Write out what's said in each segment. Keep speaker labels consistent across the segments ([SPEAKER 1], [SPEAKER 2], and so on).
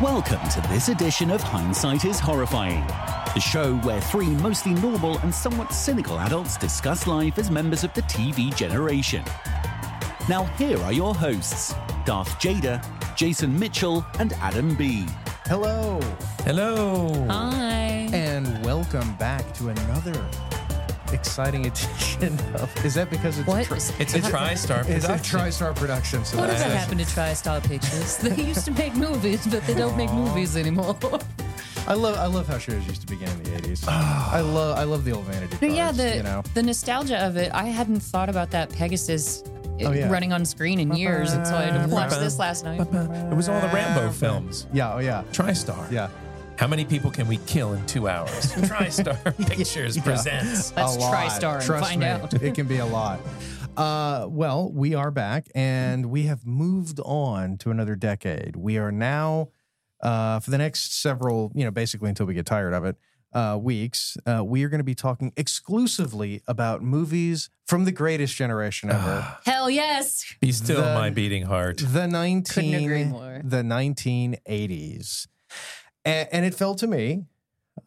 [SPEAKER 1] Welcome to this edition of Hindsight is Horrifying, the show where three mostly normal and somewhat cynical adults discuss life as members of the TV generation. Now, here are your hosts Darth Jada, Jason Mitchell, and Adam B.
[SPEAKER 2] Hello
[SPEAKER 3] Hello.
[SPEAKER 4] Hi.
[SPEAKER 2] and welcome back to another exciting edition of. Is that because it's
[SPEAKER 4] What?
[SPEAKER 2] a, tri-
[SPEAKER 4] Is-
[SPEAKER 3] It's a TriStar
[SPEAKER 2] it's a
[SPEAKER 3] production.
[SPEAKER 2] TriStar production? So
[SPEAKER 4] What does
[SPEAKER 2] that's-
[SPEAKER 4] that happen to TriStar Pictures? They used to make movies, but they don't make movies anymore.
[SPEAKER 2] I love I love how shows used to begin in the eighties. I love I love the old vanity
[SPEAKER 4] But
[SPEAKER 2] cards.
[SPEAKER 4] yeah, the
[SPEAKER 2] you know.
[SPEAKER 4] the nostalgia of it. I hadn't thought about that Pegasus uh,
[SPEAKER 2] Oh, yeah.
[SPEAKER 4] running on screen in years, and so I watched this last night.
[SPEAKER 3] it was all the Rambo films.
[SPEAKER 2] Yeah, oh yeah,
[SPEAKER 3] TriStar.
[SPEAKER 2] yeah.
[SPEAKER 3] How many people can we kill in two hours? TriStar Pictures presents.
[SPEAKER 4] Let's
[SPEAKER 2] a lot.
[SPEAKER 4] TriStar and
[SPEAKER 2] Trust
[SPEAKER 4] find
[SPEAKER 2] me,
[SPEAKER 4] out.
[SPEAKER 2] it can be a lot. Uh, well, we are back and we have moved on to another decade. We are now, uh, for the next several, you know, basically until we get tired of it, uh, weeks, uh, we are going to be talking exclusively about movies from the greatest generation ever,
[SPEAKER 4] Hell yes.
[SPEAKER 3] Be still
[SPEAKER 2] The-
[SPEAKER 3] my beating heart.
[SPEAKER 2] the 19,
[SPEAKER 4] agree more.
[SPEAKER 2] the 1980s. A- and it fell to me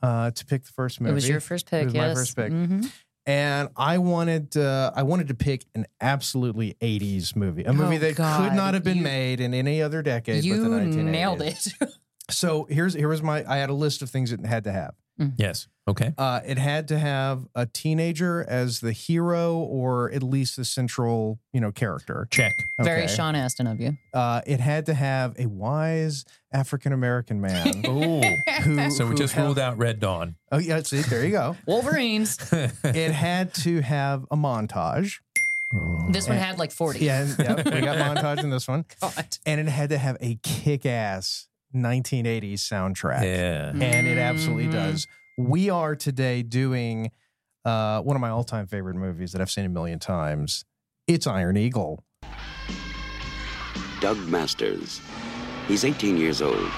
[SPEAKER 2] uh, to pick the first movie.
[SPEAKER 4] It was your first pick.
[SPEAKER 2] It was my
[SPEAKER 4] yes.
[SPEAKER 2] first pick.
[SPEAKER 4] Mhm.
[SPEAKER 2] and I wanted uh, I wanted to pick an absolutely '80s movie, a movie
[SPEAKER 4] Oh,
[SPEAKER 2] that
[SPEAKER 4] God.
[SPEAKER 2] could not have been
[SPEAKER 4] You-
[SPEAKER 2] made in any other decade.
[SPEAKER 4] You
[SPEAKER 2] but the 1980s.
[SPEAKER 4] nailed it.
[SPEAKER 2] So here's here was my I had a list of things it had to have.
[SPEAKER 3] Yes. Okay.
[SPEAKER 2] Uh, it had to have a teenager as the hero, or at least the central you know character.
[SPEAKER 3] Check.
[SPEAKER 2] Okay.
[SPEAKER 4] Very Sean Astin of you.
[SPEAKER 2] Uh, it had to have a wise African American man.
[SPEAKER 3] Ooh.
[SPEAKER 2] Who,
[SPEAKER 3] So we
[SPEAKER 2] who
[SPEAKER 3] just
[SPEAKER 2] held-
[SPEAKER 3] ruled out Red Dawn.
[SPEAKER 2] Oh yeah, see, there you go.
[SPEAKER 4] Wolverines.
[SPEAKER 2] It had to have a montage.
[SPEAKER 4] this one had like forty.
[SPEAKER 2] Yeah, yeah, we got montage in this one.
[SPEAKER 4] God.
[SPEAKER 2] and it had to have a kick-ass 1980s soundtrack
[SPEAKER 3] Yeah.
[SPEAKER 2] and it absolutely
[SPEAKER 4] Mhm.
[SPEAKER 2] does we are today doing uh, one of my all-time favorite movies that i've seen a million times it's iron eagle
[SPEAKER 5] Doug Masters. He's 18 years old.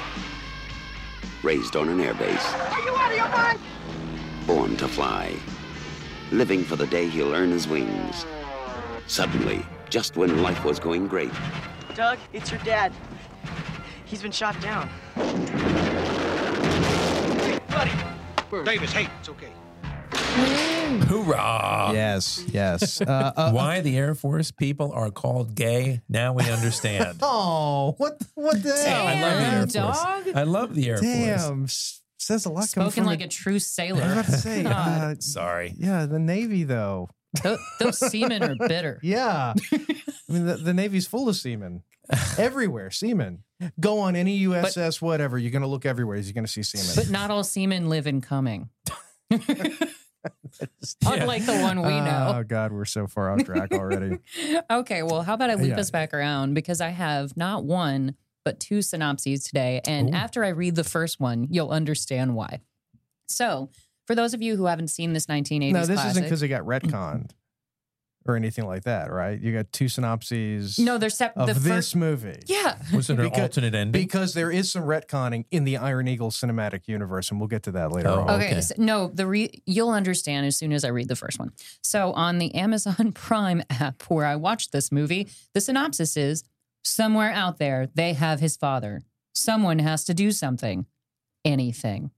[SPEAKER 5] Raised on an airbase.
[SPEAKER 6] Are you out of your mind?
[SPEAKER 5] Born to fly. Living for the day he'll earn his wings. Suddenly, just when life was going great,
[SPEAKER 6] Doug, it's your dad. He's been shot down.
[SPEAKER 7] Davis, hey, it's okay.
[SPEAKER 3] Mm. Hoorah.
[SPEAKER 2] yes yes uh, uh,
[SPEAKER 3] Why the Air Force people are called gay, now we understand.
[SPEAKER 2] oh what what the hell
[SPEAKER 3] I love the Air Force.
[SPEAKER 4] dog.
[SPEAKER 3] I love the Air Force.
[SPEAKER 2] damn s- says a lot coming
[SPEAKER 4] Spoken
[SPEAKER 2] from
[SPEAKER 4] like
[SPEAKER 2] the-
[SPEAKER 4] a true
[SPEAKER 2] I was
[SPEAKER 4] sailor.
[SPEAKER 2] about to say uh,
[SPEAKER 3] Sorry.
[SPEAKER 2] yeah the navy though
[SPEAKER 4] Tho- Those seamen are bitter.
[SPEAKER 2] Yeah. I mean, the, the Navy's full of seamen. Everywhere, seamen. Go on any USS, whatever. You're going to look everywhere. You're going to see seamen.
[SPEAKER 4] But not all seamen live in coming.
[SPEAKER 3] Yeah.
[SPEAKER 4] Unlike the one we
[SPEAKER 2] Oh, God, we're so far off track already.
[SPEAKER 4] know. Okay, well, how about I loop
[SPEAKER 2] Yeah.
[SPEAKER 4] us back around because I have not one, but two synopses today. And
[SPEAKER 3] Ooh.
[SPEAKER 4] after I read the first one, you'll understand why. So, for those of you who haven't seen this 1980s
[SPEAKER 2] no, this isn't
[SPEAKER 4] classic,
[SPEAKER 2] because it got retconned or anything like that, right? You got two synopses
[SPEAKER 4] no, they're sep-
[SPEAKER 2] of
[SPEAKER 4] the
[SPEAKER 2] this
[SPEAKER 4] first.
[SPEAKER 2] movie.
[SPEAKER 4] Yeah.
[SPEAKER 3] Was it an
[SPEAKER 2] Because-
[SPEAKER 3] alternate ending?
[SPEAKER 2] Because there is some retconning in the Iron Eagle cinematic universe, and we'll get to that later
[SPEAKER 3] Oh.
[SPEAKER 2] on.
[SPEAKER 4] Okay.
[SPEAKER 3] Okay.
[SPEAKER 4] so- no, the re- you'll understand as soon as I read the first one. So on the Amazon Prime app where I watched this movie, the synopsis is somewhere out there they have his father. Someone has to do something. Anything.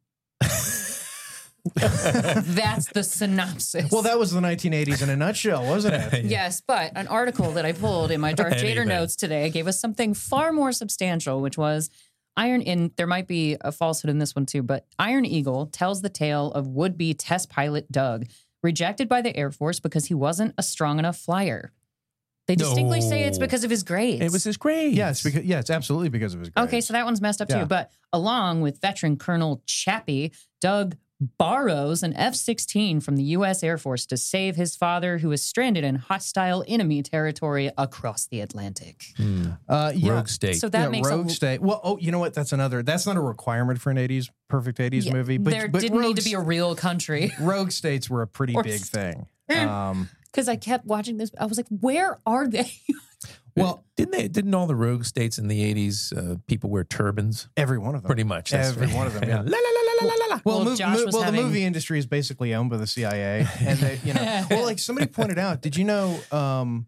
[SPEAKER 4] That's the synopsis.
[SPEAKER 2] Well, that was the 1980s in a nutshell, wasn't it?
[SPEAKER 4] Yes, but an article that I pulled in my Darth Jader
[SPEAKER 3] Anything.
[SPEAKER 4] notes today gave us something far more substantial, which was Iron. In there might be a falsehood in this one too, but Iron Eagle tells the tale of would-be test pilot Doug, rejected by the Air Force because he wasn't a strong enough flyer. They distinctly say it's
[SPEAKER 3] No.
[SPEAKER 4] because of his grades.
[SPEAKER 3] It was his grades.
[SPEAKER 2] Yeah, it's because, yeah, it's absolutely because of his grades.
[SPEAKER 4] Okay, so that one's messed up
[SPEAKER 2] Yeah.
[SPEAKER 4] too. But along with veteran Colonel Chappie, Doug borrows an F 16 from the U.S. Air Force to save his father, who is stranded in hostile enemy territory across the Atlantic.
[SPEAKER 2] uh, yeah.
[SPEAKER 3] Rogue State.
[SPEAKER 4] So that
[SPEAKER 2] yeah,
[SPEAKER 4] makes
[SPEAKER 2] Rogue
[SPEAKER 4] a,
[SPEAKER 2] State. Well, oh, you know what? That's another. That's not a requirement for an '80s perfect '80s
[SPEAKER 4] Yeah,
[SPEAKER 2] movie. But
[SPEAKER 4] there
[SPEAKER 2] but
[SPEAKER 4] didn't
[SPEAKER 2] Rogue
[SPEAKER 4] need to be a real country.
[SPEAKER 2] Rogue States were a pretty
[SPEAKER 4] Or
[SPEAKER 2] big thing.
[SPEAKER 4] Mm.
[SPEAKER 2] Um,
[SPEAKER 4] Because I kept watching this. I was like, where are they?
[SPEAKER 2] well,
[SPEAKER 3] Didn't they? Didn't all the rogue states in the eighties uh, people wear turbans?
[SPEAKER 2] every one of them.
[SPEAKER 3] Pretty much. that's
[SPEAKER 2] Oh, Every
[SPEAKER 3] right.
[SPEAKER 2] one of them, yeah.
[SPEAKER 3] la, la, la, la, la, la, la.
[SPEAKER 2] well,
[SPEAKER 4] Well,
[SPEAKER 2] mov-
[SPEAKER 4] Josh
[SPEAKER 2] mo-
[SPEAKER 4] was
[SPEAKER 2] well the
[SPEAKER 4] having-
[SPEAKER 2] movie industry is basically owned by the CIA, and they, you know, well, like somebody pointed out. Did you know? Um,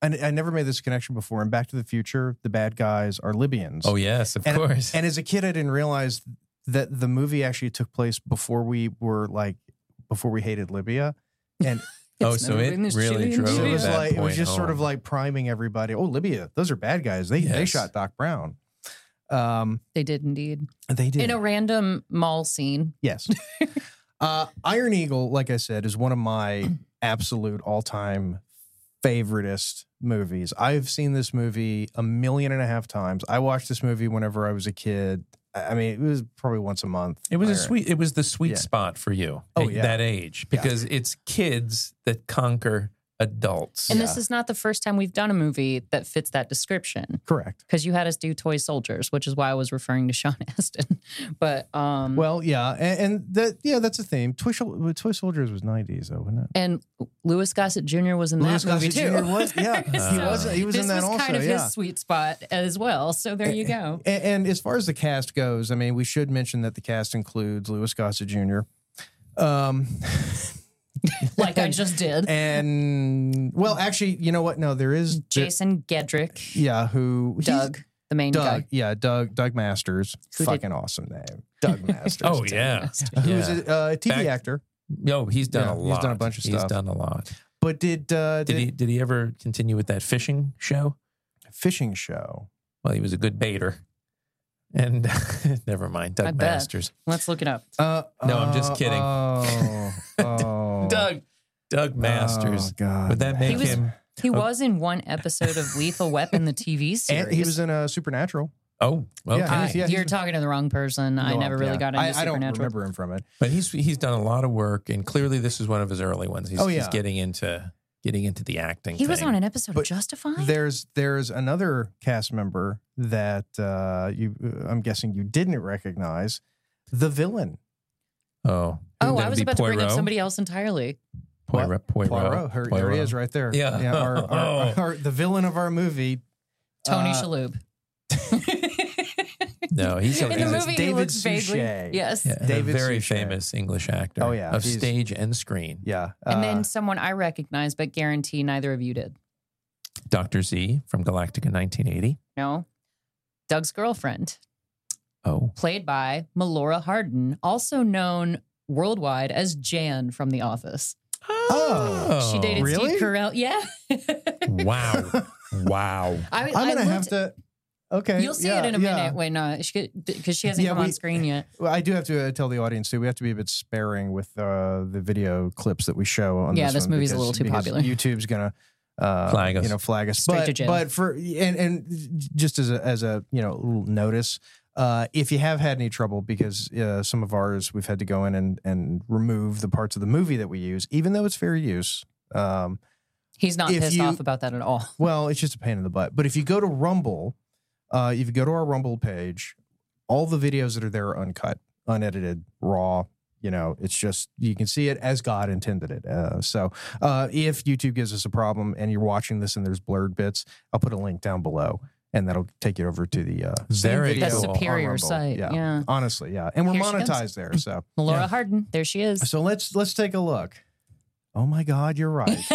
[SPEAKER 2] And I never made this connection before. In Back to the Future, the bad guys are Libyans.
[SPEAKER 3] Oh yes, of
[SPEAKER 2] and,
[SPEAKER 3] course.
[SPEAKER 2] And as a kid, I didn't realize that the movie actually took place before we were like before we hated Libya. And
[SPEAKER 3] oh,
[SPEAKER 4] It's
[SPEAKER 3] so
[SPEAKER 4] never
[SPEAKER 3] it
[SPEAKER 4] been this
[SPEAKER 3] really
[SPEAKER 4] chilly and
[SPEAKER 3] drove
[SPEAKER 2] so it
[SPEAKER 4] chilly.
[SPEAKER 2] was
[SPEAKER 3] that
[SPEAKER 2] like it was
[SPEAKER 3] point
[SPEAKER 2] just sort of
[SPEAKER 3] home.
[SPEAKER 2] like priming everybody. Oh, Libya, those are bad guys. They they
[SPEAKER 3] Yes.
[SPEAKER 2] shot Doc Brown. Um,
[SPEAKER 4] They did indeed.
[SPEAKER 2] they did.
[SPEAKER 4] In a random mall scene.
[SPEAKER 2] Yes. uh, Iron Eagle, like I said, is one of my absolute all time favoritist movies. I've seen this movie a million and a half times. I watched this movie whenever I was a kid. I I mean, it was probably once a month.
[SPEAKER 3] It was a
[SPEAKER 2] Iron-
[SPEAKER 3] sweet. It was the sweet
[SPEAKER 2] Yeah.
[SPEAKER 3] spot for you.
[SPEAKER 2] Oh,
[SPEAKER 3] at
[SPEAKER 2] yeah.
[SPEAKER 3] that age because it's kids that conquer adults.
[SPEAKER 4] And this is not the first time we've done a movie that fits that description.
[SPEAKER 2] Correct.
[SPEAKER 4] Because you had us do Toy Soldiers, which is why I was referring to Sean Astin. But
[SPEAKER 3] Mm.
[SPEAKER 4] um
[SPEAKER 2] Well, yeah, and, and that yeah, that's a theme. Toy, Sol- Toy Soldiers was '90s, though, wasn't it?
[SPEAKER 4] and Louis Gossett Jr. was in
[SPEAKER 2] Louis
[SPEAKER 4] that movie
[SPEAKER 2] Gossett
[SPEAKER 4] too.
[SPEAKER 2] Jr. was- yeah, he was- he was
[SPEAKER 4] this
[SPEAKER 2] in that
[SPEAKER 4] was
[SPEAKER 2] also,
[SPEAKER 4] kind of
[SPEAKER 2] yeah.
[SPEAKER 4] his sweet spot as well. So there you go.
[SPEAKER 2] A- And, as far as the cast goes, I mean, we should mention that the cast includes Louis Gossett Jr. Um,
[SPEAKER 4] Like I just did.
[SPEAKER 2] and well, actually, you know what? No, there is there-
[SPEAKER 4] Jason Gedrick,
[SPEAKER 2] Yeah, who he's-
[SPEAKER 4] Doug, the main
[SPEAKER 2] Doug,
[SPEAKER 4] guy.
[SPEAKER 2] yeah, Doug, Doug Masters,
[SPEAKER 4] Who did-
[SPEAKER 2] fucking awesome name, Doug Masters.
[SPEAKER 3] oh yeah.
[SPEAKER 2] who's
[SPEAKER 3] yeah.
[SPEAKER 2] a uh, TV
[SPEAKER 3] Back-
[SPEAKER 2] actor?
[SPEAKER 3] No, he's done
[SPEAKER 2] Yeah,
[SPEAKER 3] a
[SPEAKER 2] he's
[SPEAKER 3] lot.
[SPEAKER 2] done a bunch of
[SPEAKER 3] He's
[SPEAKER 2] stuff.
[SPEAKER 3] done a lot.
[SPEAKER 2] But did uh, did,
[SPEAKER 3] Did he? Did he ever continue with that fishing show?
[SPEAKER 2] fishing show?
[SPEAKER 3] Well, he was a good baiter. And never mind, Doug
[SPEAKER 4] I bet.
[SPEAKER 3] Masters.
[SPEAKER 4] Let's look it up.
[SPEAKER 2] Uh,
[SPEAKER 3] No, I'm just
[SPEAKER 2] uh,
[SPEAKER 3] kidding.
[SPEAKER 2] Oh, oh.
[SPEAKER 3] Doug, Doug
[SPEAKER 2] Oh,
[SPEAKER 3] Masters.
[SPEAKER 2] God,
[SPEAKER 3] Would that make
[SPEAKER 4] was-
[SPEAKER 3] him?
[SPEAKER 4] He was in one episode of Lethal Weapon, the TV series.
[SPEAKER 2] Oh. And he was in a Supernatural.
[SPEAKER 3] Oh, okay.
[SPEAKER 2] Yeah, he's- yeah,
[SPEAKER 4] You're
[SPEAKER 2] he's-
[SPEAKER 4] talking to the wrong person. I
[SPEAKER 2] No,
[SPEAKER 4] never really
[SPEAKER 2] yeah.
[SPEAKER 4] got into
[SPEAKER 2] I, I
[SPEAKER 4] Supernatural.
[SPEAKER 2] don't remember him from it.
[SPEAKER 3] But he's he's done a lot of work, and clearly this is one of his early ones. He's,
[SPEAKER 2] Oh,
[SPEAKER 3] he's
[SPEAKER 2] yeah.
[SPEAKER 3] getting into getting into the acting.
[SPEAKER 4] He was
[SPEAKER 3] thing.
[SPEAKER 4] on an episode
[SPEAKER 2] But
[SPEAKER 4] of Justified.
[SPEAKER 2] There's there's another cast member that uh, you I'm guessing you didn't recognize, the villain
[SPEAKER 3] Oh,
[SPEAKER 4] oh,
[SPEAKER 3] That
[SPEAKER 4] I
[SPEAKER 3] would
[SPEAKER 4] was
[SPEAKER 3] be
[SPEAKER 4] about to bring up
[SPEAKER 3] Poirot?
[SPEAKER 4] somebody else entirely.
[SPEAKER 3] Poirot. Poirot.
[SPEAKER 2] Poirot. Her, There he is, right there.
[SPEAKER 3] Yeah.
[SPEAKER 2] our, our,
[SPEAKER 3] Oh.
[SPEAKER 2] our- the villain of our movie.
[SPEAKER 4] Tony
[SPEAKER 2] Uh,
[SPEAKER 4] Shalhoub.
[SPEAKER 3] No, he's a,
[SPEAKER 4] in the
[SPEAKER 3] he's a-
[SPEAKER 4] movie, he
[SPEAKER 2] David
[SPEAKER 4] looks vaguely.
[SPEAKER 2] Suchet.
[SPEAKER 4] Yes.
[SPEAKER 3] yeah, and a
[SPEAKER 2] David
[SPEAKER 3] very
[SPEAKER 2] Suchet.
[SPEAKER 3] famous English actor.
[SPEAKER 2] Oh, yeah,
[SPEAKER 3] of
[SPEAKER 2] he's-
[SPEAKER 3] stage and screen.
[SPEAKER 2] Yeah.
[SPEAKER 4] And
[SPEAKER 2] uh,
[SPEAKER 4] then someone I recognize, but guarantee neither of you did.
[SPEAKER 3] Doctor Z from Galactica 1980.
[SPEAKER 4] No. Doug's girlfriend,
[SPEAKER 3] Oh,
[SPEAKER 4] played by Melora Hardin, also known worldwide as Jan from The Office.
[SPEAKER 2] Oh.
[SPEAKER 4] she dated
[SPEAKER 2] really?
[SPEAKER 4] Steve Carell. Yeah.
[SPEAKER 3] Wow, wow.
[SPEAKER 4] I,
[SPEAKER 2] I'm gonna
[SPEAKER 4] I
[SPEAKER 2] have
[SPEAKER 4] looked-
[SPEAKER 2] to. Okay.
[SPEAKER 4] You'll see
[SPEAKER 2] yeah,
[SPEAKER 4] it in a
[SPEAKER 2] yeah.
[SPEAKER 4] minute. Wait, no, because she hasn't
[SPEAKER 2] Yeah,
[SPEAKER 4] come
[SPEAKER 2] we-
[SPEAKER 4] on screen yet.
[SPEAKER 2] Well, I do have to uh, tell the audience too. We have to be a bit sparing with uh, the video clips that we show on.
[SPEAKER 4] Yeah,
[SPEAKER 2] this,
[SPEAKER 4] this
[SPEAKER 2] one
[SPEAKER 4] movie's a
[SPEAKER 2] because-
[SPEAKER 4] little too
[SPEAKER 2] because
[SPEAKER 4] popular.
[SPEAKER 2] YouTube's gonna uh,
[SPEAKER 3] Flag us.
[SPEAKER 2] You know, flag us.
[SPEAKER 4] Straight
[SPEAKER 2] but
[SPEAKER 4] to jail.
[SPEAKER 2] but for and and just as a as a you know little notice. Uh, if you have had any trouble, because uh, some of ours we've had to go in and, and remove the parts of the movie that we use, even though it's fair use. Um,
[SPEAKER 4] He's not
[SPEAKER 2] If
[SPEAKER 4] pissed
[SPEAKER 2] you-
[SPEAKER 4] off about that at all.
[SPEAKER 2] Well, it's just a pain in the butt. But if you go to Rumble, uh, if you go to our Rumble page, all the videos that are there are uncut, unedited, raw. You know, it's just you can see it as God intended it. Uh, so, uh, if YouTube gives us a problem and you're watching this and there's blurred bits, I'll put a link down below, and that'll take you over to the uh, same
[SPEAKER 3] Very
[SPEAKER 2] video
[SPEAKER 4] That
[SPEAKER 3] cool.
[SPEAKER 2] on
[SPEAKER 4] superior
[SPEAKER 2] Rumble.
[SPEAKER 4] site, yeah.
[SPEAKER 2] honestly, yeah, and we're
[SPEAKER 4] Here she comes.
[SPEAKER 2] monetized there. So,
[SPEAKER 4] Melora Hardin, there she is.
[SPEAKER 2] so let's let's take a look. Oh my God, you're right.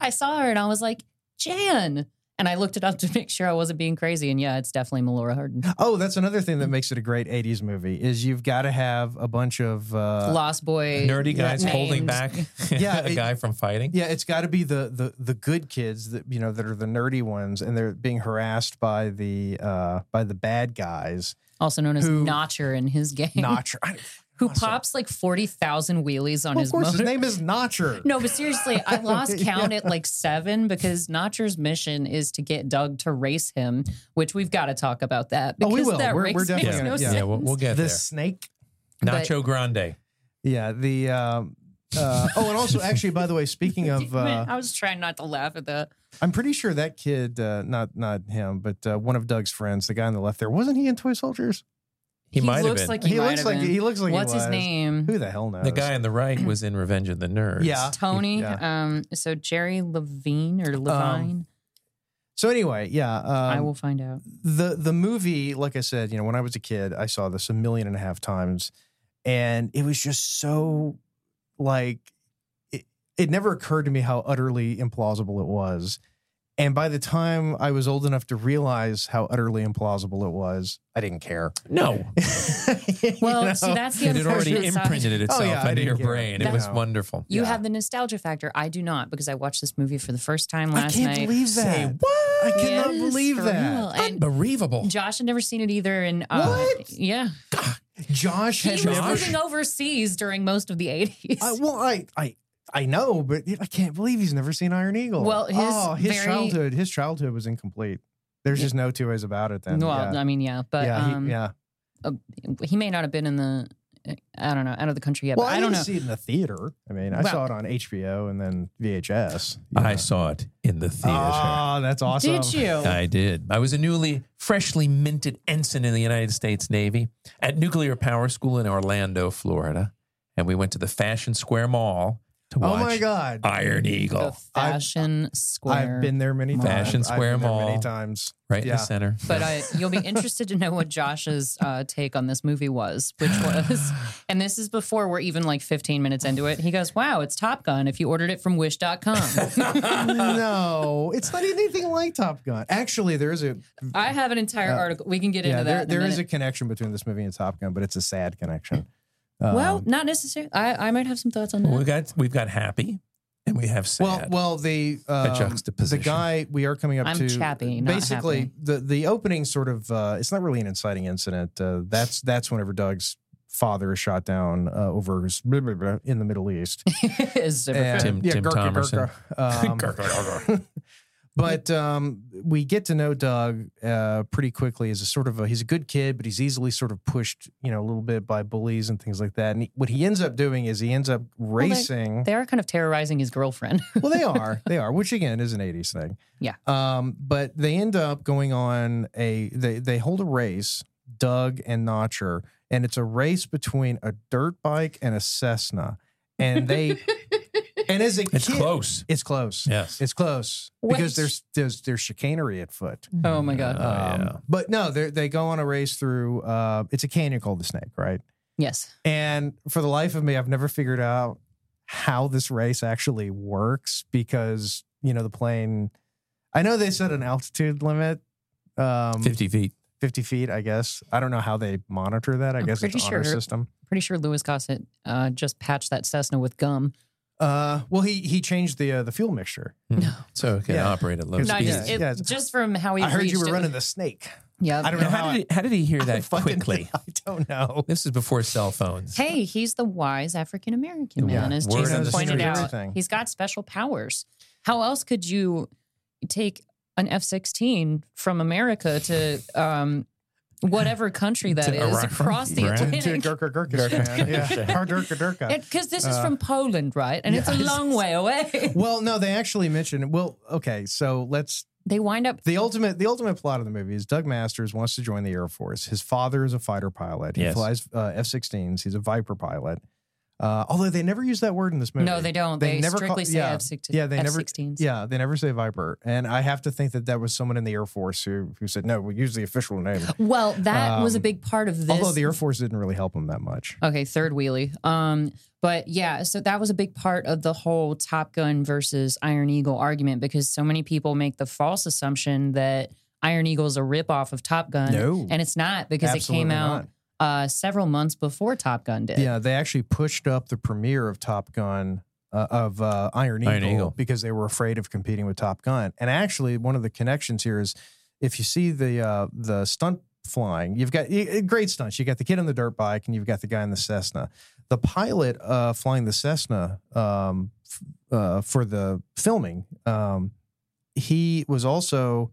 [SPEAKER 4] I saw her and I was like, Jan. And I looked it up to make sure I wasn't being crazy. And yeah, it's definitely Melora Hardin.
[SPEAKER 2] Oh, that's another thing that makes it a great '80s movie is you've got to have a bunch of uh,
[SPEAKER 4] Lost Boy.
[SPEAKER 3] Nerdy guys
[SPEAKER 4] names.
[SPEAKER 3] holding back
[SPEAKER 2] Yeah,
[SPEAKER 3] a
[SPEAKER 2] it-
[SPEAKER 3] guy from fighting.
[SPEAKER 2] yeah, it's got to be the the the good kids that you know that are the nerdy ones, and they're being harassed by the uh, by the bad guys.
[SPEAKER 4] Also known as
[SPEAKER 2] Who-
[SPEAKER 4] Notcher in his game.
[SPEAKER 2] Notcher, I-
[SPEAKER 4] Who pops like 40,000 wheelies on
[SPEAKER 2] well,
[SPEAKER 4] his
[SPEAKER 2] of course, his
[SPEAKER 4] motor.
[SPEAKER 2] name is Notcher.
[SPEAKER 4] No, but seriously, I lost count at like seven because Notcher's mission is to get Doug to race him, which we've got to talk about that.
[SPEAKER 2] Oh,
[SPEAKER 4] Because
[SPEAKER 2] we will.
[SPEAKER 4] That
[SPEAKER 2] We're-
[SPEAKER 4] race
[SPEAKER 2] we're definitely
[SPEAKER 4] makes
[SPEAKER 2] gonna-
[SPEAKER 4] no
[SPEAKER 2] yeah.
[SPEAKER 4] sense.
[SPEAKER 3] yeah we'll, we'll
[SPEAKER 2] the
[SPEAKER 3] get there.
[SPEAKER 2] snake.
[SPEAKER 4] but-
[SPEAKER 3] Nacho Grande.
[SPEAKER 2] Yeah, the um, uh, oh, and also actually, by the way, speaking of, uh,
[SPEAKER 4] I was trying not to laugh at that.
[SPEAKER 2] I'm pretty sure that kid, uh, not not him, but uh, one of Doug's friends, the guy on the left there, wasn't he in Toy Soldiers?
[SPEAKER 3] He, might have
[SPEAKER 4] looks
[SPEAKER 3] been.
[SPEAKER 4] like he, might
[SPEAKER 2] looks
[SPEAKER 4] have
[SPEAKER 2] like
[SPEAKER 4] been.
[SPEAKER 2] he looks like he
[SPEAKER 4] What's his
[SPEAKER 2] was.
[SPEAKER 4] name?
[SPEAKER 2] Who the hell knows?
[SPEAKER 3] the guy on the right was in Revenge of the Nerds.
[SPEAKER 2] Yeah.
[SPEAKER 4] Tony.
[SPEAKER 2] Yeah.
[SPEAKER 4] Um, so Jerry Levine or Levine.
[SPEAKER 2] So anyway, yeah, um,
[SPEAKER 4] I will find out.
[SPEAKER 2] the the movie, like I said, you know, when I was a kid, I saw this a million and a half times, and it was just so like it, it never occurred to me how utterly implausible it was. And by the time I was old enough to realize how utterly implausible it was, I didn't care.
[SPEAKER 3] No,
[SPEAKER 4] Well, Oh, see, that's the
[SPEAKER 3] it had
[SPEAKER 4] unfortunate
[SPEAKER 3] already
[SPEAKER 4] side.
[SPEAKER 3] imprinted itself
[SPEAKER 2] Oh, yeah, I
[SPEAKER 3] into
[SPEAKER 2] didn't
[SPEAKER 3] your
[SPEAKER 2] care.
[SPEAKER 3] brain.
[SPEAKER 2] That-
[SPEAKER 3] It was
[SPEAKER 2] No.
[SPEAKER 3] wonderful.
[SPEAKER 4] You
[SPEAKER 2] Yeah.
[SPEAKER 4] have the nostalgia factor. I do not because I watched this movie for the first time
[SPEAKER 2] I
[SPEAKER 4] last
[SPEAKER 2] can't
[SPEAKER 4] night.
[SPEAKER 2] believe that.
[SPEAKER 3] Say
[SPEAKER 2] I
[SPEAKER 3] what?
[SPEAKER 2] cannot
[SPEAKER 4] Yes,
[SPEAKER 2] believe
[SPEAKER 4] for real.
[SPEAKER 2] that.
[SPEAKER 4] And
[SPEAKER 3] Unbelievable.
[SPEAKER 4] Josh had never seen it either. And uh,
[SPEAKER 2] What?
[SPEAKER 4] Yeah,
[SPEAKER 2] Josh
[SPEAKER 4] he
[SPEAKER 2] had
[SPEAKER 4] was
[SPEAKER 2] never.
[SPEAKER 4] living overseas during most of the eighties.
[SPEAKER 2] I, well, I, I, I know, but I can't believe he's never seen Iron Eagle.
[SPEAKER 4] Well, his
[SPEAKER 2] oh, his
[SPEAKER 4] very-
[SPEAKER 2] childhood, his childhood was incomplete. There's just no two ways about it. Then,
[SPEAKER 4] well,
[SPEAKER 2] yeah,
[SPEAKER 4] I mean, yeah, but
[SPEAKER 2] yeah, he-
[SPEAKER 4] um,
[SPEAKER 2] yeah.
[SPEAKER 4] he may not have been in the I don't know out of the country yet.
[SPEAKER 2] Well,
[SPEAKER 4] but
[SPEAKER 2] I,
[SPEAKER 4] I, don't
[SPEAKER 2] didn't
[SPEAKER 4] know.
[SPEAKER 2] see it in the theater. I mean, I
[SPEAKER 4] Well-
[SPEAKER 2] saw it on HBO and then VHS.
[SPEAKER 3] I saw it in the theater.
[SPEAKER 2] Ah, that's awesome.
[SPEAKER 4] Did you?
[SPEAKER 3] I did. I was a newly, freshly minted ensign in the United States Navy at Nuclear Power School in Orlando, Florida, and we went to the Fashion Square Mall to
[SPEAKER 2] Oh
[SPEAKER 3] watch
[SPEAKER 2] my God.
[SPEAKER 3] Iron
[SPEAKER 4] the
[SPEAKER 3] Eagle
[SPEAKER 2] I've-
[SPEAKER 4] fashion square.
[SPEAKER 2] I've been there many times.
[SPEAKER 3] Fashion
[SPEAKER 2] I've
[SPEAKER 3] Square
[SPEAKER 2] been there many
[SPEAKER 3] Mall.
[SPEAKER 2] times.
[SPEAKER 3] right in
[SPEAKER 2] Yeah.
[SPEAKER 3] the center.
[SPEAKER 4] but I, you'll be interested to know what Josh's uh, take on this movie was, which was, and this is before we're even like 15 minutes into it. He goes, Wow, it's Top Gun if you ordered it from wish.com.
[SPEAKER 2] no, it's not anything like Top Gun. Actually, there is a
[SPEAKER 4] I have an entire article. We can get
[SPEAKER 2] Uh, yeah,
[SPEAKER 4] into
[SPEAKER 2] there,
[SPEAKER 4] that.
[SPEAKER 2] there
[SPEAKER 4] in a
[SPEAKER 2] is a
[SPEAKER 4] minute.
[SPEAKER 2] connection between this movie and Top Gun, but it's a sad connection. um,
[SPEAKER 4] well, not necessarily. I, I might have some thoughts on that.
[SPEAKER 3] we got we've got happy and we have
[SPEAKER 2] Well,
[SPEAKER 3] sad.
[SPEAKER 2] well, the um,
[SPEAKER 3] juxtaposition.
[SPEAKER 2] The guy we are coming up
[SPEAKER 4] I'm
[SPEAKER 2] to
[SPEAKER 4] chappy, not
[SPEAKER 2] basically
[SPEAKER 4] happy.
[SPEAKER 2] the the opening sort of uh, it's not really an inciting incident. Uh, that's that's whenever Doug's father is shot down uh, over his- blah, blah, blah, in the Middle East.
[SPEAKER 4] It's super
[SPEAKER 2] And-
[SPEAKER 4] fun.
[SPEAKER 3] Tim- Tim Thomerson.
[SPEAKER 2] Gurka. Um, But um, we get to know Doug uh, pretty quickly as a sort of a, he's a good kid, but he's easily sort of pushed, you know, a little bit by bullies and things like that. And he, what he ends up doing is he ends up
[SPEAKER 4] they-
[SPEAKER 2] racing.
[SPEAKER 4] they are kind of terrorizing his girlfriend.
[SPEAKER 2] well, they are, they are, which again is an '80s thing.
[SPEAKER 4] Yeah.
[SPEAKER 2] Um, but they end up going on a they they hold a race, Doug and Notcher, and it's a race between a dirt bike and a Cessna, and they and as a
[SPEAKER 3] it's
[SPEAKER 2] kid,
[SPEAKER 3] close.
[SPEAKER 2] it's close.
[SPEAKER 3] Yes.
[SPEAKER 2] It's close
[SPEAKER 4] What?
[SPEAKER 2] because there's there's there's chicanery at foot. Um,
[SPEAKER 4] oh my God.
[SPEAKER 3] Uh, Oh, yeah.
[SPEAKER 2] But no, they they go on a race through. Uh, it's a canyon called the Snake, right?
[SPEAKER 4] yes.
[SPEAKER 2] And for the life of me, I've never figured out how this race actually works because you know the plane. I know they set an altitude limit, um, 50.
[SPEAKER 3] 50 feet.
[SPEAKER 2] feet, I guess. I don't know how they monitor that. I
[SPEAKER 4] I'm
[SPEAKER 2] guess it's
[SPEAKER 4] pretty
[SPEAKER 2] honor
[SPEAKER 4] sure.
[SPEAKER 2] system.
[SPEAKER 4] Pretty sure Lewis Gossett uh, just patched that Cessna with gum.
[SPEAKER 2] Uh, well, he he changed the uh, the fuel mixture.
[SPEAKER 3] No. Hmm. So it can
[SPEAKER 2] Yeah.
[SPEAKER 3] operate at low
[SPEAKER 2] It's
[SPEAKER 4] No, I
[SPEAKER 2] speed.
[SPEAKER 4] just,
[SPEAKER 3] speeds.
[SPEAKER 4] it,
[SPEAKER 2] Yeah.
[SPEAKER 4] just from how he
[SPEAKER 2] I heard you
[SPEAKER 4] reached
[SPEAKER 2] were
[SPEAKER 4] it-
[SPEAKER 2] running the snake.
[SPEAKER 4] Yeah.
[SPEAKER 2] I don't know
[SPEAKER 3] Now, how,
[SPEAKER 2] how.
[SPEAKER 3] did he, how did he hear
[SPEAKER 2] I
[SPEAKER 3] that
[SPEAKER 2] fucking-
[SPEAKER 3] quickly?
[SPEAKER 2] I don't know.
[SPEAKER 3] This is before cell phones.
[SPEAKER 4] Hey, he's the wise African American
[SPEAKER 3] Yeah.
[SPEAKER 4] man, as
[SPEAKER 3] Word on
[SPEAKER 4] Jason
[SPEAKER 3] the
[SPEAKER 4] pointed
[SPEAKER 3] street.
[SPEAKER 4] out.
[SPEAKER 2] Everything.
[SPEAKER 4] He's got special powers. How else could you take an F 16 from America to um, whatever country that is
[SPEAKER 3] To Iraq.
[SPEAKER 4] across the
[SPEAKER 3] Right.
[SPEAKER 2] to
[SPEAKER 4] Atlantic?
[SPEAKER 2] Gurka Gurkistan. Yeah. Har Durka Durka.
[SPEAKER 4] Because this
[SPEAKER 3] Uh,
[SPEAKER 4] is from Poland, right? And it's a long way away.
[SPEAKER 2] well, no, they actually mentioned. Well, okay, so let's.
[SPEAKER 4] they wind up.
[SPEAKER 2] The ultimate, the ultimate plot of the movie is Doug Masters wants to join the Air Force. His father is a fighter pilot. He
[SPEAKER 3] Yes.
[SPEAKER 2] flies uh, F-16s. He's a Viper pilot. Uh, although they never use that word in this movie.
[SPEAKER 4] No, they don't. They,
[SPEAKER 2] never call-
[SPEAKER 4] strictly say
[SPEAKER 2] yeah.
[SPEAKER 4] F-16,
[SPEAKER 2] Yeah, they never.
[SPEAKER 4] F-16s.
[SPEAKER 2] Yeah, they never say Viper. And I have to think that that was someone in the Air Force who who said no. We use the official name.
[SPEAKER 4] Well, that was a
[SPEAKER 2] Um,
[SPEAKER 4] big part of this.
[SPEAKER 2] Although the Air Force didn't really help him that much.
[SPEAKER 4] Okay, third wheelie. Um, but yeah, so that was a big part of the whole Top Gun versus Iron Eagle argument because so many people make the false assumption that Iron Eagle is a ripoff of Top Gun.
[SPEAKER 2] No.
[SPEAKER 4] And it's not because it came
[SPEAKER 2] Absolutely
[SPEAKER 4] out uh, several months before Top Gun did.
[SPEAKER 2] Yeah, they actually pushed up the premiere of Top Gun uh, of uh, Iron, Eagle
[SPEAKER 3] Iron Eagle.
[SPEAKER 2] because they were afraid of competing with Top Gun. And actually, one of the connections here is if you see the uh, the stunt flying, you've got y- great stunts. You got the kid on the dirt bike, and you've got the guy in the Cessna. The pilot uh, flying the Cessna um, f- uh, for the filming, um, he was also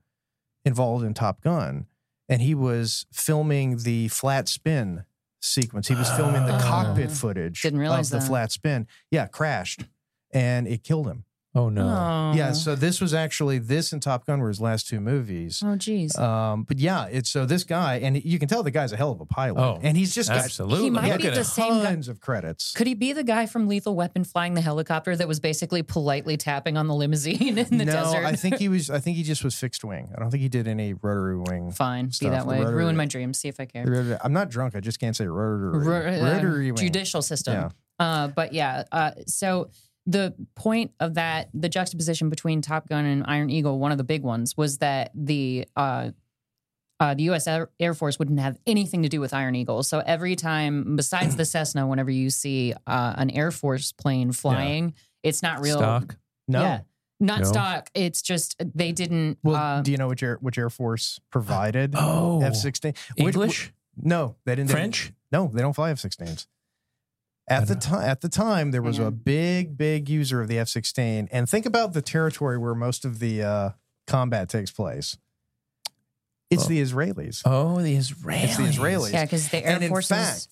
[SPEAKER 2] involved in Top Gun, and he was filming the flat spin sequence. He was filming the
[SPEAKER 3] Oh.
[SPEAKER 2] cockpit footage
[SPEAKER 4] Didn't realize
[SPEAKER 2] of the
[SPEAKER 4] that.
[SPEAKER 2] flat spin. Yeah, crashed, and it killed him.
[SPEAKER 3] Oh, no.
[SPEAKER 4] Oh.
[SPEAKER 2] Yeah, so this was actually this and Top Gun were his last two movies.
[SPEAKER 4] Oh, geez.
[SPEAKER 2] Um, but yeah, it's so this guy, and you can tell the guy's a hell of a pilot,
[SPEAKER 3] Oh,
[SPEAKER 2] and he's just got
[SPEAKER 3] Absolutely.
[SPEAKER 4] He might
[SPEAKER 3] Look
[SPEAKER 4] be
[SPEAKER 3] at
[SPEAKER 4] the
[SPEAKER 3] it.
[SPEAKER 4] same guy-
[SPEAKER 2] tons of credits.
[SPEAKER 4] Could he be the guy from Lethal Weapon flying the helicopter that was basically politely tapping on the limousine in the
[SPEAKER 2] no,
[SPEAKER 4] desert?
[SPEAKER 2] I think he was. I think he just was fixed wing. I don't think he did any rotary wing.
[SPEAKER 4] Fine, be
[SPEAKER 2] Stuff,
[SPEAKER 4] that
[SPEAKER 2] the
[SPEAKER 4] way.
[SPEAKER 2] rotary-
[SPEAKER 4] Ruin my dream. See if I care.
[SPEAKER 2] I'm not drunk. I just can't say rotary.
[SPEAKER 4] Ro- uh,
[SPEAKER 2] rotary wing.
[SPEAKER 4] judicial system.
[SPEAKER 2] Yeah.
[SPEAKER 4] Uh, but yeah, uh, so the point of that, the juxtaposition between Top Gun and Iron Eagle, one of the big ones, was that the uh, uh, the U.S. Air Air Force wouldn't have anything to do with Iron Eagle. So every time, besides the Cessna, whenever you see uh, an Air Force plane flying, it's not real
[SPEAKER 3] Stock.
[SPEAKER 2] No.
[SPEAKER 4] Yeah. Not
[SPEAKER 3] No.
[SPEAKER 4] stock. It's just they didn't.
[SPEAKER 2] Well,
[SPEAKER 4] uh,
[SPEAKER 2] do you know which air which Air Force provided
[SPEAKER 3] Oh,
[SPEAKER 2] F sixteen?
[SPEAKER 3] English,
[SPEAKER 2] No, they didn't. they didn't-
[SPEAKER 3] French.
[SPEAKER 2] No, they don't fly F 16s. At
[SPEAKER 3] I
[SPEAKER 2] the
[SPEAKER 3] don't
[SPEAKER 2] time, at the time, there was
[SPEAKER 4] Hang
[SPEAKER 2] a
[SPEAKER 4] on.
[SPEAKER 2] big, big user of the F sixteen, and think about the territory where most of the uh, combat takes place. It's
[SPEAKER 3] Oh.
[SPEAKER 2] the Israelis.
[SPEAKER 3] Oh, the Israelis.
[SPEAKER 2] It's the Israelis.
[SPEAKER 4] yeah, because the Air
[SPEAKER 2] and in
[SPEAKER 4] Force
[SPEAKER 2] fact-
[SPEAKER 4] is.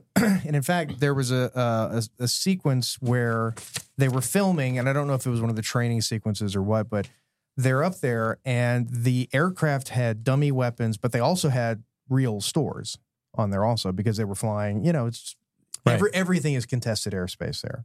[SPEAKER 2] Oh, and in fact, there was a, uh, a a sequence where they were filming, and I don't know if it was one of the training sequences or what, but they're up there, and the aircraft had dummy weapons, but they also had real stores on there also because they were flying. You know, it's
[SPEAKER 3] Right.
[SPEAKER 2] every, everything is contested airspace there,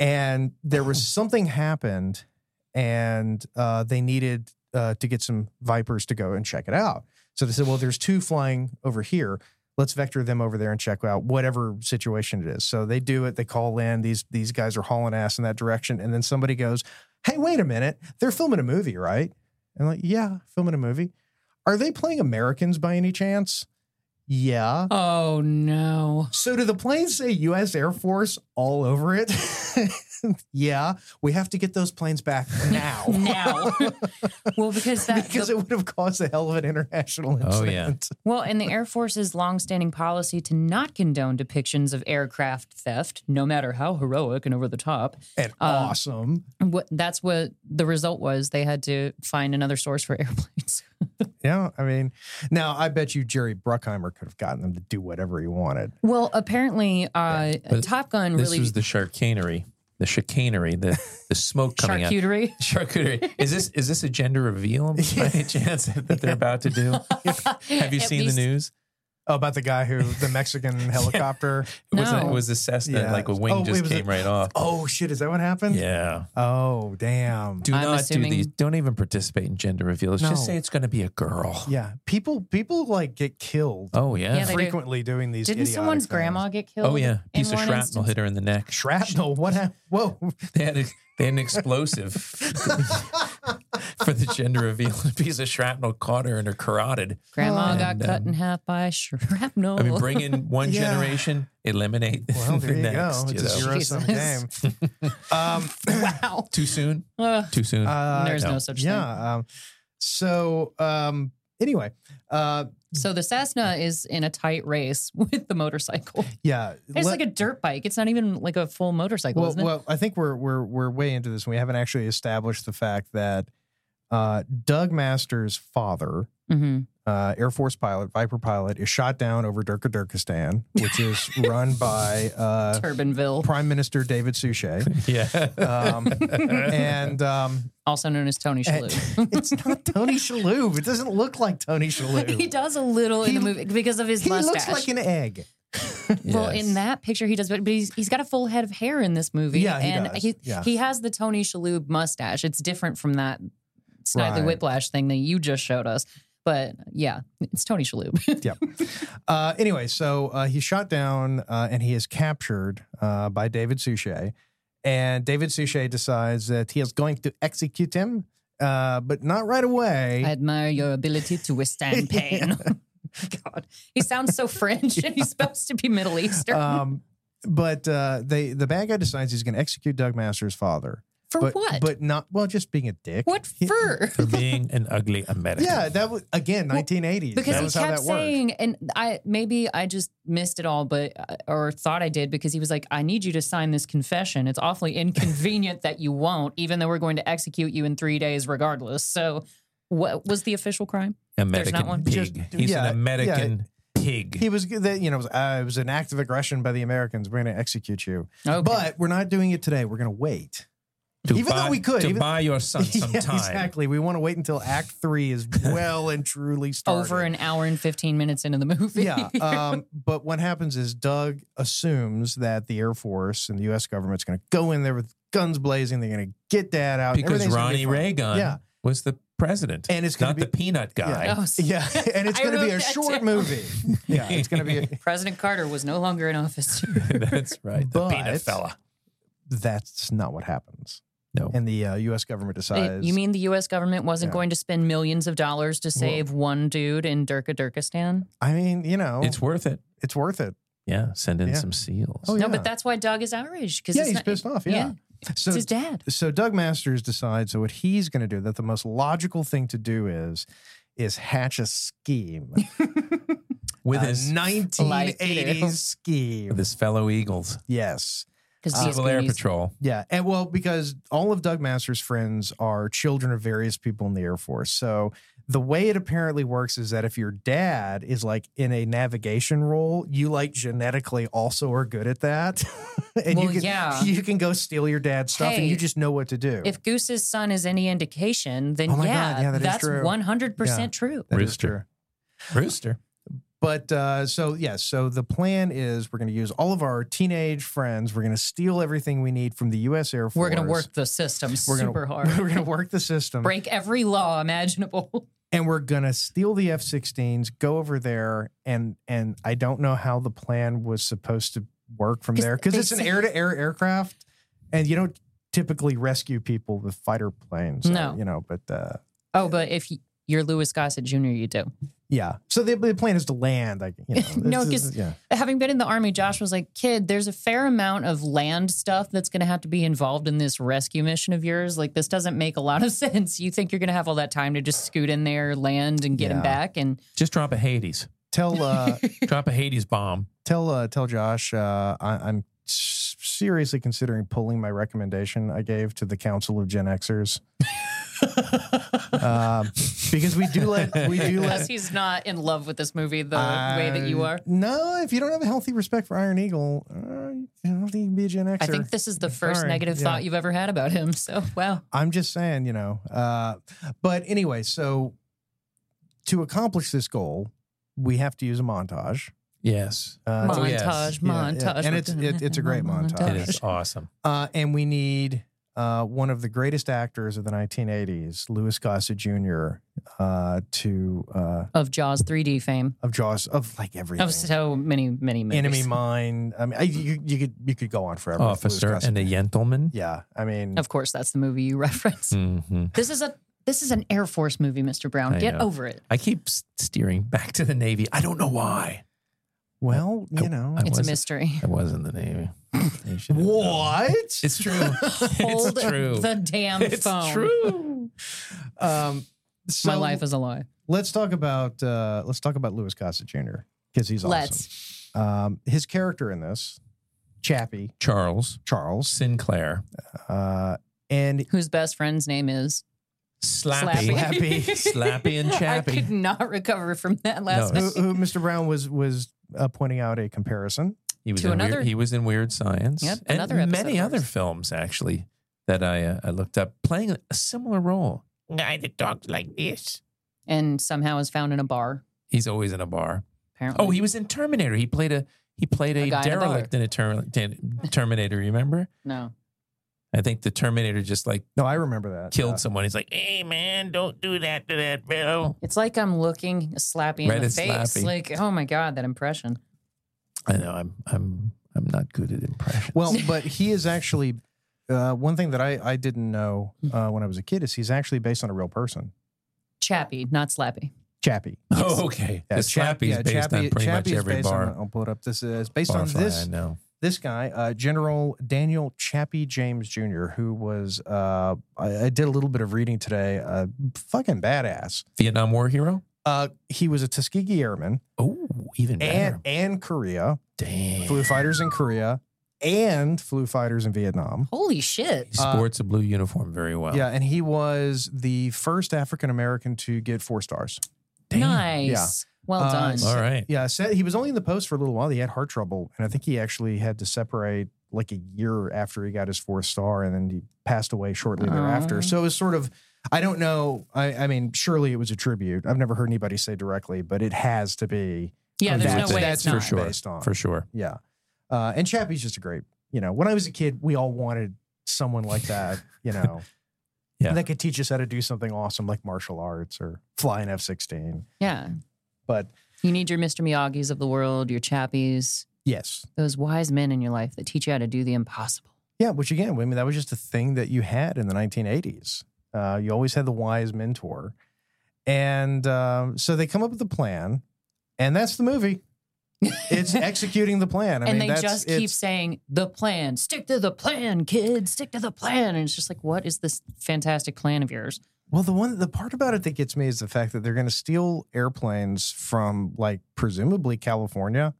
[SPEAKER 2] and there was something happened, and uh, they needed uh, to get some Vipers to go and check it out. So they said, well, there's two flying over here let's vector them over there and check out whatever situation it is. So they do it. They call in. These these guys are hauling ass in that direction, and then somebody goes, "Hey, wait a minute! They're filming a movie, right?" And like, "Yeah, filming a movie. Are they playing Americans by any chance?" Yeah.
[SPEAKER 4] Oh no!
[SPEAKER 2] So do the planes say U.S. Air Force all over it? yeah. We have to get those planes back now.
[SPEAKER 4] Now, well, because that
[SPEAKER 2] Because
[SPEAKER 4] the-
[SPEAKER 2] it would have caused a hell of an international incident.
[SPEAKER 3] Oh, yeah.
[SPEAKER 4] well, and the Air Force's longstanding policy to not condone depictions of aircraft theft, no matter how heroic and over the top.
[SPEAKER 2] And
[SPEAKER 4] Uh,
[SPEAKER 2] awesome.
[SPEAKER 4] What that's what the result was. They had to find another source for airplanes.
[SPEAKER 2] Yeah, I mean, now I bet you Jerry Bruckheimer could have gotten them to do whatever he wanted.
[SPEAKER 4] Well, apparently, uh,
[SPEAKER 3] but
[SPEAKER 4] Top Gun
[SPEAKER 3] This
[SPEAKER 4] really
[SPEAKER 3] was the charcanery, the chicanery, the the smoke coming out.
[SPEAKER 4] charcuterie.
[SPEAKER 3] Charcuterie. Is this is this a gender reveal by any chance that they're about to do? Have you
[SPEAKER 4] At
[SPEAKER 3] seen
[SPEAKER 4] least-
[SPEAKER 3] the news?
[SPEAKER 2] Oh, about the guy who the Mexican helicopter.
[SPEAKER 3] It was a,
[SPEAKER 4] No.
[SPEAKER 3] it was a Cessna,
[SPEAKER 2] Yeah.
[SPEAKER 3] like a wing
[SPEAKER 2] Oh, it
[SPEAKER 3] just
[SPEAKER 2] was a-
[SPEAKER 3] came right off.
[SPEAKER 2] Oh shit, is that what happened?
[SPEAKER 3] Yeah.
[SPEAKER 2] Oh damn.
[SPEAKER 3] Do
[SPEAKER 4] I'm
[SPEAKER 3] not
[SPEAKER 4] assuming-
[SPEAKER 3] do these. Don't even participate in gender reveals. Just
[SPEAKER 2] No.
[SPEAKER 3] say it's going to be a girl.
[SPEAKER 2] Yeah, people people like get killed
[SPEAKER 3] Oh yeah.
[SPEAKER 4] Yeah, they do.
[SPEAKER 2] frequently doing these.
[SPEAKER 4] Didn't
[SPEAKER 2] idiotic
[SPEAKER 4] someone's
[SPEAKER 2] things.
[SPEAKER 4] grandma get killed?
[SPEAKER 3] oh yeah.
[SPEAKER 4] in
[SPEAKER 3] Piece of
[SPEAKER 4] one
[SPEAKER 3] shrapnel
[SPEAKER 4] instance?
[SPEAKER 3] hit her in the neck.
[SPEAKER 2] Shrapnel. What? Hap- Whoa.
[SPEAKER 3] They had, a, they had an explosive for the gender reveal. A piece of shrapnel caught her in her carotid.
[SPEAKER 4] Grandma
[SPEAKER 3] And,
[SPEAKER 4] got cut
[SPEAKER 3] um,
[SPEAKER 4] in half by shrapnel.
[SPEAKER 3] I mean, bring in one
[SPEAKER 2] Yeah.
[SPEAKER 3] generation, eliminate
[SPEAKER 2] Well, there
[SPEAKER 3] the
[SPEAKER 2] you
[SPEAKER 3] next.
[SPEAKER 2] go.
[SPEAKER 3] you
[SPEAKER 2] It's a
[SPEAKER 3] know.
[SPEAKER 2] zero sum game.
[SPEAKER 4] Jesus.
[SPEAKER 2] Um,
[SPEAKER 4] wow.
[SPEAKER 3] Too soon.
[SPEAKER 4] Ugh.
[SPEAKER 3] Too soon.
[SPEAKER 2] uh,
[SPEAKER 4] There's no such thing.
[SPEAKER 2] yeah. Um, so um, anyway, uh,
[SPEAKER 4] So the Cessna is in a tight race with the motorcycle.
[SPEAKER 2] yeah.
[SPEAKER 4] It's
[SPEAKER 2] let-
[SPEAKER 4] like a dirt bike. It's not even like a full motorcycle,
[SPEAKER 2] Well,
[SPEAKER 4] isn't it?
[SPEAKER 2] well, I think we're we're we're way into this, and we haven't actually established the fact that uh, Doug Masters' father,
[SPEAKER 4] mm-hmm.
[SPEAKER 2] uh, Air Force pilot, Viper pilot, is shot down over Durkadurkistan, which is run by uh,
[SPEAKER 4] Turbinville,
[SPEAKER 2] Prime Minister David Suchet,
[SPEAKER 3] yeah.
[SPEAKER 2] um, and um,
[SPEAKER 4] also known as Tony
[SPEAKER 2] and-
[SPEAKER 4] Shalhoub.
[SPEAKER 2] it's not Tony Shalhoub. It doesn't look like Tony Shalhoub.
[SPEAKER 4] He does a little in
[SPEAKER 2] He-
[SPEAKER 4] the movie because of his
[SPEAKER 2] He
[SPEAKER 4] mustache.
[SPEAKER 2] looks like an egg.
[SPEAKER 4] well,
[SPEAKER 3] Yes.
[SPEAKER 4] in that picture, he does, but but he's, he's got a full head of hair in this movie.
[SPEAKER 2] Yeah, he
[SPEAKER 4] and
[SPEAKER 2] does.
[SPEAKER 4] He,
[SPEAKER 2] Yeah.
[SPEAKER 4] he has the Tony Shalhoub mustache. It's different from that Snidely
[SPEAKER 2] Right.
[SPEAKER 4] Whiplash thing that you just showed us. But yeah, it's Tony Shalhoub.
[SPEAKER 2] Yep. Uh, anyway, so uh, he's shot down uh, and he is captured uh, by David Suchet. And David Suchet decides that he is going to execute him, uh, but not right away.
[SPEAKER 4] I admire your ability to withstand pain. God, he sounds so French, and he's supposed to be Middle Eastern.
[SPEAKER 2] um, but uh, they the bad guy decides he's going to execute Doug Masters' father.
[SPEAKER 4] for
[SPEAKER 2] but,
[SPEAKER 4] what?
[SPEAKER 2] But not well, just being a dick.
[SPEAKER 4] what
[SPEAKER 2] He-
[SPEAKER 4] for?
[SPEAKER 3] for being an ugly American.
[SPEAKER 2] Yeah, that was again 1980s.
[SPEAKER 4] Because
[SPEAKER 2] that
[SPEAKER 4] he
[SPEAKER 2] was how
[SPEAKER 4] kept
[SPEAKER 2] that worked.
[SPEAKER 4] saying, and I maybe I just missed it all, but uh, or thought I did because he was like, "I need you to sign this confession. It's awfully inconvenient that you won't, even though we're going to execute you in three days, regardless." So, what was the official crime?
[SPEAKER 3] American
[SPEAKER 4] not one.
[SPEAKER 3] pig.
[SPEAKER 2] Just-
[SPEAKER 3] He's
[SPEAKER 2] yeah, yeah.
[SPEAKER 3] an American pig.
[SPEAKER 2] he was that you know it was, uh, it was an act of aggression by the Americans. We're going to execute you,
[SPEAKER 4] Okay.
[SPEAKER 2] but we're not doing it today. We're going to wait.
[SPEAKER 3] to
[SPEAKER 2] even though
[SPEAKER 3] buy,
[SPEAKER 2] we could,
[SPEAKER 3] to
[SPEAKER 2] even-
[SPEAKER 3] buy your son some
[SPEAKER 2] Yeah,
[SPEAKER 3] time.
[SPEAKER 2] exactly. We want to wait until Act Three is well and truly started.
[SPEAKER 4] Over an hour and fifteen minutes into the movie,
[SPEAKER 2] yeah. Um, but what happens is Doug assumes that the Air Force and the U.S. government's going to go in there with guns blazing. They're going to get that out and
[SPEAKER 3] Because
[SPEAKER 2] Uh, everything's gonna be
[SPEAKER 3] Ronnie
[SPEAKER 2] fine.
[SPEAKER 3] Reagan
[SPEAKER 2] Yeah.
[SPEAKER 3] was the president,
[SPEAKER 2] And it's gonna
[SPEAKER 3] not
[SPEAKER 2] be-
[SPEAKER 3] the peanut guy.
[SPEAKER 2] Yeah.
[SPEAKER 4] Oh, so-
[SPEAKER 2] Yeah, and it's
[SPEAKER 4] I
[SPEAKER 2] going to be
[SPEAKER 4] wrote
[SPEAKER 2] a
[SPEAKER 4] that
[SPEAKER 2] short
[SPEAKER 4] down.
[SPEAKER 2] movie. Yeah, it's going to be. A,
[SPEAKER 4] President Carter was no longer in office.
[SPEAKER 3] That's right, the
[SPEAKER 2] Oh. But-
[SPEAKER 3] peanut fella.
[SPEAKER 2] that's not what happens.
[SPEAKER 3] No.
[SPEAKER 2] And the uh, U.S. government
[SPEAKER 4] It-
[SPEAKER 2] decides.
[SPEAKER 4] you mean the U.S. government wasn't
[SPEAKER 2] Yeah.
[SPEAKER 4] going to spend millions of dollars to save one dude in Durka Durkistan?
[SPEAKER 2] I mean, you know,
[SPEAKER 3] It's
[SPEAKER 2] it's
[SPEAKER 3] worth it.
[SPEAKER 2] it's worth it.
[SPEAKER 3] Yeah, send in
[SPEAKER 2] Oh. Yeah.
[SPEAKER 3] some seals.
[SPEAKER 2] Oh,
[SPEAKER 4] No,
[SPEAKER 2] yeah.
[SPEAKER 4] but that's why Doug is outraged because
[SPEAKER 2] yeah, he's pissed off. Yeah. So
[SPEAKER 4] it's his dad.
[SPEAKER 2] so Doug Masters decides that what he's going to do that the most logical thing to do is is hatch a scheme
[SPEAKER 3] With
[SPEAKER 2] a
[SPEAKER 3] his
[SPEAKER 2] 1980s scheme.
[SPEAKER 3] with his fellow Eagles,
[SPEAKER 2] Yes.
[SPEAKER 4] Because
[SPEAKER 3] Civil Air Patrol.
[SPEAKER 2] Yeah. And well, because all of Doug Masters' friends are children of various people in the Air Force. So the way it apparently works is that if your dad is like in a navigation role, you like genetically also are good at that. and
[SPEAKER 4] Well,
[SPEAKER 2] you can
[SPEAKER 4] yeah.
[SPEAKER 2] you can go steal your dad's stuff and
[SPEAKER 4] Hey,
[SPEAKER 2] you just know what to do.
[SPEAKER 4] If Goose's son is any indication, then
[SPEAKER 2] Oh my
[SPEAKER 4] yeah,
[SPEAKER 2] God, yeah, that is
[SPEAKER 4] that's
[SPEAKER 2] true.
[SPEAKER 4] one hundred percent true.
[SPEAKER 2] That is
[SPEAKER 3] Rooster.
[SPEAKER 2] true.
[SPEAKER 3] Rooster.
[SPEAKER 2] But uh, so yeah, so the plan is we're going to use all of our teenage friends. We're going to steal everything we need from the U.S. Air Force.
[SPEAKER 4] We're gonna work the system
[SPEAKER 2] We're gonna-
[SPEAKER 4] super hard.
[SPEAKER 2] We're going to work the system,
[SPEAKER 4] Break every law imaginable.
[SPEAKER 2] and we're going to steal the F-16s. Go over there, and and I don't know how the plan was supposed to work from
[SPEAKER 4] 'Cause
[SPEAKER 2] there because
[SPEAKER 4] they
[SPEAKER 2] it's an
[SPEAKER 4] said-
[SPEAKER 2] air-to-air aircraft, and you don't typically rescue people with fighter planes.
[SPEAKER 4] No.
[SPEAKER 2] you know, but uh,
[SPEAKER 4] Oh, but if y- you're Lewis Gossett Jr., you do.
[SPEAKER 2] yeah. So the, the plan is to land. Like you know,
[SPEAKER 4] No,
[SPEAKER 2] this is-
[SPEAKER 4] 'cause-
[SPEAKER 2] yeah.
[SPEAKER 4] Having been in the army, Josh was like, "Kid, there's a fair amount of land stuff that's going to have to be involved in this rescue mission of yours. Like, this doesn't make a lot of sense. You think you're going to have all that time to just scoot in there, land, and get him
[SPEAKER 2] Yeah.
[SPEAKER 4] back? And
[SPEAKER 3] Just drop a Hades.
[SPEAKER 2] Tell uh,
[SPEAKER 3] drop a Hades bomb.
[SPEAKER 2] tell uh, tell Josh uh, I, I'm s- seriously considering pulling my recommendation I gave to the Council of Gen Xers. Um, because we do let we do
[SPEAKER 4] unless
[SPEAKER 2] let
[SPEAKER 4] he's not in love with this movie the way that you
[SPEAKER 2] Uh,
[SPEAKER 4] are."
[SPEAKER 2] No, if you don't have a healthy respect for Iron Eagle, uh, I don't think you can be a Gen Xer.
[SPEAKER 4] I think this is the first
[SPEAKER 2] Sorry,
[SPEAKER 4] negative
[SPEAKER 2] yeah.
[SPEAKER 4] thought you've ever had about him. So, wow.
[SPEAKER 2] I'm just saying, you know. Uh, but anyway, so to accomplish this goal, we have to use a montage.
[SPEAKER 3] Yes.
[SPEAKER 2] Uh,
[SPEAKER 4] Montage,
[SPEAKER 3] Oh, yes.
[SPEAKER 2] Yeah, yeah.
[SPEAKER 4] montage.
[SPEAKER 2] And
[SPEAKER 4] We're
[SPEAKER 2] it's-
[SPEAKER 4] doing
[SPEAKER 2] it- it's a great montage.
[SPEAKER 3] It is awesome.
[SPEAKER 2] Uh, and we need uh, one of the greatest actors of the 1980s, Louis Gossett Jr., uh, to uh,
[SPEAKER 4] Of Jaws 3D fame.
[SPEAKER 2] of Jaws of like everything.
[SPEAKER 4] Of so many, many movies.
[SPEAKER 2] Enemy Mine. I mean, I, you, you could you could go on forever. with Louis
[SPEAKER 3] Officer
[SPEAKER 2] Gossett.
[SPEAKER 3] and a gentleman.
[SPEAKER 2] yeah, I mean,
[SPEAKER 4] Of course, that's the movie you reference.
[SPEAKER 3] hmm
[SPEAKER 4] This is a this is an Air Force movie, Mr. Brown.
[SPEAKER 3] I
[SPEAKER 4] Get
[SPEAKER 3] know.
[SPEAKER 4] over it.
[SPEAKER 3] I keep s- steering back to the Navy. I don't know why.
[SPEAKER 2] well, you know,
[SPEAKER 3] I
[SPEAKER 4] It's
[SPEAKER 3] was-
[SPEAKER 4] a mystery.
[SPEAKER 3] I was in the Navy. I should have known.
[SPEAKER 2] what?
[SPEAKER 3] It's true.
[SPEAKER 4] Hold
[SPEAKER 3] it's true.
[SPEAKER 4] the damn
[SPEAKER 3] it's
[SPEAKER 4] phone.
[SPEAKER 3] true.
[SPEAKER 2] Um, so
[SPEAKER 4] My life is a lie.
[SPEAKER 2] Let's talk about uh, let's talk about Louis Gossett Jr. because he's awesome.
[SPEAKER 4] Let's.
[SPEAKER 2] Um, his character in this, Chappie
[SPEAKER 3] Charles
[SPEAKER 2] Charles,
[SPEAKER 3] Sinclair.
[SPEAKER 2] uh, and
[SPEAKER 4] Whose best friend's name is
[SPEAKER 3] Slappy.
[SPEAKER 2] Slappy.
[SPEAKER 3] Slappy and
[SPEAKER 4] I could
[SPEAKER 3] Chappy.
[SPEAKER 4] not recover from that last
[SPEAKER 3] No,
[SPEAKER 2] who,
[SPEAKER 4] night.
[SPEAKER 2] who Mr. Brown was was uh, pointing out a comparison.
[SPEAKER 3] He was,
[SPEAKER 4] To
[SPEAKER 3] in
[SPEAKER 4] another-
[SPEAKER 3] weird, he was in Weird Science.
[SPEAKER 4] Yep,
[SPEAKER 3] and
[SPEAKER 4] another episode
[SPEAKER 3] many
[SPEAKER 4] of
[SPEAKER 3] other
[SPEAKER 4] Weird-
[SPEAKER 3] films, actually, that I, uh, I looked up playing a similar role. Guy that talks like this.
[SPEAKER 4] And somehow is found in a bar,
[SPEAKER 3] He's always in a bar.
[SPEAKER 4] apparently.
[SPEAKER 3] Oh, he was in Terminator. He played a he played
[SPEAKER 4] A
[SPEAKER 3] a,
[SPEAKER 4] guy in a
[SPEAKER 3] derelict in a, ter- Terminator. You remember?
[SPEAKER 4] No.
[SPEAKER 3] I think the Terminator just like
[SPEAKER 2] No, I remember that.
[SPEAKER 3] killed
[SPEAKER 2] Uh,
[SPEAKER 3] someone. He's like, "Hey man, don't do that to that bro."
[SPEAKER 4] It's like I'm looking Slappy
[SPEAKER 3] Right,
[SPEAKER 4] in the
[SPEAKER 3] it's
[SPEAKER 4] face.
[SPEAKER 3] Slappy.
[SPEAKER 4] Like, oh my God, that impression.
[SPEAKER 3] I know. I'm I'm I'm not good at impressions.
[SPEAKER 2] Well, but he is actually uh, one thing that I I didn't know uh, when I was a kid is he's actually based on a real person,
[SPEAKER 4] Chappy, not Slappy.
[SPEAKER 2] Chappie.
[SPEAKER 3] oh, okay.
[SPEAKER 2] Yeah,
[SPEAKER 3] the
[SPEAKER 2] Chap-
[SPEAKER 3] Slappy's
[SPEAKER 2] yeah,
[SPEAKER 3] based on
[SPEAKER 2] Chappie-
[SPEAKER 3] pretty
[SPEAKER 2] Chappie
[SPEAKER 3] much
[SPEAKER 2] is
[SPEAKER 3] every
[SPEAKER 2] based
[SPEAKER 3] bar.
[SPEAKER 2] on- I'll pull it up. This is based on
[SPEAKER 3] barfly
[SPEAKER 2] this
[SPEAKER 3] I know.
[SPEAKER 2] this guy, uh, General Daniel Chappie James Jr., who was uh, I, I did a little bit of reading today. Uh, fucking badass.
[SPEAKER 3] Vietnam War hero.
[SPEAKER 2] Uh, he was a Tuskegee Airman
[SPEAKER 3] Oh, even
[SPEAKER 2] and
[SPEAKER 3] better.
[SPEAKER 2] and Korea
[SPEAKER 3] Damn.
[SPEAKER 2] flew fighters in Korea and flew fighters in Vietnam.
[SPEAKER 4] Holy shit.
[SPEAKER 3] He sports a blue uniform very well.
[SPEAKER 2] uh, Yeah, and he was the first African American to get four stars.
[SPEAKER 3] Damn.
[SPEAKER 4] Nice.
[SPEAKER 2] Yeah.
[SPEAKER 4] Well
[SPEAKER 2] Uh,
[SPEAKER 4] done.
[SPEAKER 3] All right.
[SPEAKER 2] Yeah, said he was only in the post for a little while. He had heart trouble, and I think he actually had to separate like a year after he got his fourth star, and then he passed away shortly
[SPEAKER 4] Aw.
[SPEAKER 2] thereafter. So it was sort of, I don't know. I, I mean, surely it was a tribute. I've never heard anybody say directly, but it has to be.
[SPEAKER 4] Yeah, there's
[SPEAKER 2] that's,
[SPEAKER 4] no way
[SPEAKER 2] that's
[SPEAKER 4] it's not.
[SPEAKER 2] for
[SPEAKER 3] for sure.
[SPEAKER 2] based on.
[SPEAKER 3] For sure.
[SPEAKER 2] Yeah, uh, and Chappie's just a great. You know, when I was a kid, we all wanted someone like that. You know.
[SPEAKER 3] Yeah.
[SPEAKER 2] That could teach us how to do something awesome like martial arts or fly an F 16.
[SPEAKER 4] Yeah.
[SPEAKER 2] But
[SPEAKER 4] You need your Mr. Miyagi's of the world, your Chappies,
[SPEAKER 2] yes,
[SPEAKER 4] those wise men in your life that teach you how to do the impossible.
[SPEAKER 2] Yeah, which again, I mean, that was just a thing that you had in the 1980s. Uh, you always had the wise mentor. And uh, so they come up with a plan, and that's the movie. It's executing the plan. I
[SPEAKER 4] and
[SPEAKER 2] mean,
[SPEAKER 4] they
[SPEAKER 2] that's,
[SPEAKER 4] just keep
[SPEAKER 2] it's-
[SPEAKER 4] saying the plan. Stick to the plan, kids. Stick to the plan. And it's just like, what is this fantastic plan of yours?
[SPEAKER 2] Well, the one, the part about it that gets me is the fact that they're going to steal airplanes from, like, presumably California.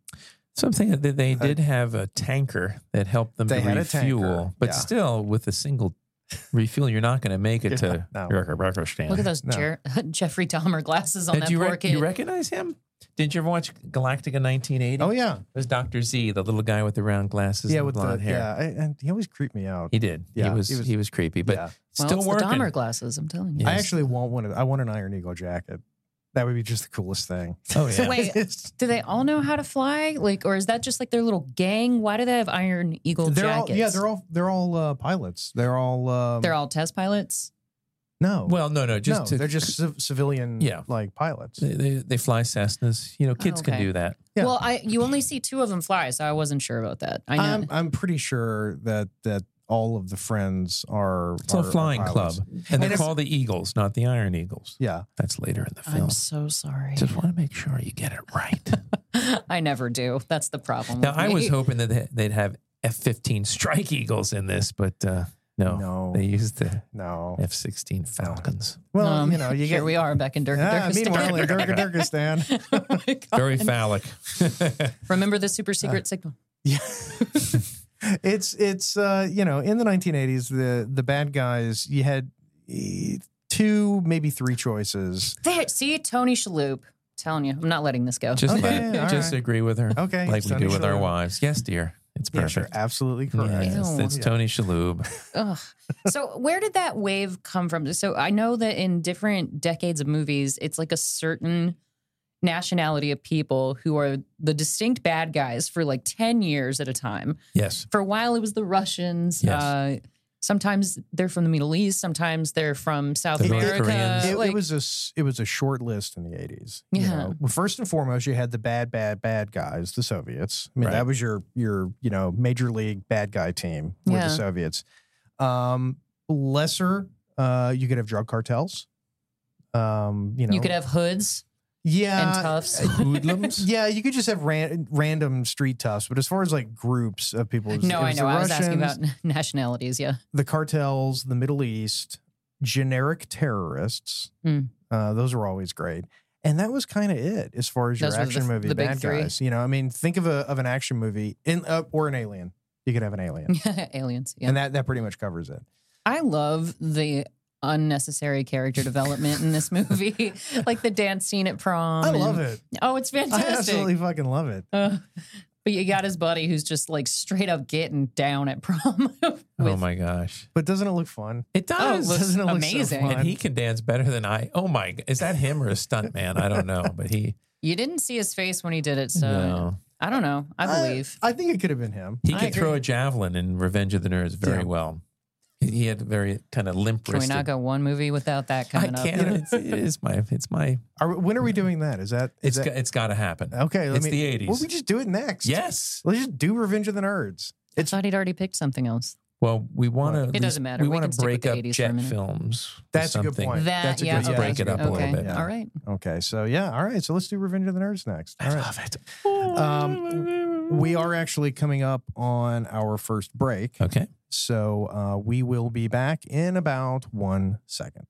[SPEAKER 3] Something that they did have a tanker that helped them
[SPEAKER 2] They
[SPEAKER 3] to
[SPEAKER 2] had a tanker,
[SPEAKER 3] refuel, but
[SPEAKER 2] yeah.
[SPEAKER 3] still with a single refuel, you're not going to make it
[SPEAKER 2] You're
[SPEAKER 3] to
[SPEAKER 2] not- no.
[SPEAKER 3] your record stand.
[SPEAKER 4] Look at those
[SPEAKER 2] No.
[SPEAKER 4] Jer- Jeffrey Dahmer glasses on
[SPEAKER 3] Did
[SPEAKER 4] that
[SPEAKER 3] you,
[SPEAKER 4] poor
[SPEAKER 3] rec-
[SPEAKER 4] kid.
[SPEAKER 3] you recognize him? Did you ever watch Galactica 1980?
[SPEAKER 2] Oh, yeah.
[SPEAKER 3] It was Dr. Z, the little guy with the round glasses
[SPEAKER 2] Yeah,
[SPEAKER 3] and
[SPEAKER 2] with the,
[SPEAKER 3] blonde hair.
[SPEAKER 2] yeah. I- and he always creeped me out.
[SPEAKER 3] He did.
[SPEAKER 2] Yeah,
[SPEAKER 3] he, was,
[SPEAKER 2] he
[SPEAKER 3] he
[SPEAKER 2] was-
[SPEAKER 3] was creepy, but
[SPEAKER 2] yeah.
[SPEAKER 4] well,
[SPEAKER 3] still
[SPEAKER 4] it's
[SPEAKER 3] working. Oh,
[SPEAKER 4] the Dahmer glasses. I'm telling you.
[SPEAKER 2] I
[SPEAKER 3] Yes.
[SPEAKER 2] actually want one of, I want an Iron Eagle jacket. That would be just the coolest thing.
[SPEAKER 3] Oh yeah.
[SPEAKER 4] So wait, do they all know how to fly? Like, or is that just like their little gang? Why do they have Iron Eagle
[SPEAKER 2] they're
[SPEAKER 4] jackets?
[SPEAKER 2] all yeah they're all they're all uh, pilots they're all um,
[SPEAKER 4] They're all test pilots.
[SPEAKER 2] no
[SPEAKER 3] well, no, no, just
[SPEAKER 2] no
[SPEAKER 3] to,
[SPEAKER 2] they're just civ- civilian
[SPEAKER 3] Yeah.
[SPEAKER 2] like pilots
[SPEAKER 3] they, they, they fly Cessnas. You know, kids can
[SPEAKER 4] Oh, okay.
[SPEAKER 3] do that.
[SPEAKER 2] Yeah.
[SPEAKER 4] Well, I you only see two of them fly, so I wasn't sure about that. I know.
[SPEAKER 2] I'm I'm pretty sure that that all of the friends are
[SPEAKER 3] It's a
[SPEAKER 2] are- are
[SPEAKER 3] flying club,
[SPEAKER 2] pilots.
[SPEAKER 3] and they're
[SPEAKER 2] if-
[SPEAKER 3] called the Eagles, not the Iron Eagles.
[SPEAKER 2] yeah
[SPEAKER 3] That's later in the film.
[SPEAKER 4] I'm so sorry.
[SPEAKER 3] Just want to make sure you get it right.
[SPEAKER 4] I never do. That's the problem.
[SPEAKER 3] now,
[SPEAKER 4] with
[SPEAKER 3] I
[SPEAKER 4] me.
[SPEAKER 3] was hoping that they- they'd have F-15 Strike Eagles in this, but uh, no,
[SPEAKER 2] No.
[SPEAKER 3] they used the
[SPEAKER 2] no
[SPEAKER 3] F-16 Falcons.
[SPEAKER 2] well
[SPEAKER 4] Um,
[SPEAKER 2] you know you
[SPEAKER 4] here
[SPEAKER 2] get
[SPEAKER 4] we are back in Dirk.
[SPEAKER 2] ah,
[SPEAKER 4] Dirkistan.
[SPEAKER 2] meanwhile in Durga Durgistan
[SPEAKER 4] Oh my God.
[SPEAKER 3] Very phallic.
[SPEAKER 4] Remember the super secret
[SPEAKER 2] Uh.
[SPEAKER 4] signal.
[SPEAKER 2] yeah it's it's uh you know in the 1980s the the bad guys you had eh, two maybe three choices
[SPEAKER 4] There, see Tony Shalhoub. Telling you, I'm not letting this go.
[SPEAKER 3] just
[SPEAKER 2] Okay,
[SPEAKER 3] like,
[SPEAKER 2] all
[SPEAKER 3] just
[SPEAKER 2] right.
[SPEAKER 3] agree with her.
[SPEAKER 2] Okay,
[SPEAKER 3] like we
[SPEAKER 2] Sonny
[SPEAKER 3] do with our
[SPEAKER 2] Shalhoub.
[SPEAKER 3] wives. Yes, dear. It's
[SPEAKER 2] yeah
[SPEAKER 3] perfect.
[SPEAKER 2] sure absolutely correct
[SPEAKER 3] Yes,
[SPEAKER 4] Ew.
[SPEAKER 3] it's
[SPEAKER 2] Yeah.
[SPEAKER 3] Tony Shalhoub.
[SPEAKER 4] Ugh. So, where did that wave come from? So, I know that in different decades of movies, it's like a certain nationality of people who are the distinct bad guys for like 10 years at a time.
[SPEAKER 3] Yes.
[SPEAKER 4] For a while, it was the Russians.
[SPEAKER 3] Yes.
[SPEAKER 4] Uh, sometimes they're from the Middle East, sometimes they're from South
[SPEAKER 3] The North
[SPEAKER 4] America.
[SPEAKER 3] Koreans.
[SPEAKER 2] it,
[SPEAKER 4] Like,
[SPEAKER 2] it was a s- it was a short list in the eighties.
[SPEAKER 4] Yeah.
[SPEAKER 2] Well, first and foremost, you had the bad, bad, bad guys, the Soviets. I mean, that
[SPEAKER 3] Right.
[SPEAKER 2] was your your you know major league bad guy team with
[SPEAKER 4] Yeah.
[SPEAKER 2] the Soviets. Um, lesser, uh, you could have drug cartels. Um, you know,
[SPEAKER 4] you could have hoods
[SPEAKER 2] yeah, uh,
[SPEAKER 4] and toughs.
[SPEAKER 3] Hoodlums.
[SPEAKER 2] Yeah, you could just have ran- random street toughs, but as far as like groups of people, it was-
[SPEAKER 4] no,
[SPEAKER 2] it
[SPEAKER 4] I
[SPEAKER 2] was
[SPEAKER 4] know.
[SPEAKER 2] The
[SPEAKER 4] I was asking
[SPEAKER 2] Russians,
[SPEAKER 4] about nationalities. Yeah.
[SPEAKER 2] the cartels, the Middle East, generic terrorists.
[SPEAKER 4] Mm.
[SPEAKER 2] Uh, those were always great. And that was kind of it as far as your
[SPEAKER 4] Those were the-
[SPEAKER 2] action movie
[SPEAKER 4] the big
[SPEAKER 2] bad
[SPEAKER 4] three.
[SPEAKER 2] guys. You know, I mean, think of a of an action movie in uh, or an alien. You could have an alien,
[SPEAKER 4] Aliens. Yeah.
[SPEAKER 2] and that that pretty much covers it.
[SPEAKER 4] I love the unnecessary character development in this movie, like the dance scene at prom.
[SPEAKER 2] I love
[SPEAKER 4] and-
[SPEAKER 2] it.
[SPEAKER 4] Oh, it's
[SPEAKER 2] I absolutely
[SPEAKER 4] fantastic.
[SPEAKER 2] fucking love it.
[SPEAKER 4] Uh, but you got his buddy who's just like straight up getting down at prom. with-
[SPEAKER 3] Oh my gosh.
[SPEAKER 2] But doesn't it look fun?
[SPEAKER 3] It
[SPEAKER 4] Oh, it
[SPEAKER 3] does.
[SPEAKER 4] looks
[SPEAKER 2] Doesn't it look so
[SPEAKER 4] amazing.
[SPEAKER 2] fun?
[SPEAKER 3] and he can dance better than I. Oh my! g- Is that him or a stunt man? I don't know, but he
[SPEAKER 4] you didn't see his face when he did it, so
[SPEAKER 3] no.
[SPEAKER 4] I don't know. I believe.
[SPEAKER 2] I, think it could have been him.
[SPEAKER 3] he
[SPEAKER 4] I
[SPEAKER 3] could throw
[SPEAKER 4] agree.
[SPEAKER 3] a javelin in Revenge of the Nerds very
[SPEAKER 2] Yeah.
[SPEAKER 3] well. He he had very kind of limp.
[SPEAKER 4] Can we not
[SPEAKER 3] wristed-
[SPEAKER 4] go one movie without that
[SPEAKER 3] I
[SPEAKER 4] coming
[SPEAKER 3] can't.
[SPEAKER 4] up?
[SPEAKER 3] It's, it is my. It's my.
[SPEAKER 2] Are, when are we doing that? Is that
[SPEAKER 3] It's
[SPEAKER 2] is
[SPEAKER 3] got,
[SPEAKER 2] that,
[SPEAKER 3] it's got to happen.
[SPEAKER 2] okay? Let
[SPEAKER 3] it's
[SPEAKER 2] me,
[SPEAKER 3] the
[SPEAKER 2] Well,
[SPEAKER 3] eighties.
[SPEAKER 2] we just do it next.
[SPEAKER 3] yes.
[SPEAKER 2] let's just do Revenge of the Nerds.
[SPEAKER 4] I thought he'd already picked something else.
[SPEAKER 3] Well, we want to.
[SPEAKER 4] It doesn't matter.
[SPEAKER 3] We
[SPEAKER 4] We
[SPEAKER 3] want
[SPEAKER 4] can
[SPEAKER 3] to
[SPEAKER 4] stick with
[SPEAKER 3] break
[SPEAKER 4] the
[SPEAKER 3] up
[SPEAKER 4] 80s for a
[SPEAKER 3] jet
[SPEAKER 4] minute.
[SPEAKER 3] films. with
[SPEAKER 2] That's a good
[SPEAKER 3] something.
[SPEAKER 2] point.
[SPEAKER 4] That
[SPEAKER 2] That's a
[SPEAKER 4] yeah,
[SPEAKER 2] good-
[SPEAKER 4] okay.
[SPEAKER 2] yeah,
[SPEAKER 3] break it up a
[SPEAKER 4] okay.
[SPEAKER 3] little bit.
[SPEAKER 2] Yeah.
[SPEAKER 4] All right.
[SPEAKER 2] Okay, so yeah, all right. So let's do Revenge of the Nerds next. All
[SPEAKER 3] I
[SPEAKER 2] right.
[SPEAKER 3] love it.
[SPEAKER 2] Um, we are actually coming up on our first break.
[SPEAKER 3] Okay.
[SPEAKER 2] So uh, we will be back in about one second.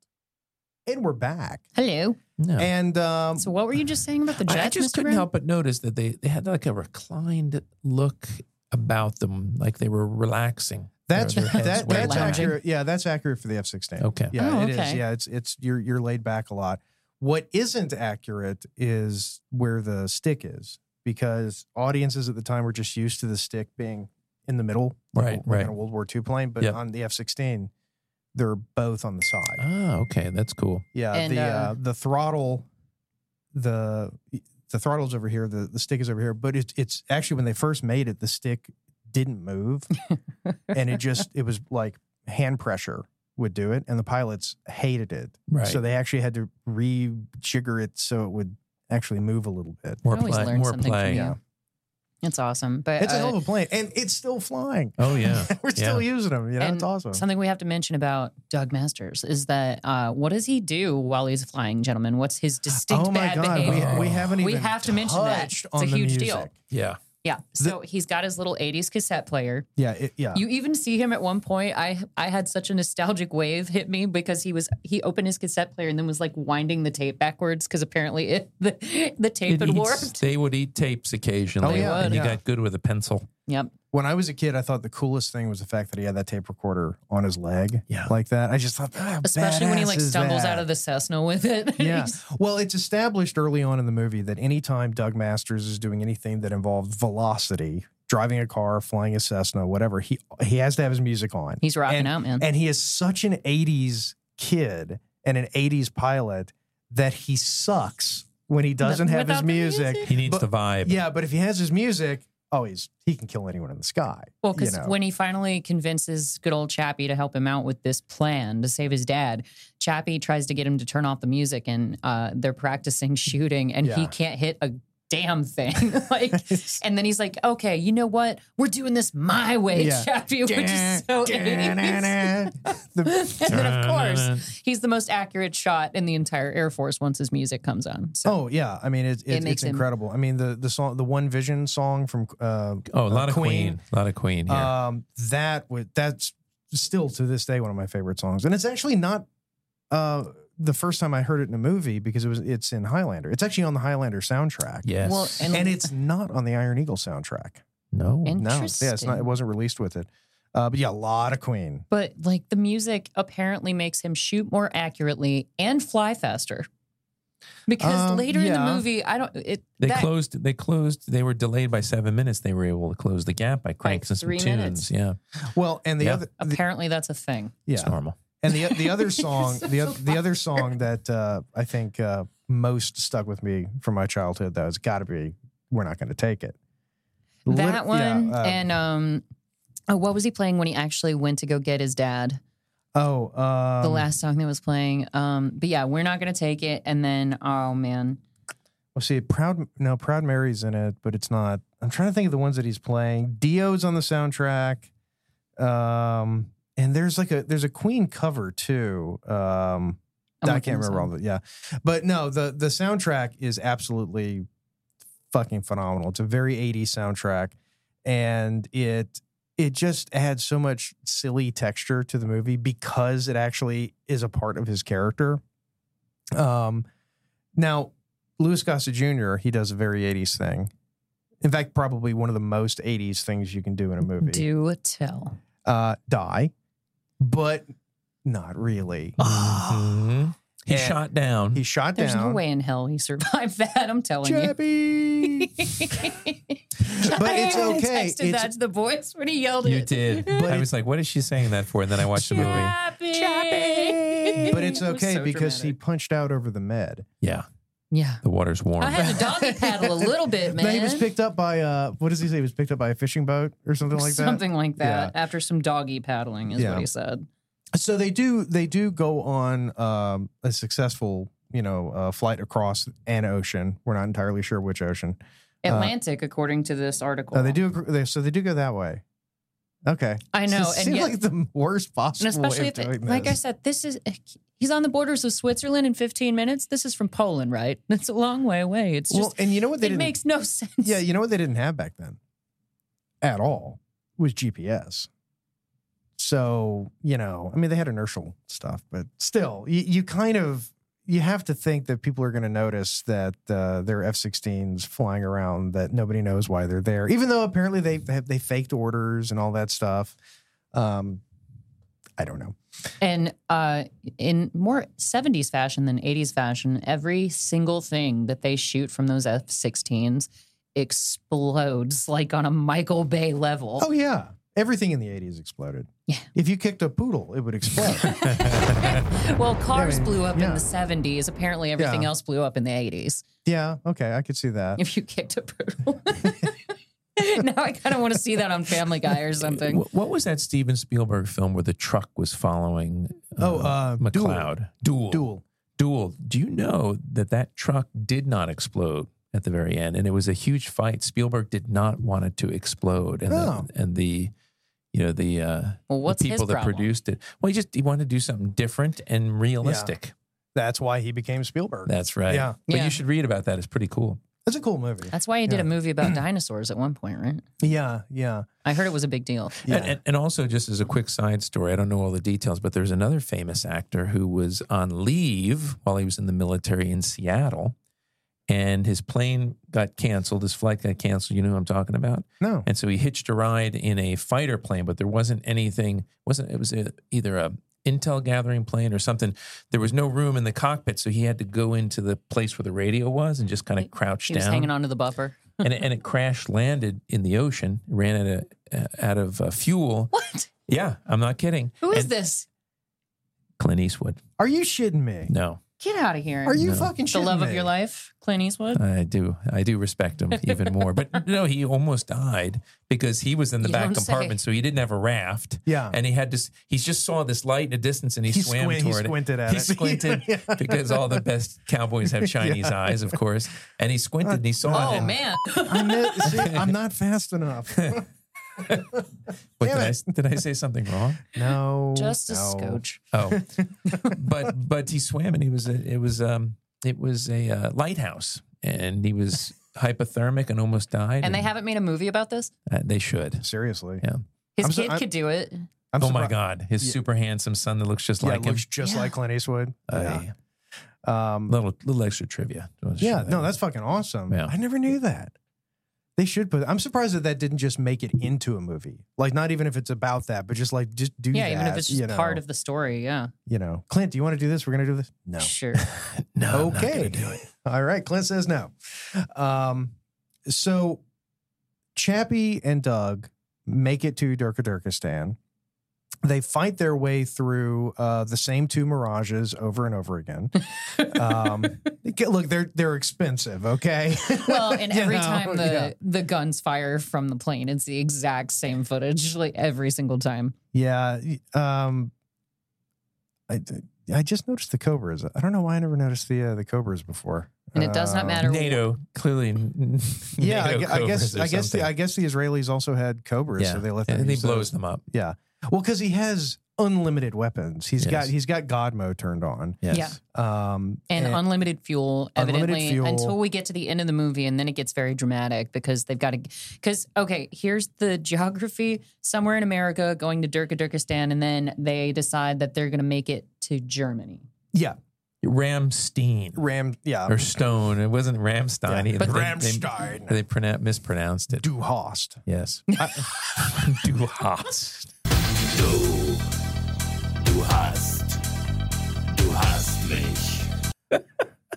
[SPEAKER 2] And we're back.
[SPEAKER 4] Hello.
[SPEAKER 3] No.
[SPEAKER 2] And um,
[SPEAKER 4] So what were you just saying about the
[SPEAKER 3] I-
[SPEAKER 4] Jets?
[SPEAKER 3] I just
[SPEAKER 4] Mr.
[SPEAKER 3] couldn't
[SPEAKER 4] Brown?
[SPEAKER 3] help but notice that they, they had like a reclined look about them, like they were relaxing.
[SPEAKER 2] that's
[SPEAKER 3] Their- their heads
[SPEAKER 2] that,
[SPEAKER 3] way
[SPEAKER 2] that's
[SPEAKER 3] back.
[SPEAKER 2] accurate. Yeah, that's accurate for the F sixteen.
[SPEAKER 3] Okay.
[SPEAKER 2] Yeah,
[SPEAKER 4] Oh,
[SPEAKER 2] it is.
[SPEAKER 4] okay.
[SPEAKER 2] Yeah, it's it's you're you're laid back a lot. What isn't accurate is where the stick is, because audiences at the time were just used to the stick being in the middle, like
[SPEAKER 3] Right,
[SPEAKER 2] a- like
[SPEAKER 3] right.
[SPEAKER 2] in a World War II plane. But
[SPEAKER 3] Yep.
[SPEAKER 2] on the F sixteen, they're both on the side.
[SPEAKER 3] Ah, okay. That's cool.
[SPEAKER 2] Yeah,
[SPEAKER 4] And,
[SPEAKER 2] the uh,
[SPEAKER 4] uh,
[SPEAKER 2] the throttle, the the throttle's over here. The the stick is over here. But it's it's actually when they first made it, the stick didn't move, and it just it was like hand pressure would do it, and the pilots hated it.
[SPEAKER 3] Right.
[SPEAKER 2] So they actually had to rejigger it so it would actually move a little bit.
[SPEAKER 3] More
[SPEAKER 4] I always
[SPEAKER 3] play.
[SPEAKER 4] learn
[SPEAKER 3] More
[SPEAKER 4] something from
[SPEAKER 3] play.
[SPEAKER 4] you. It's awesome. But
[SPEAKER 2] It's a
[SPEAKER 4] uh,
[SPEAKER 2] hell of a plane, and it's still flying.
[SPEAKER 3] Oh yeah,
[SPEAKER 2] We're still
[SPEAKER 3] Yeah.
[SPEAKER 2] using them. You know,
[SPEAKER 4] and
[SPEAKER 2] it's awesome.
[SPEAKER 4] Something we have to mention about Doug Masters is that uh, what does he do while he's flying, gentlemen? What's his distinct
[SPEAKER 2] oh my
[SPEAKER 4] bad
[SPEAKER 2] god,
[SPEAKER 4] behavior?
[SPEAKER 2] we, we haven't even
[SPEAKER 4] We have to mention that.
[SPEAKER 2] touched
[SPEAKER 4] It's a
[SPEAKER 2] on the
[SPEAKER 4] huge deal.
[SPEAKER 2] music.
[SPEAKER 3] yeah.
[SPEAKER 4] yeah. So he's got his little 80s cassette player.
[SPEAKER 2] Yeah, it, yeah.
[SPEAKER 4] You even see him at one point. I I had such a nostalgic wave hit me because he was he opened his cassette player and then was like winding the tape backwards because apparently it the, the tape
[SPEAKER 3] It
[SPEAKER 4] had
[SPEAKER 3] eats-
[SPEAKER 4] warped.
[SPEAKER 3] they would eat tapes occasionally,
[SPEAKER 2] Oh, yeah,
[SPEAKER 3] and he
[SPEAKER 2] yeah.
[SPEAKER 3] got good with a pencil.
[SPEAKER 4] Yep.
[SPEAKER 2] when I was a kid, I thought the coolest thing was the fact that he had that tape recorder on his leg,
[SPEAKER 3] Yeah.
[SPEAKER 2] like that. I just thought, ah,
[SPEAKER 4] Especially when he like
[SPEAKER 2] badass is
[SPEAKER 4] stumbles
[SPEAKER 2] that.
[SPEAKER 4] out of the Cessna with it.
[SPEAKER 2] Yeah. Well, it's established early on in the movie that anytime Doug Masters is doing anything that involves velocity, driving a car, flying a Cessna, whatever, he he has to have his music on.
[SPEAKER 4] He's rocking
[SPEAKER 2] And-
[SPEAKER 4] out, man.
[SPEAKER 2] And he is such an 80s kid and an 80s pilot that he sucks when he doesn't have his
[SPEAKER 4] Without the
[SPEAKER 2] music.
[SPEAKER 4] music.
[SPEAKER 3] He needs
[SPEAKER 2] But-
[SPEAKER 3] the vibe.
[SPEAKER 2] Yeah, but if he has his music, oh, he's he can kill anyone in the sky.
[SPEAKER 4] Well,
[SPEAKER 2] you
[SPEAKER 4] because
[SPEAKER 2] know.
[SPEAKER 4] when he finally convinces good old Chappie to help him out with this plan to save his dad, Chappie tries to get him to turn off the music, and uh, they're practicing shooting, and he
[SPEAKER 2] Yeah.
[SPEAKER 4] can't hit a damn thing. like, and then he's like, "Okay, you know what? We're doing this my way,
[SPEAKER 2] Yeah.
[SPEAKER 4] Chappie," which is so. 80s.
[SPEAKER 2] The-
[SPEAKER 4] and then, of course, he's the most accurate shot in the entire Air Force once his music comes on. So,
[SPEAKER 2] Oh yeah, I mean it, it,
[SPEAKER 4] makes
[SPEAKER 2] it's
[SPEAKER 4] him-
[SPEAKER 2] incredible. I mean the the song, the One Vision song from uh,
[SPEAKER 3] Oh, a lot
[SPEAKER 2] uh,
[SPEAKER 3] of Queen, a lot of Queen here.
[SPEAKER 2] Um, that was that's still to this day one of my favorite songs, and it's actually not uh the first time I heard it in a movie because it was it's in Highlander. It's actually on the Highlander soundtrack.
[SPEAKER 3] yes.
[SPEAKER 4] well, and,
[SPEAKER 2] and it's not on the Iron Eagle soundtrack.
[SPEAKER 3] no.
[SPEAKER 4] and-
[SPEAKER 2] Oh, No, yeah, it's not. It
[SPEAKER 4] Interesting.
[SPEAKER 2] wasn't released with it. Uh, but yeah, a lot of Queen.
[SPEAKER 4] but like the music apparently makes him shoot more accurately and fly faster. Because
[SPEAKER 2] Um,
[SPEAKER 4] later in the
[SPEAKER 2] yeah.
[SPEAKER 4] movie, I don't it
[SPEAKER 3] They
[SPEAKER 4] that-
[SPEAKER 3] closed. They closed. They were delayed by seven minutes. They were able to close the gap by cranking some
[SPEAKER 4] three
[SPEAKER 3] tunes.
[SPEAKER 4] minutes.
[SPEAKER 3] Yeah,
[SPEAKER 2] Well, and the
[SPEAKER 3] Yeah.
[SPEAKER 2] other the-
[SPEAKER 4] apparently that's a thing.
[SPEAKER 3] it's
[SPEAKER 2] yeah,
[SPEAKER 3] normal.
[SPEAKER 2] And the the other
[SPEAKER 4] You're
[SPEAKER 2] song,
[SPEAKER 4] such
[SPEAKER 2] the
[SPEAKER 4] a
[SPEAKER 2] oth- the other song that uh, I think uh, most stuck with me from my childhood though has got to be "We're Not Going to Take It." Lit-
[SPEAKER 4] That one
[SPEAKER 2] yeah, uh,
[SPEAKER 4] and um oh, what was he playing when he actually went to go get his dad?
[SPEAKER 2] oh, um,
[SPEAKER 4] the last song that was playing. Um but yeah, we're not gonna take it. And then oh man.
[SPEAKER 2] Well, see, Proud no Proud Mary's in it, but it's not. I'm trying to think of the ones that he's playing. Dio's on the soundtrack, um, and there's like a there's a Queen cover too. Um,
[SPEAKER 4] I'm
[SPEAKER 2] I
[SPEAKER 4] looking
[SPEAKER 2] can't
[SPEAKER 4] this
[SPEAKER 2] remember all
[SPEAKER 4] up.
[SPEAKER 2] the yeah, but no, the the soundtrack is absolutely fucking phenomenal. It's a very 80s soundtrack, and it it just adds so much silly texture to the movie because it actually is a part of his character. Um, now Louis Gossett Jr. he does a very 80s thing. In fact, probably one of the most 80s things you can do in a movie.
[SPEAKER 4] Do tell.
[SPEAKER 2] Uh, die, but not really.
[SPEAKER 3] Mhm. He
[SPEAKER 2] And
[SPEAKER 3] shot down.
[SPEAKER 2] He shot
[SPEAKER 4] Um, There's
[SPEAKER 2] down.
[SPEAKER 4] no way in hell he survived that, I'm telling you.
[SPEAKER 2] Chappie. But it's
[SPEAKER 4] I
[SPEAKER 2] okay.
[SPEAKER 4] texted
[SPEAKER 2] It's-
[SPEAKER 4] that to the voice when he yelled
[SPEAKER 3] you
[SPEAKER 4] it.
[SPEAKER 3] did.
[SPEAKER 2] But
[SPEAKER 3] I
[SPEAKER 2] it-
[SPEAKER 3] was like, "What is she saying that for?" And then I watched the movie.
[SPEAKER 4] Chappy.
[SPEAKER 2] but it's
[SPEAKER 4] It was
[SPEAKER 2] okay
[SPEAKER 4] so
[SPEAKER 2] because he
[SPEAKER 4] dramatic.
[SPEAKER 2] punched out over the med.
[SPEAKER 3] Yeah,
[SPEAKER 4] Yeah.
[SPEAKER 3] the water's warm.
[SPEAKER 4] I had to doggy paddle a little bit, man.
[SPEAKER 2] No, he was picked up by uh, what does he say? He was picked up by a fishing boat or something like that.
[SPEAKER 4] Something like that. After some doggy paddling is
[SPEAKER 2] Yeah.
[SPEAKER 4] what he said.
[SPEAKER 2] So they do they do go on um, a successful you know uh, flight across an ocean. We're not entirely sure which ocean.
[SPEAKER 4] Atlantic, according to this article.
[SPEAKER 2] Uh, they do they, so they do go that way. Okay,
[SPEAKER 4] I know,
[SPEAKER 2] It
[SPEAKER 4] and
[SPEAKER 2] seems
[SPEAKER 4] yet-
[SPEAKER 2] like the worst
[SPEAKER 4] And
[SPEAKER 2] possible
[SPEAKER 4] especially
[SPEAKER 2] way
[SPEAKER 4] if,
[SPEAKER 2] of doing
[SPEAKER 4] it, like I
[SPEAKER 2] this.
[SPEAKER 4] said, this is eh, he's on the borders of Switzerland in 15 minutes. This is from Poland, right? It's a long way away. It's
[SPEAKER 2] well,
[SPEAKER 4] just
[SPEAKER 2] and you know what they
[SPEAKER 4] it
[SPEAKER 2] didn't
[SPEAKER 4] makes no sense.
[SPEAKER 2] yeah you know what they didn't have back then at all was GPS. So you know, I mean, they had inertial stuff, but still, you, you kind of you have to think that people are going to notice that uh, there are F-16s flying around that nobody knows why they're there, even though apparently they they, have, they faked orders and all that stuff. Um, I don't know.
[SPEAKER 4] And uh, in more 70s fashion than 80s fashion, every single thing that they shoot from those F 16s explodes like on a Michael Bay level.
[SPEAKER 2] Oh yeah, everything in the '80s exploded.
[SPEAKER 4] Yeah.
[SPEAKER 2] If you kicked a poodle, it would explode.
[SPEAKER 4] well, cars
[SPEAKER 2] I mean,
[SPEAKER 4] blew up
[SPEAKER 2] yeah.
[SPEAKER 4] in the 70s. Apparently, everything
[SPEAKER 2] Yeah.
[SPEAKER 4] else blew up in the 80s
[SPEAKER 2] yeah. Okay, I could see that.
[SPEAKER 4] if you kicked a poodle. now I kind of want to see that on Family Guy or something.
[SPEAKER 3] Wh- What was that Steven Spielberg film where the truck was following?
[SPEAKER 2] Oh, uh, Duel.
[SPEAKER 3] McLeod. Duel.
[SPEAKER 2] Duel.
[SPEAKER 3] Duel. Do you know that that truck did not explode at the very end, and it was a huge fight. Spielberg did not want it to explode, and
[SPEAKER 2] No.
[SPEAKER 3] the, and the you know the uh,
[SPEAKER 4] Well, what's
[SPEAKER 3] the
[SPEAKER 4] his
[SPEAKER 3] people that
[SPEAKER 4] problem?
[SPEAKER 3] produced it. Well, he just he wanted to do something different and realistic.
[SPEAKER 2] That's why he became Spielberg.
[SPEAKER 3] That's right.
[SPEAKER 2] Yeah.
[SPEAKER 3] but
[SPEAKER 4] Yeah.
[SPEAKER 3] you should read about that. It's pretty cool.
[SPEAKER 2] That's a cool movie.
[SPEAKER 4] That's why he did
[SPEAKER 2] Yeah.
[SPEAKER 4] a movie about dinosaurs at one point, right?
[SPEAKER 2] Yeah, yeah,
[SPEAKER 4] I heard it was a big deal.
[SPEAKER 2] yeah.
[SPEAKER 3] And, and, and also, just as a quick side story, I don't know all the details, but there's another famous actor who was on leave while he was in the military in Seattle, and his plane got canceled. His flight got canceled. You know who I'm talking about?
[SPEAKER 2] no.
[SPEAKER 3] And so he hitched a ride in a fighter plane, but there wasn't anything. wasn't It was a, either a intel gathering plane or something. There was no room in the cockpit, so he had to go into the place where the radio was and just kind of crouch
[SPEAKER 4] He
[SPEAKER 3] down
[SPEAKER 4] was hanging onto the buffer.
[SPEAKER 3] and it, and it crash landed in the ocean, ran out of uh, out of uh, fuel.
[SPEAKER 4] What?
[SPEAKER 3] Yeah, I'm not kidding.
[SPEAKER 4] Who is
[SPEAKER 3] And
[SPEAKER 4] this?
[SPEAKER 3] Clint Eastwood.
[SPEAKER 2] Are you shitting me?
[SPEAKER 3] No,
[SPEAKER 4] Get out of here.
[SPEAKER 2] Are you
[SPEAKER 3] No.
[SPEAKER 2] fucking
[SPEAKER 4] the
[SPEAKER 2] shitting
[SPEAKER 4] love of
[SPEAKER 2] me?
[SPEAKER 4] your life, Clint Eastwood?
[SPEAKER 3] I do. I do respect him even more. But no, he almost died because he was in the
[SPEAKER 4] You
[SPEAKER 3] back
[SPEAKER 4] don't say.
[SPEAKER 3] compartment, so he didn't have a raft.
[SPEAKER 2] Yeah.
[SPEAKER 3] and he had to. s- He just saw this light in the distance, and he,
[SPEAKER 2] He
[SPEAKER 3] swam
[SPEAKER 2] squint- he
[SPEAKER 3] toward
[SPEAKER 2] squinted
[SPEAKER 3] it.
[SPEAKER 2] at
[SPEAKER 3] he
[SPEAKER 2] it.
[SPEAKER 3] squinted because all the best cowboys have Chinese eyes, of course. And he squinted, and he saw
[SPEAKER 4] Oh,
[SPEAKER 3] it.
[SPEAKER 4] man.
[SPEAKER 2] I'm not, see, I'm not fast enough.
[SPEAKER 3] But
[SPEAKER 2] Damn
[SPEAKER 3] did I,
[SPEAKER 2] it.
[SPEAKER 3] did I say something wrong?
[SPEAKER 2] No,
[SPEAKER 4] Just a
[SPEAKER 2] no.
[SPEAKER 4] scotch.
[SPEAKER 3] Oh, but but he swam and he was a, it was um it was a uh, lighthouse and he was hypothermic and almost died.
[SPEAKER 4] And they haven't made a movie about this?
[SPEAKER 3] uh, they should.
[SPEAKER 2] Seriously,
[SPEAKER 3] Yeah.
[SPEAKER 4] His
[SPEAKER 2] I'm so-
[SPEAKER 4] kid
[SPEAKER 2] I'm-
[SPEAKER 4] could do it.
[SPEAKER 2] I'm
[SPEAKER 3] oh my
[SPEAKER 2] surprised-
[SPEAKER 3] God, his
[SPEAKER 2] Yeah.
[SPEAKER 3] super handsome son that looks just
[SPEAKER 2] Yeah,
[SPEAKER 3] like him.
[SPEAKER 2] looks just
[SPEAKER 4] Yeah.
[SPEAKER 2] like Clint Eastwood.
[SPEAKER 3] Uh,
[SPEAKER 2] yeah. Um,
[SPEAKER 3] Little little extra trivia. Do you wanna
[SPEAKER 2] yeah,
[SPEAKER 3] share that?
[SPEAKER 2] no, that's fucking awesome.
[SPEAKER 3] Yeah.
[SPEAKER 2] I never knew that. They should put. I'm surprised that that didn't just make it into a movie. Like, not even if it's about that, but just like just do
[SPEAKER 4] Yeah,
[SPEAKER 2] that.
[SPEAKER 4] even if it's just
[SPEAKER 2] you know,
[SPEAKER 4] part of the story. Yeah.
[SPEAKER 2] You know, Clint, do you want to do this? We're gonna do this. No.
[SPEAKER 4] Sure.
[SPEAKER 3] no. I'm not
[SPEAKER 2] Okay.
[SPEAKER 3] gonna do it.
[SPEAKER 2] All right. Clint says no. Um, so Chappie and Doug make it to Durka Durkistan. They fight their way through uh, the same two mirages over and over again. Um, look, they're they're expensive, okay?
[SPEAKER 4] Well, and
[SPEAKER 2] You
[SPEAKER 4] every
[SPEAKER 2] know,
[SPEAKER 4] time the
[SPEAKER 2] yeah.
[SPEAKER 4] the guns fire from the plane, it's the exact same footage, like every single time.
[SPEAKER 2] Yeah. Um, I I just noticed the cobras. I don't know why I never noticed the uh, the cobras before.
[SPEAKER 4] And it does not
[SPEAKER 2] Um,
[SPEAKER 4] matter.
[SPEAKER 3] NATO clearly. n-
[SPEAKER 2] Yeah, I,
[SPEAKER 3] NATO
[SPEAKER 2] gu- I guess
[SPEAKER 3] covers or
[SPEAKER 2] I guess the,
[SPEAKER 3] something.
[SPEAKER 2] I guess the Israelis also had cobras,
[SPEAKER 3] yeah.
[SPEAKER 2] so they let them.
[SPEAKER 3] and he
[SPEAKER 2] use those.
[SPEAKER 3] blows them up.
[SPEAKER 2] Yeah. Well, because he has unlimited weapons. He's got
[SPEAKER 3] Yes.
[SPEAKER 2] he's got God mode turned on.
[SPEAKER 3] Yes.
[SPEAKER 4] Yeah.
[SPEAKER 2] Um,
[SPEAKER 4] And unlimited fuel,
[SPEAKER 2] Unlimited
[SPEAKER 4] evidently,
[SPEAKER 2] fuel.
[SPEAKER 4] until we get to the end of the movie, and then it gets very dramatic because they've got to. Because okay, here's the geography: somewhere in America, going to Durka Durkistan, and then they decide that they're going to make it to Germany.
[SPEAKER 2] yeah,
[SPEAKER 3] Ramstein
[SPEAKER 2] Ram. Yeah,
[SPEAKER 3] or Stone. It wasn't Ramstein.
[SPEAKER 2] Yeah.
[SPEAKER 3] either.
[SPEAKER 2] But
[SPEAKER 3] They-
[SPEAKER 2] Rammstein.
[SPEAKER 3] They, they pronoun- mispronounced it.
[SPEAKER 2] Du Hast.
[SPEAKER 3] Yes. Du hast.
[SPEAKER 5] Du, du hast, du hast mich.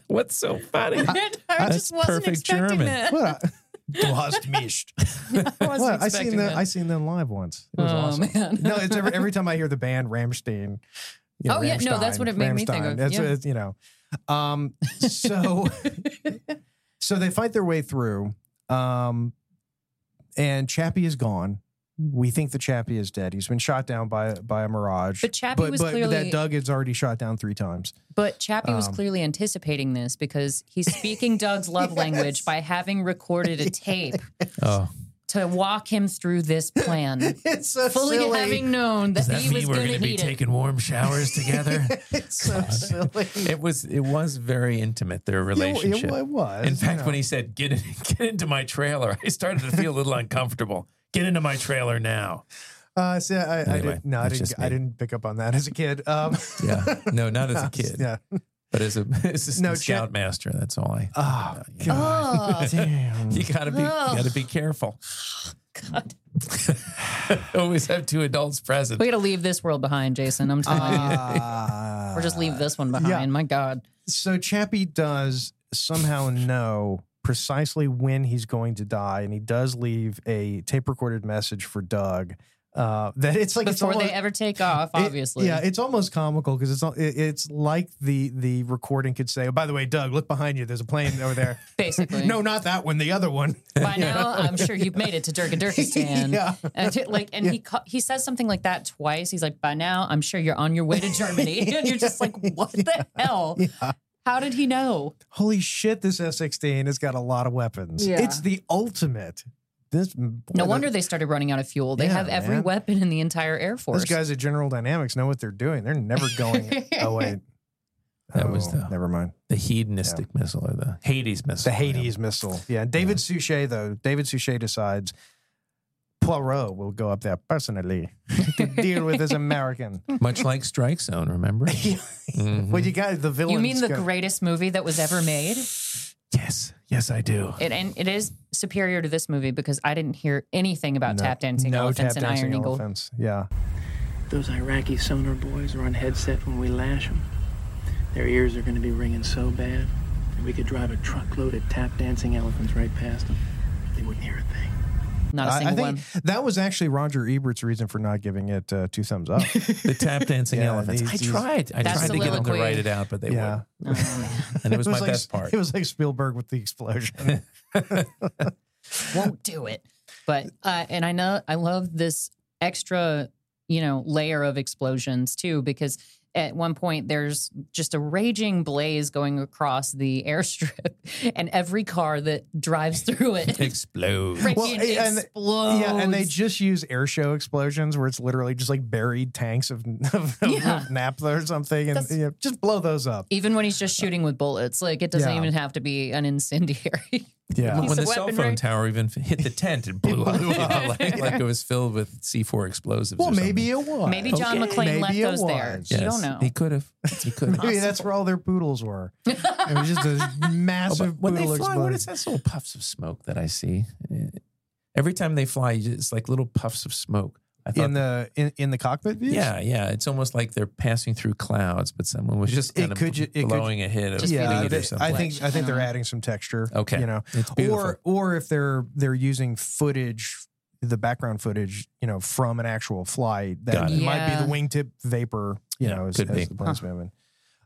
[SPEAKER 3] What's so funny?
[SPEAKER 4] I,
[SPEAKER 3] That's perfect German.
[SPEAKER 2] What? du Hast mischt.
[SPEAKER 4] I wasn't
[SPEAKER 2] What? I seen
[SPEAKER 4] expecting
[SPEAKER 2] them.
[SPEAKER 4] that.
[SPEAKER 2] I seen them live once. It was
[SPEAKER 4] Oh,
[SPEAKER 2] awesome.
[SPEAKER 4] man.
[SPEAKER 2] No, it's every, every time I hear the band Ramstein. you know,
[SPEAKER 4] Oh, yeah, no, that's
[SPEAKER 2] Rammstein,
[SPEAKER 4] what it made me think
[SPEAKER 2] Rammstein,
[SPEAKER 4] of,
[SPEAKER 2] That's
[SPEAKER 4] yeah.
[SPEAKER 2] what, you know. Um, so, so they fight their way through, um, and Chappie is gone. We think that Chappie is dead. He's been shot down by by a mirage.
[SPEAKER 4] But Chappie was
[SPEAKER 2] but that
[SPEAKER 4] clearly-
[SPEAKER 2] Doug is already shot down three times.
[SPEAKER 4] But Chappie was
[SPEAKER 2] Um,
[SPEAKER 4] clearly anticipating this because he's speaking Doug's love language by having recorded a tape
[SPEAKER 3] Oh,
[SPEAKER 4] to walk him through this plan.
[SPEAKER 2] It's so
[SPEAKER 4] Fully
[SPEAKER 2] silly.
[SPEAKER 4] having known that,
[SPEAKER 3] does that
[SPEAKER 4] he
[SPEAKER 3] mean
[SPEAKER 4] was
[SPEAKER 3] we're
[SPEAKER 4] going to
[SPEAKER 3] be
[SPEAKER 4] need it.
[SPEAKER 3] taking warm showers together?
[SPEAKER 2] it's so silly.
[SPEAKER 3] it was. It was very intimate. Their relationship.
[SPEAKER 2] It, it was.
[SPEAKER 3] In fact,
[SPEAKER 2] you
[SPEAKER 3] when
[SPEAKER 2] know.
[SPEAKER 3] he said, "Get in, get into my trailer," I started to feel a little uncomfortable. Get into my trailer now.
[SPEAKER 2] uh, see, I, I
[SPEAKER 3] Anyway,
[SPEAKER 2] didn't. No, I
[SPEAKER 3] that's
[SPEAKER 2] didn't.
[SPEAKER 3] just
[SPEAKER 2] I
[SPEAKER 3] me.
[SPEAKER 2] didn't pick up on that as a kid. Um,
[SPEAKER 3] Yeah. No, not as a kid,
[SPEAKER 2] yeah.
[SPEAKER 3] but as a as a
[SPEAKER 2] No, Chip-
[SPEAKER 3] scoutmaster. That's all I.
[SPEAKER 2] Oh,
[SPEAKER 3] you know.
[SPEAKER 2] God.
[SPEAKER 4] Oh,
[SPEAKER 2] Damn.
[SPEAKER 3] You gotta be. You
[SPEAKER 4] Ugh.
[SPEAKER 3] gotta be careful.
[SPEAKER 4] God.
[SPEAKER 3] Always have two adults present.
[SPEAKER 4] We got to leave this world behind, Jason. I'm telling you.
[SPEAKER 2] Ah.
[SPEAKER 4] Or just leave this one behind.
[SPEAKER 2] Uh, yeah.
[SPEAKER 4] My God.
[SPEAKER 2] So Chappie does somehow know precisely when he's going to die, and he does leave a tape recorded message for Doug. Uh, that it's like it's
[SPEAKER 4] Before
[SPEAKER 2] almost,
[SPEAKER 4] they ever take off,
[SPEAKER 2] it-
[SPEAKER 4] obviously.
[SPEAKER 2] yeah, it's almost comical because it's al- it, it's like the the recording could say, oh, "By the way, Doug, look behind you. There's a plane over there."
[SPEAKER 4] Basically.
[SPEAKER 2] no, not that one. The other one.
[SPEAKER 4] By now, I'm sure you've made it to Durka Durkistan.
[SPEAKER 2] Yeah.
[SPEAKER 4] And it- like, and he ca- he says something like that twice. He's like, "By now, I'm sure you're on your way to Germany," and you're just like, "What the hell? How did he know?
[SPEAKER 2] Holy shit, this S 16 has got a lot of weapons.
[SPEAKER 4] Yeah.
[SPEAKER 2] It's the ultimate. This boy,
[SPEAKER 4] No
[SPEAKER 2] the-
[SPEAKER 4] wonder they started running out of fuel. They
[SPEAKER 2] Yeah,
[SPEAKER 4] have every
[SPEAKER 2] man.
[SPEAKER 4] weapon in the entire Air Force.
[SPEAKER 2] Those guys at General Dynamics know what they're doing. They're never going. oh wait,
[SPEAKER 3] That was
[SPEAKER 2] Oh,
[SPEAKER 3] the-
[SPEAKER 2] never mind.
[SPEAKER 3] The hedonistic missile or the Hades missile.
[SPEAKER 2] The Hades missile. Yeah, David Suchet though. David Suchet decides Poirot will go up there personally to deal with this American.
[SPEAKER 3] Much like Strike Zone, remember? Mhm.
[SPEAKER 2] Well, you got the villain.
[SPEAKER 4] you mean the greatest movie that was ever made?
[SPEAKER 3] yes. Yes, I do.
[SPEAKER 4] It, and it is superior to this movie because I didn't hear anything about tap dancing
[SPEAKER 2] no
[SPEAKER 4] elephants
[SPEAKER 2] tap
[SPEAKER 4] and
[SPEAKER 2] dancing
[SPEAKER 4] Iron Eagle.
[SPEAKER 2] elephants. Yeah.
[SPEAKER 8] Those Iraqi sonar boys are on headset when we lash them. Their ears are going to be ringing so bad that we could drive a truckload of tap dancing elephants right past them. They wouldn't hear a thing.
[SPEAKER 4] Not a
[SPEAKER 2] I, I
[SPEAKER 4] single
[SPEAKER 2] think
[SPEAKER 4] one.
[SPEAKER 2] that was actually Roger Ebert's reason for not giving it uh, two thumbs up.
[SPEAKER 3] The tap dancing
[SPEAKER 2] Yeah,
[SPEAKER 3] elephants.
[SPEAKER 2] these-
[SPEAKER 3] I
[SPEAKER 2] these-
[SPEAKER 3] tried. I
[SPEAKER 4] That's
[SPEAKER 3] tried to get them to
[SPEAKER 4] soliloquy.
[SPEAKER 3] write it out, but they
[SPEAKER 2] yeah.
[SPEAKER 3] wouldn't. And it was, my
[SPEAKER 2] like,
[SPEAKER 3] best part.
[SPEAKER 2] It was like Spielberg with the explosion.
[SPEAKER 4] won't do it. But uh, and I know I love this extra, you know, layer of explosions too because at one point there's just a raging blaze going across the airstrip and every car that drives through it
[SPEAKER 3] Explode.
[SPEAKER 4] freaking
[SPEAKER 2] Well, and-
[SPEAKER 4] explodes.
[SPEAKER 2] yeah, and they just use air show explosions where it's literally just like buried tanks of, of,
[SPEAKER 4] Yeah.
[SPEAKER 2] of naphtha or something, and
[SPEAKER 4] That's-
[SPEAKER 2] yeah, just blow those up.
[SPEAKER 4] even when he's just shooting with bullets, like it doesn't
[SPEAKER 2] Yeah.
[SPEAKER 4] even have to be an incendiary.
[SPEAKER 2] Yeah.
[SPEAKER 3] When
[SPEAKER 4] Piece
[SPEAKER 3] the
[SPEAKER 4] of
[SPEAKER 3] cell phone
[SPEAKER 4] weaponry.
[SPEAKER 3] tower even f- hit the tent, it blew up. like, like it was filled with C4 explosives.
[SPEAKER 2] Well,
[SPEAKER 3] or
[SPEAKER 2] maybe
[SPEAKER 3] something.
[SPEAKER 2] it was.
[SPEAKER 4] Maybe John
[SPEAKER 2] Okay.
[SPEAKER 4] McClane left
[SPEAKER 2] Maybe it
[SPEAKER 4] those there.
[SPEAKER 2] was.
[SPEAKER 4] You don't know.
[SPEAKER 3] He could have. He could have. Oh,
[SPEAKER 2] Maybe that's where all their poodles were. It was just a massive
[SPEAKER 3] Oh, when they
[SPEAKER 2] poodle
[SPEAKER 3] fly, what is
[SPEAKER 2] explosion.
[SPEAKER 3] that little puffs of smoke that I see? Eh, Every time they fly, you- it's like little puffs of smoke. I thought,
[SPEAKER 2] In the in, in the cockpit views?
[SPEAKER 3] yeah, yeah, it's almost like they're passing through clouds, but someone was just
[SPEAKER 2] It
[SPEAKER 3] kind of
[SPEAKER 2] could ju- it could-
[SPEAKER 3] blowing a hit of
[SPEAKER 4] Just be
[SPEAKER 2] yeah,
[SPEAKER 4] the
[SPEAKER 3] lead
[SPEAKER 2] they-
[SPEAKER 3] or something.
[SPEAKER 2] I think I think
[SPEAKER 4] Uh-huh.
[SPEAKER 2] they're adding some texture.
[SPEAKER 3] Okay.
[SPEAKER 2] you know,
[SPEAKER 3] It's beautiful.
[SPEAKER 2] or or if they're they're using footage, the background footage, you know, from an actual flight that
[SPEAKER 3] Got
[SPEAKER 4] it.
[SPEAKER 2] might
[SPEAKER 4] Yeah.
[SPEAKER 2] be the wingtip vapor, you
[SPEAKER 3] Yeah,
[SPEAKER 2] know, as,
[SPEAKER 3] could be.
[SPEAKER 2] as the plane's moving.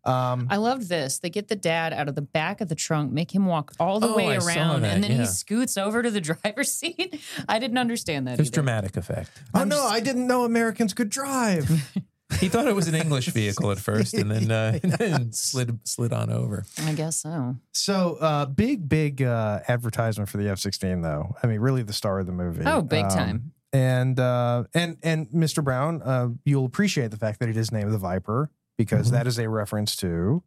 [SPEAKER 2] Um,
[SPEAKER 4] I loved this. They get the dad out of the back of the trunk, make him walk all the
[SPEAKER 3] Oh,
[SPEAKER 4] way
[SPEAKER 3] I saw
[SPEAKER 4] around,
[SPEAKER 3] that,
[SPEAKER 4] and then
[SPEAKER 3] yeah.
[SPEAKER 4] he scoots over to the driver's seat. I didn't understand that.
[SPEAKER 3] There's
[SPEAKER 4] either.
[SPEAKER 3] dramatic effect.
[SPEAKER 2] oh no, I didn't know Americans could drive.
[SPEAKER 3] He thought it was an English vehicle at first, and then, uh, and then slid slid on over.
[SPEAKER 4] I guess so.
[SPEAKER 2] so uh, big, big uh, advertisement for the F sixteen, though. I mean, really the star of the movie.
[SPEAKER 4] Oh, big
[SPEAKER 2] Um,
[SPEAKER 4] time.
[SPEAKER 2] and uh, and and Mr. Brown, uh, you'll appreciate the fact that it is named the Viper because
[SPEAKER 3] Mhm.
[SPEAKER 2] that is a reference to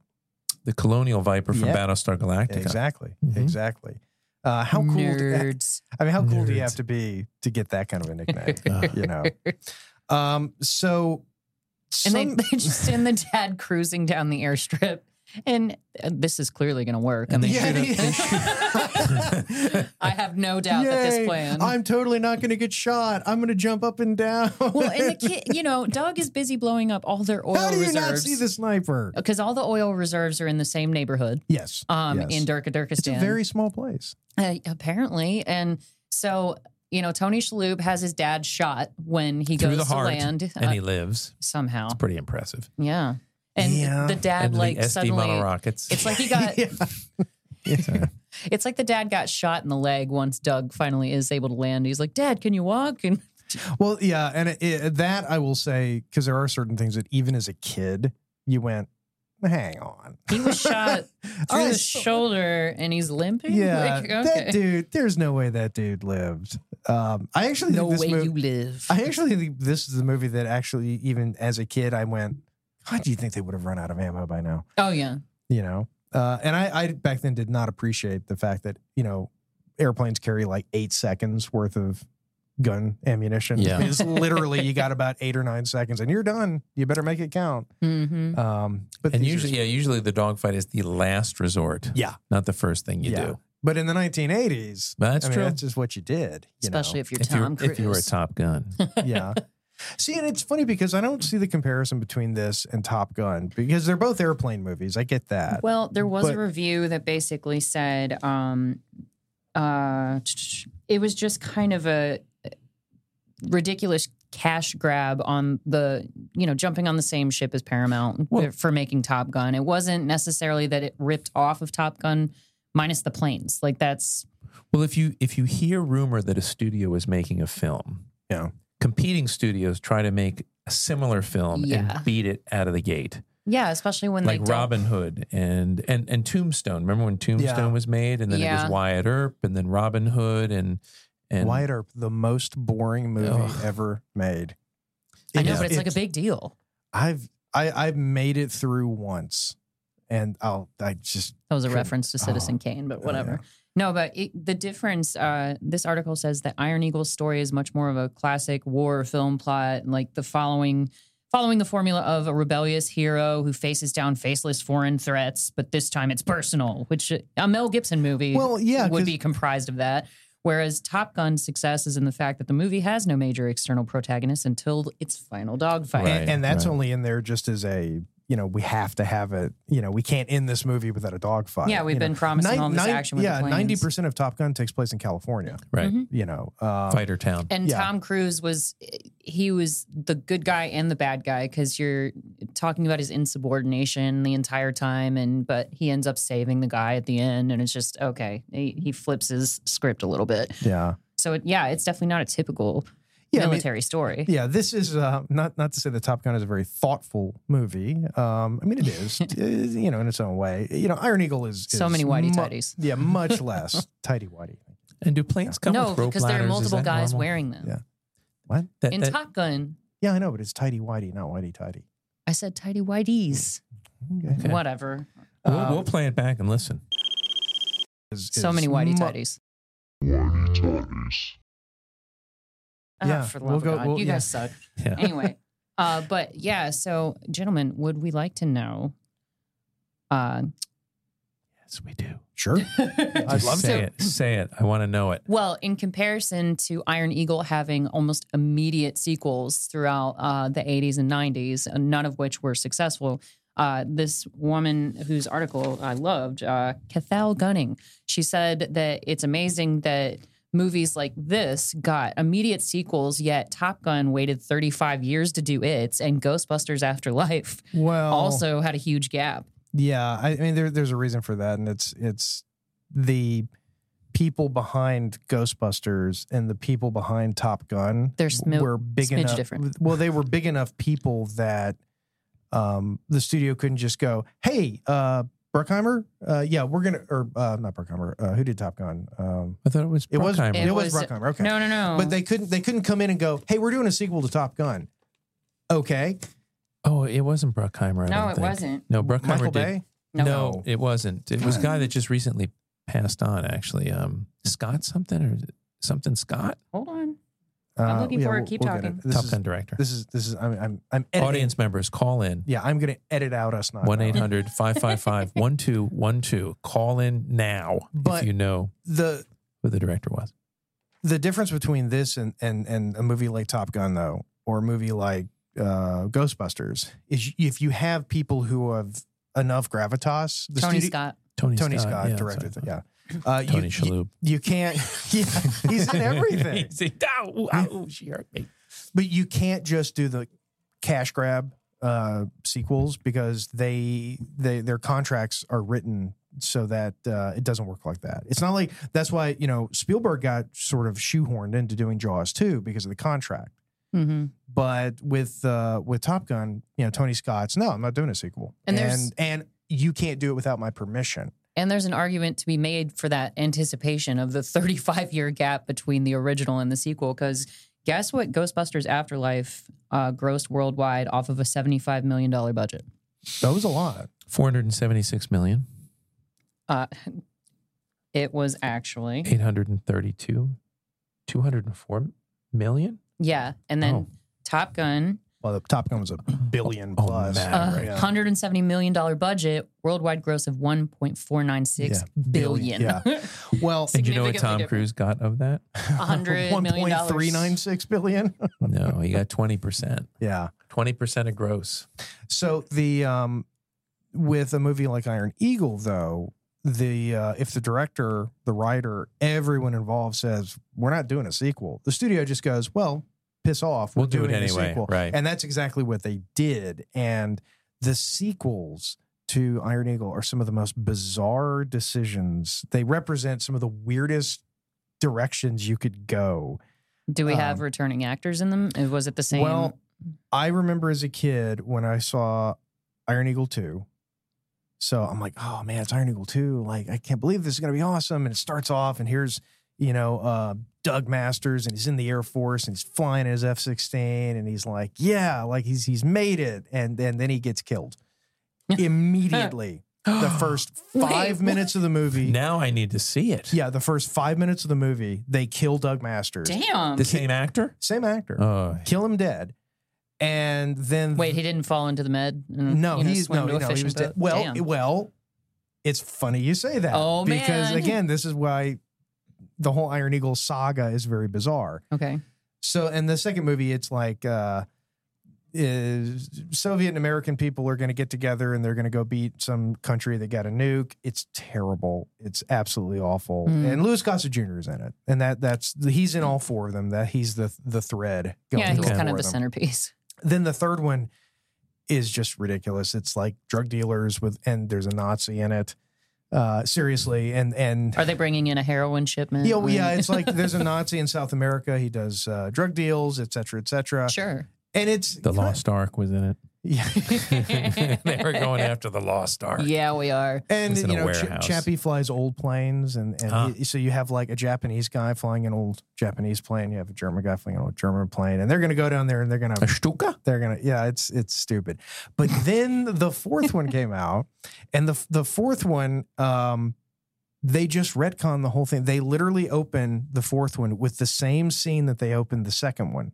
[SPEAKER 3] The Colonial Viper from
[SPEAKER 2] Yeah.
[SPEAKER 3] Battlestar Galactica.
[SPEAKER 2] exactly,
[SPEAKER 3] Mhm.
[SPEAKER 2] exactly. Uh, how cool!
[SPEAKER 4] Nerds.
[SPEAKER 2] I mean, how cool do you
[SPEAKER 3] Nerds.
[SPEAKER 2] have to be to get that kind of a nickname? you know. Um, so,
[SPEAKER 4] and they,
[SPEAKER 2] some-
[SPEAKER 4] they just send the dad cruising down the airstrip, and uh, this is clearly going to work. I
[SPEAKER 3] And
[SPEAKER 4] mean,
[SPEAKER 3] they shoot
[SPEAKER 2] Yeah,
[SPEAKER 4] I have no doubt that
[SPEAKER 2] Yay,
[SPEAKER 4] this plan.
[SPEAKER 2] I'm totally not going to get shot. I'm going to jump up and down.
[SPEAKER 4] well, and the kid, you know, Doug is busy blowing up all their oil
[SPEAKER 2] how do you not see
[SPEAKER 4] reserves
[SPEAKER 2] the sniper?
[SPEAKER 4] because all the oil reserves are in the same neighborhood.
[SPEAKER 2] Yes,
[SPEAKER 4] Um,
[SPEAKER 2] yes.
[SPEAKER 4] in Durka Durkistan.
[SPEAKER 2] It's a very small place.
[SPEAKER 4] Uh, apparently. And so, you know, Tony Shalhoub has his dad shot when he
[SPEAKER 3] through
[SPEAKER 4] goes
[SPEAKER 3] the heart,
[SPEAKER 4] to land
[SPEAKER 3] and
[SPEAKER 4] uh,
[SPEAKER 3] he lives.
[SPEAKER 4] somehow.
[SPEAKER 3] It's pretty impressive.
[SPEAKER 4] yeah. And
[SPEAKER 2] Yeah.
[SPEAKER 4] the dad,
[SPEAKER 3] and
[SPEAKER 4] like,
[SPEAKER 3] the SD
[SPEAKER 4] suddenly.
[SPEAKER 3] monorockets.
[SPEAKER 4] It's like he got.
[SPEAKER 2] Yeah.
[SPEAKER 4] It's like the dad got shot in the leg once Doug finally is able to land. He's like, "Dad, can you walk?" And
[SPEAKER 2] Well, yeah, and it, it, that I will say because there are certain things that even as a kid you went, hang on.
[SPEAKER 4] he was shot through
[SPEAKER 2] I
[SPEAKER 4] the
[SPEAKER 2] saw-
[SPEAKER 4] shoulder, and he's limping.
[SPEAKER 2] Yeah,
[SPEAKER 4] Oh, Like,
[SPEAKER 2] that dude. There's no way that dude lived. Um, I actually
[SPEAKER 4] No
[SPEAKER 2] think this
[SPEAKER 4] way
[SPEAKER 2] mov-
[SPEAKER 4] you live.
[SPEAKER 2] I actually think this is the movie that actually, even as a kid, I went, God, do you think they would have run out of ammo by now?
[SPEAKER 4] oh yeah,
[SPEAKER 2] You know? Uh, and I, I back then did not appreciate the fact that, you know, airplanes carry like eight seconds worth of gun ammunition.
[SPEAKER 3] Yeah.
[SPEAKER 2] It's literally, you got about eight or nine seconds and you're done. You better make it count.
[SPEAKER 4] hmm
[SPEAKER 2] Um, but
[SPEAKER 3] Mm-hmm. and
[SPEAKER 2] these are-
[SPEAKER 3] usually, yeah, usually the dogfight is the last resort.
[SPEAKER 2] Yeah.
[SPEAKER 3] not the first thing you
[SPEAKER 2] Yeah.
[SPEAKER 3] do.
[SPEAKER 2] But in the 1980s,
[SPEAKER 3] That's
[SPEAKER 2] I mean,
[SPEAKER 3] true.
[SPEAKER 2] that's just what you did. you know?
[SPEAKER 4] especially if you're
[SPEAKER 3] if
[SPEAKER 4] Tom
[SPEAKER 3] you're
[SPEAKER 4] Cruise.
[SPEAKER 3] if you were a Top Gun,
[SPEAKER 2] yeah. See, and it's funny because I don't see the comparison between this and Top Gun because they're both airplane movies. I get that.
[SPEAKER 4] Well, there was
[SPEAKER 2] But-
[SPEAKER 4] a review that basically said um, uh, it was just kind of a ridiculous cash grab on the you know jumping on the same ship as Paramount
[SPEAKER 3] Well-
[SPEAKER 4] for making Top Gun. It wasn't necessarily that it ripped off of Top Gun minus the planes. Like that's
[SPEAKER 3] well, if you if you hear rumor that a studio is making a film,
[SPEAKER 2] Yeah.
[SPEAKER 3] competing studios try to make a similar film
[SPEAKER 4] Yeah.
[SPEAKER 3] and beat it out of the gate.
[SPEAKER 4] Yeah, especially when
[SPEAKER 3] like
[SPEAKER 4] they don't-
[SPEAKER 3] Robin Hood and and and Tombstone. Remember when Tombstone
[SPEAKER 2] Yeah.
[SPEAKER 3] was made, and then it
[SPEAKER 4] Yeah.
[SPEAKER 3] was Wyatt Earp, and then Robin Hood, and and
[SPEAKER 2] Wyatt Earp, the most boring movie
[SPEAKER 3] Ugh.
[SPEAKER 2] ever made.
[SPEAKER 4] I know,
[SPEAKER 2] It's-
[SPEAKER 4] but it's like a big deal.
[SPEAKER 2] I've I, I've made it through once, and I'll I just
[SPEAKER 4] That was a
[SPEAKER 2] Couldn't-
[SPEAKER 4] reference to Citizen
[SPEAKER 2] oh,
[SPEAKER 4] Kane, but
[SPEAKER 2] yeah.
[SPEAKER 4] whatever. No, but it, the difference. Uh, this article says that Iron Eagle's story is much more of a classic war film plot, and, like the following following the formula of a rebellious hero who faces down faceless foreign threats, but this time it's personal, which uh, a Mel Gibson movie
[SPEAKER 2] Well, yeah,
[SPEAKER 4] would
[SPEAKER 2] 'cause-
[SPEAKER 4] be comprised of that. Whereas Top Gun's success is in the fact that the movie has no major external protagonist until its final dogfight.
[SPEAKER 3] Right.
[SPEAKER 2] and, and that's
[SPEAKER 3] right.
[SPEAKER 2] only in there just as a you know we have to have it. You know we can't end this movie without a dogfight.
[SPEAKER 4] Yeah, we've
[SPEAKER 2] you know.
[SPEAKER 4] been promising
[SPEAKER 2] Nine-
[SPEAKER 4] all this
[SPEAKER 2] nine-
[SPEAKER 4] action with
[SPEAKER 2] yeah,
[SPEAKER 4] the
[SPEAKER 2] ninety
[SPEAKER 4] planes.
[SPEAKER 2] percent of Top Gun takes place in California.
[SPEAKER 3] right
[SPEAKER 2] You know, um,
[SPEAKER 3] Fighter Town.
[SPEAKER 4] Mm-hmm. And
[SPEAKER 2] Yeah.
[SPEAKER 4] Tom Cruise was he was the good guy and the bad guy because you're talking about his insubordination the entire time, and but he ends up saving the guy at the end, and it's just okay. He, he flips his script a little bit,
[SPEAKER 2] yeah,
[SPEAKER 4] so it, yeah, it's definitely not a typical
[SPEAKER 2] yeah. I mean,
[SPEAKER 4] military story.
[SPEAKER 2] yeah, this is uh, not not to say that Top Gun is a very thoughtful movie. Um, I mean, it is, uh, you know, in its own way. You know, Iron Eagle is,
[SPEAKER 4] So
[SPEAKER 2] is
[SPEAKER 4] many whitey-tighties.
[SPEAKER 2] Mu- yeah, much less tidy whitey.
[SPEAKER 3] And do planes come
[SPEAKER 4] no,
[SPEAKER 3] with rope
[SPEAKER 4] because there are
[SPEAKER 3] ladders? Is
[SPEAKER 4] multiple
[SPEAKER 3] that
[SPEAKER 4] guys
[SPEAKER 3] normal?
[SPEAKER 4] wearing them.
[SPEAKER 2] Yeah. What?
[SPEAKER 3] That-
[SPEAKER 4] In
[SPEAKER 3] that-
[SPEAKER 4] Top Gun,
[SPEAKER 2] Yeah, I know, but it's tidy whitey, not whitey tidy.
[SPEAKER 4] I said tidy whities,
[SPEAKER 2] Okay.
[SPEAKER 3] Okay.
[SPEAKER 4] whatever.
[SPEAKER 3] we'll,
[SPEAKER 2] Um,
[SPEAKER 3] we'll play it back and listen.
[SPEAKER 2] Is-
[SPEAKER 4] So
[SPEAKER 2] is
[SPEAKER 4] many whitey
[SPEAKER 2] mu-
[SPEAKER 4] tighties.
[SPEAKER 2] Yeah,
[SPEAKER 4] Ah, for the
[SPEAKER 2] we'll
[SPEAKER 4] love
[SPEAKER 2] go-
[SPEAKER 4] of God,
[SPEAKER 2] we'll-
[SPEAKER 4] you
[SPEAKER 2] yeah.
[SPEAKER 4] guys suck.
[SPEAKER 3] Yeah.
[SPEAKER 4] anyway, uh, but yeah, so gentlemen, would we like to know? Uh,
[SPEAKER 3] yes, we do.
[SPEAKER 2] Sure. I'd
[SPEAKER 3] Just
[SPEAKER 2] love
[SPEAKER 3] say
[SPEAKER 2] to.
[SPEAKER 3] it. Say it. I want to know it.
[SPEAKER 4] well, in comparison to Iron Eagle having almost immediate sequels throughout uh, the 80s and 90s, uh, none of which were successful. Uh, this woman whose article I loved, uh, Cathal Gunning, she said that it's amazing that movies like this got immediate sequels, yet Top Gun waited 35 years to do its, and Ghostbusters Afterlife
[SPEAKER 2] Well,
[SPEAKER 4] also had a huge gap.
[SPEAKER 2] yeah, I, I mean, there, there's a reason for that, and it's it's the people behind Ghostbusters and the people behind Top Gun.
[SPEAKER 4] They're smi-
[SPEAKER 2] were big
[SPEAKER 4] smidge
[SPEAKER 2] enough.
[SPEAKER 4] different.
[SPEAKER 2] Well, they were big enough people that um, the studio couldn't just go, "Hey, uh, Bruckheimer, uh, yeah, we're gonna," or uh, not Bruckheimer. Uh, who did Top Gun? Um,
[SPEAKER 3] I thought it was.
[SPEAKER 2] it was
[SPEAKER 3] Bruckheimer.
[SPEAKER 2] it,
[SPEAKER 4] It
[SPEAKER 2] was,
[SPEAKER 4] was-
[SPEAKER 2] Bruckheimer. Okay,
[SPEAKER 4] No, no, no.
[SPEAKER 2] but they couldn't they couldn't come in and go, "Hey, we're doing a sequel to Top Gun." Okay,
[SPEAKER 3] oh, it wasn't Bruckheimer. I
[SPEAKER 4] No,
[SPEAKER 3] don't
[SPEAKER 4] it
[SPEAKER 3] think.
[SPEAKER 4] wasn't.
[SPEAKER 3] No, Bruckheimer
[SPEAKER 2] Michael
[SPEAKER 3] did.
[SPEAKER 2] Bay.
[SPEAKER 3] No.
[SPEAKER 4] No.
[SPEAKER 3] it wasn't. It was a guy that just recently passed on. Actually, um, Scott something or is it something Scott.
[SPEAKER 4] Hold on.
[SPEAKER 2] Uh,
[SPEAKER 4] I'm looking forward. Keep
[SPEAKER 2] get
[SPEAKER 4] talking.
[SPEAKER 2] it. This
[SPEAKER 3] Top
[SPEAKER 2] is,
[SPEAKER 3] Gun director.
[SPEAKER 2] This is this is I'm I'm, I'm editing.
[SPEAKER 3] Audience members, call in.
[SPEAKER 2] Yeah, I'm gonna edit out us not.
[SPEAKER 3] 1
[SPEAKER 2] knowing.
[SPEAKER 3] 800 555 1212. Call in now
[SPEAKER 2] But-
[SPEAKER 3] if you know
[SPEAKER 2] The
[SPEAKER 3] who the director was.
[SPEAKER 2] the difference between this and and and a movie like Top Gun though, or a movie like uh, Ghostbusters, is if you have people who have enough gravitas. The
[SPEAKER 4] Tony
[SPEAKER 2] studio-
[SPEAKER 4] Scott.
[SPEAKER 3] Tony,
[SPEAKER 2] Tony Scott,
[SPEAKER 3] yeah,
[SPEAKER 2] directed.
[SPEAKER 3] sorry.
[SPEAKER 2] Yeah. Uh, you-
[SPEAKER 3] Tony
[SPEAKER 2] you,
[SPEAKER 3] Shalhoub.
[SPEAKER 2] You can't. Yeah, he's in everything.
[SPEAKER 3] He's in- ow, ow, she hurt me.
[SPEAKER 2] but you can't just do the cash grab uh, sequels because they they their contracts are written so that uh, it doesn't work like that. It's not like that's why you know Spielberg got sort of shoehorned into doing Jaws too because of the contract.
[SPEAKER 4] Mm-hmm.
[SPEAKER 2] But with uh, with Top Gun, you know Tony Scott's no, I'm not doing a sequel,
[SPEAKER 4] And there's-
[SPEAKER 2] and, and you can't do it without my permission.
[SPEAKER 4] And there's an argument to be made for that anticipation of the 35 year gap between the original and the sequel. Because guess what? Ghostbusters Afterlife uh, grossed worldwide off of a $75 million budget.
[SPEAKER 2] That was a lot.
[SPEAKER 3] 476 million,
[SPEAKER 4] Uh, it was actually,
[SPEAKER 3] 832, 204 million.
[SPEAKER 4] yeah. And then
[SPEAKER 3] Oh.
[SPEAKER 4] Top Gun,
[SPEAKER 2] Well, the Top Gun was a billion
[SPEAKER 3] Oh,
[SPEAKER 2] plus.
[SPEAKER 3] man.
[SPEAKER 4] uh,
[SPEAKER 2] Yeah.
[SPEAKER 4] $170 million budget, worldwide gross of one point four nine six billion.
[SPEAKER 2] Yeah. Well,
[SPEAKER 3] And you know what
[SPEAKER 4] Significantly
[SPEAKER 3] Tom
[SPEAKER 4] different.
[SPEAKER 3] Cruise got of that?
[SPEAKER 4] $100 million.
[SPEAKER 2] $1.396 billion.
[SPEAKER 3] No, he got 20%.
[SPEAKER 2] yeah.
[SPEAKER 3] 20% of gross.
[SPEAKER 2] So the um with a movie like Iron Eagle though, the uh if the director, the writer, everyone involved says, "We're not doing a sequel." The studio just goes, "Well, piss off. We're
[SPEAKER 3] We'll do it
[SPEAKER 2] doing a
[SPEAKER 3] anyway,
[SPEAKER 2] sequel."
[SPEAKER 3] right.
[SPEAKER 2] And that's exactly what they did and the sequels to Iron Eagle are some of the most bizarre decisions. They represent some of the weirdest directions you could go.
[SPEAKER 4] Do we have
[SPEAKER 2] Um,
[SPEAKER 4] returning actors in them? Uh, Was it the same?
[SPEAKER 2] Well, I remember as a kid when I saw Iron Eagle 2. So I'm like, oh man, it's Iron Eagle 2. Like, I can't believe this is gonna be awesome. And it starts off, and here's, you know, uh, Doug Masters, and he's in the Air Force and he's flying his F-16, and he's like, yeah, like he's he's made it. And then then he gets killed immediately. the first
[SPEAKER 4] Wait,
[SPEAKER 2] five minutes of the movie.
[SPEAKER 3] Now I need to see it.
[SPEAKER 2] Yeah, the first five minutes of the movie, they kill Doug Masters.
[SPEAKER 4] Damn.
[SPEAKER 3] The same actor?
[SPEAKER 2] Same actor.
[SPEAKER 3] Oh,
[SPEAKER 2] kill him dead. And then
[SPEAKER 4] Wait, he didn't fall into the med. And,
[SPEAKER 2] Mm-hmm. no,
[SPEAKER 4] you know,
[SPEAKER 2] he's
[SPEAKER 4] swim
[SPEAKER 2] no,
[SPEAKER 4] to a
[SPEAKER 2] no, he
[SPEAKER 4] fishing
[SPEAKER 2] was dead.
[SPEAKER 4] boat?
[SPEAKER 2] Well,
[SPEAKER 4] Damn.
[SPEAKER 2] it- well, it's funny you say that.
[SPEAKER 4] Oh,
[SPEAKER 2] because
[SPEAKER 4] man.
[SPEAKER 2] again, this is why the whole Iron Eagle saga is very bizarre.
[SPEAKER 4] okay.
[SPEAKER 2] So, and the second movie, it's like uh, is Soviet and American people are going to get together and they're going to go beat some country that got a nuke. It's terrible. It's absolutely awful.
[SPEAKER 4] Mm.
[SPEAKER 2] And Louis Gossett Jr. is in it, and that that's he's in all four of them. That he's the the thread.
[SPEAKER 4] Yeah,
[SPEAKER 2] through
[SPEAKER 4] he's
[SPEAKER 2] all
[SPEAKER 4] kind
[SPEAKER 2] four
[SPEAKER 4] of
[SPEAKER 2] them.
[SPEAKER 4] the centerpiece.
[SPEAKER 2] Then the third one is just ridiculous. It's like drug dealers with, and there's a Nazi in it. Uh, seriously, and and
[SPEAKER 4] Are they bringing in a heroin shipment?
[SPEAKER 2] yeah, well, yeah,
[SPEAKER 4] Like-
[SPEAKER 2] it's like there's a Nazi in South America. He does uh, drug deals, et cetera, et cetera.
[SPEAKER 4] sure.
[SPEAKER 2] And it's
[SPEAKER 3] the Lost Ark was in it.
[SPEAKER 2] Yeah.
[SPEAKER 3] they were going after the Lost Ark.
[SPEAKER 4] Yeah, we are.
[SPEAKER 2] And
[SPEAKER 3] It's in
[SPEAKER 2] you
[SPEAKER 3] a
[SPEAKER 2] know, Ch-
[SPEAKER 3] warehouse.
[SPEAKER 2] Chappie flies old planes, and, and
[SPEAKER 3] Huh.
[SPEAKER 2] he- so you have like a Japanese guy flying an old Japanese plane. You have a German guy flying an old German plane, and they're gonna go down there and they're gonna
[SPEAKER 3] A Stuka?
[SPEAKER 2] they're gonna yeah, it's it's stupid. But then the fourth one came out, and the the fourth one, um, they just retcon the whole thing. They literally open the fourth one with the same scene that they opened the second one.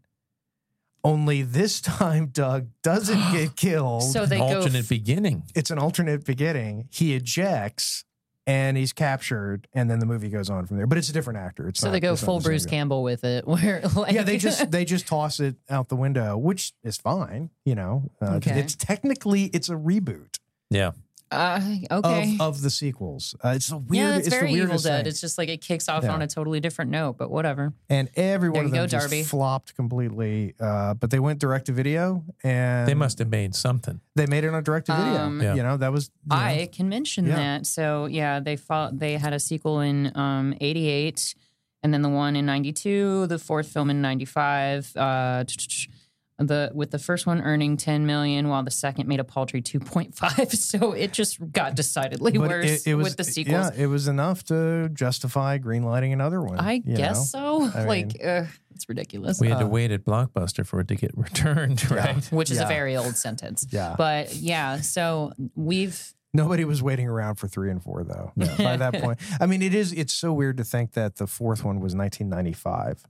[SPEAKER 2] Only this time, Doug doesn't get killed
[SPEAKER 4] So they
[SPEAKER 3] An
[SPEAKER 4] go.
[SPEAKER 3] alternate beginning.
[SPEAKER 2] it's an alternate beginning. He ejects and he's captured, and then the movie goes on from there. But it's a different actor. It's
[SPEAKER 4] so
[SPEAKER 2] not-
[SPEAKER 4] they go
[SPEAKER 2] it's not
[SPEAKER 4] full
[SPEAKER 2] the same
[SPEAKER 4] Bruce
[SPEAKER 2] guy.
[SPEAKER 4] Campbell with it. Where like,
[SPEAKER 2] Yeah, they just they just toss it out the window, which is fine. You know, uh, 'cause
[SPEAKER 4] Okay.
[SPEAKER 2] it's technically it's a reboot
[SPEAKER 3] Yeah.
[SPEAKER 4] uh, okay.
[SPEAKER 2] of, of the sequels. Uh, it's a weird.
[SPEAKER 4] yeah, that's
[SPEAKER 2] it's
[SPEAKER 4] very
[SPEAKER 2] the
[SPEAKER 4] Evil
[SPEAKER 2] weirdest
[SPEAKER 4] Dead.
[SPEAKER 2] thing.
[SPEAKER 4] It's just like it kicks off
[SPEAKER 2] Yeah.
[SPEAKER 4] on a totally different note, but whatever.
[SPEAKER 2] and every one
[SPEAKER 4] There
[SPEAKER 2] of
[SPEAKER 4] you
[SPEAKER 2] them
[SPEAKER 4] go,
[SPEAKER 2] just
[SPEAKER 4] Darby.
[SPEAKER 2] flopped completely. Uh, but they went direct to video, and
[SPEAKER 3] They must have made something.
[SPEAKER 2] they made it on direct to video.
[SPEAKER 4] Um,
[SPEAKER 3] Yeah.
[SPEAKER 2] You know, that was you know,
[SPEAKER 4] I can mention
[SPEAKER 2] Yeah.
[SPEAKER 4] that. So yeah, they fought, they had a sequel in um, 88 and then the one in 92, the fourth film in 95, uh, tch, tch, tch, the with the first one earning 10 million while the second made a paltry 2.5. So it just got decidedly
[SPEAKER 2] but
[SPEAKER 4] worse
[SPEAKER 2] it, it was
[SPEAKER 4] with the sequels.
[SPEAKER 2] Yeah, it was enough to justify greenlighting another one.
[SPEAKER 4] I
[SPEAKER 2] you know?
[SPEAKER 4] guess so.
[SPEAKER 2] I
[SPEAKER 4] like uh, it's ridiculous.
[SPEAKER 3] We had to wait at Blockbuster for it to get returned, right?
[SPEAKER 4] which is
[SPEAKER 2] Uh, yeah.
[SPEAKER 4] a very old sentence.
[SPEAKER 2] Yeah.
[SPEAKER 4] But yeah, so we've
[SPEAKER 2] Nobody was waiting around for three and four though. By that point, I mean, it is. It's so weird to think that the fourth one was 1995.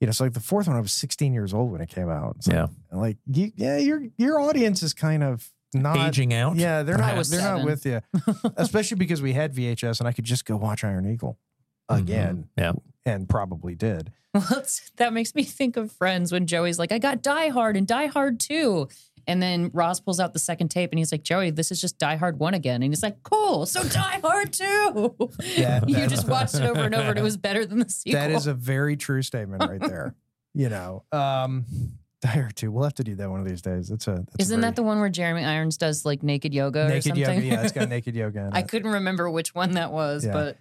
[SPEAKER 2] You know, it's like the fourth one. I was 16 years old when it came out. It's like-
[SPEAKER 3] Yeah.
[SPEAKER 2] like you, yeah, your your audience is kind of not
[SPEAKER 3] Aging out.
[SPEAKER 2] Uh, Yeah, they're
[SPEAKER 4] I
[SPEAKER 2] not.
[SPEAKER 4] was
[SPEAKER 2] They're not
[SPEAKER 4] seven.
[SPEAKER 2] with you, especially because we had VHS and I could just go watch Iron Eagle again,
[SPEAKER 3] Mm-hmm. Yeah.
[SPEAKER 2] and probably did.
[SPEAKER 4] Well, it's- that makes me think of Friends when Joey's like, I got Die Hard and Die Hard 2. And then Ross pulls out the second tape and he's like, Joey, this is just Die Hard 1 again. And he's like, cool, so Die Hard 2.
[SPEAKER 2] Yeah,
[SPEAKER 4] you
[SPEAKER 2] that-
[SPEAKER 4] just watched it over and over and it was better than the sequel.
[SPEAKER 2] That is a very true statement right there. you know, um, dire two. We'll have to do that one of these days. That's a. That's a
[SPEAKER 4] Isn't
[SPEAKER 2] very-
[SPEAKER 4] that the one where Jeremy Irons does like naked yoga or
[SPEAKER 2] naked
[SPEAKER 4] something?
[SPEAKER 2] yoga? Yeah, it's got naked yoga. In it.
[SPEAKER 4] I couldn't remember which one that was,
[SPEAKER 2] Yeah.
[SPEAKER 4] but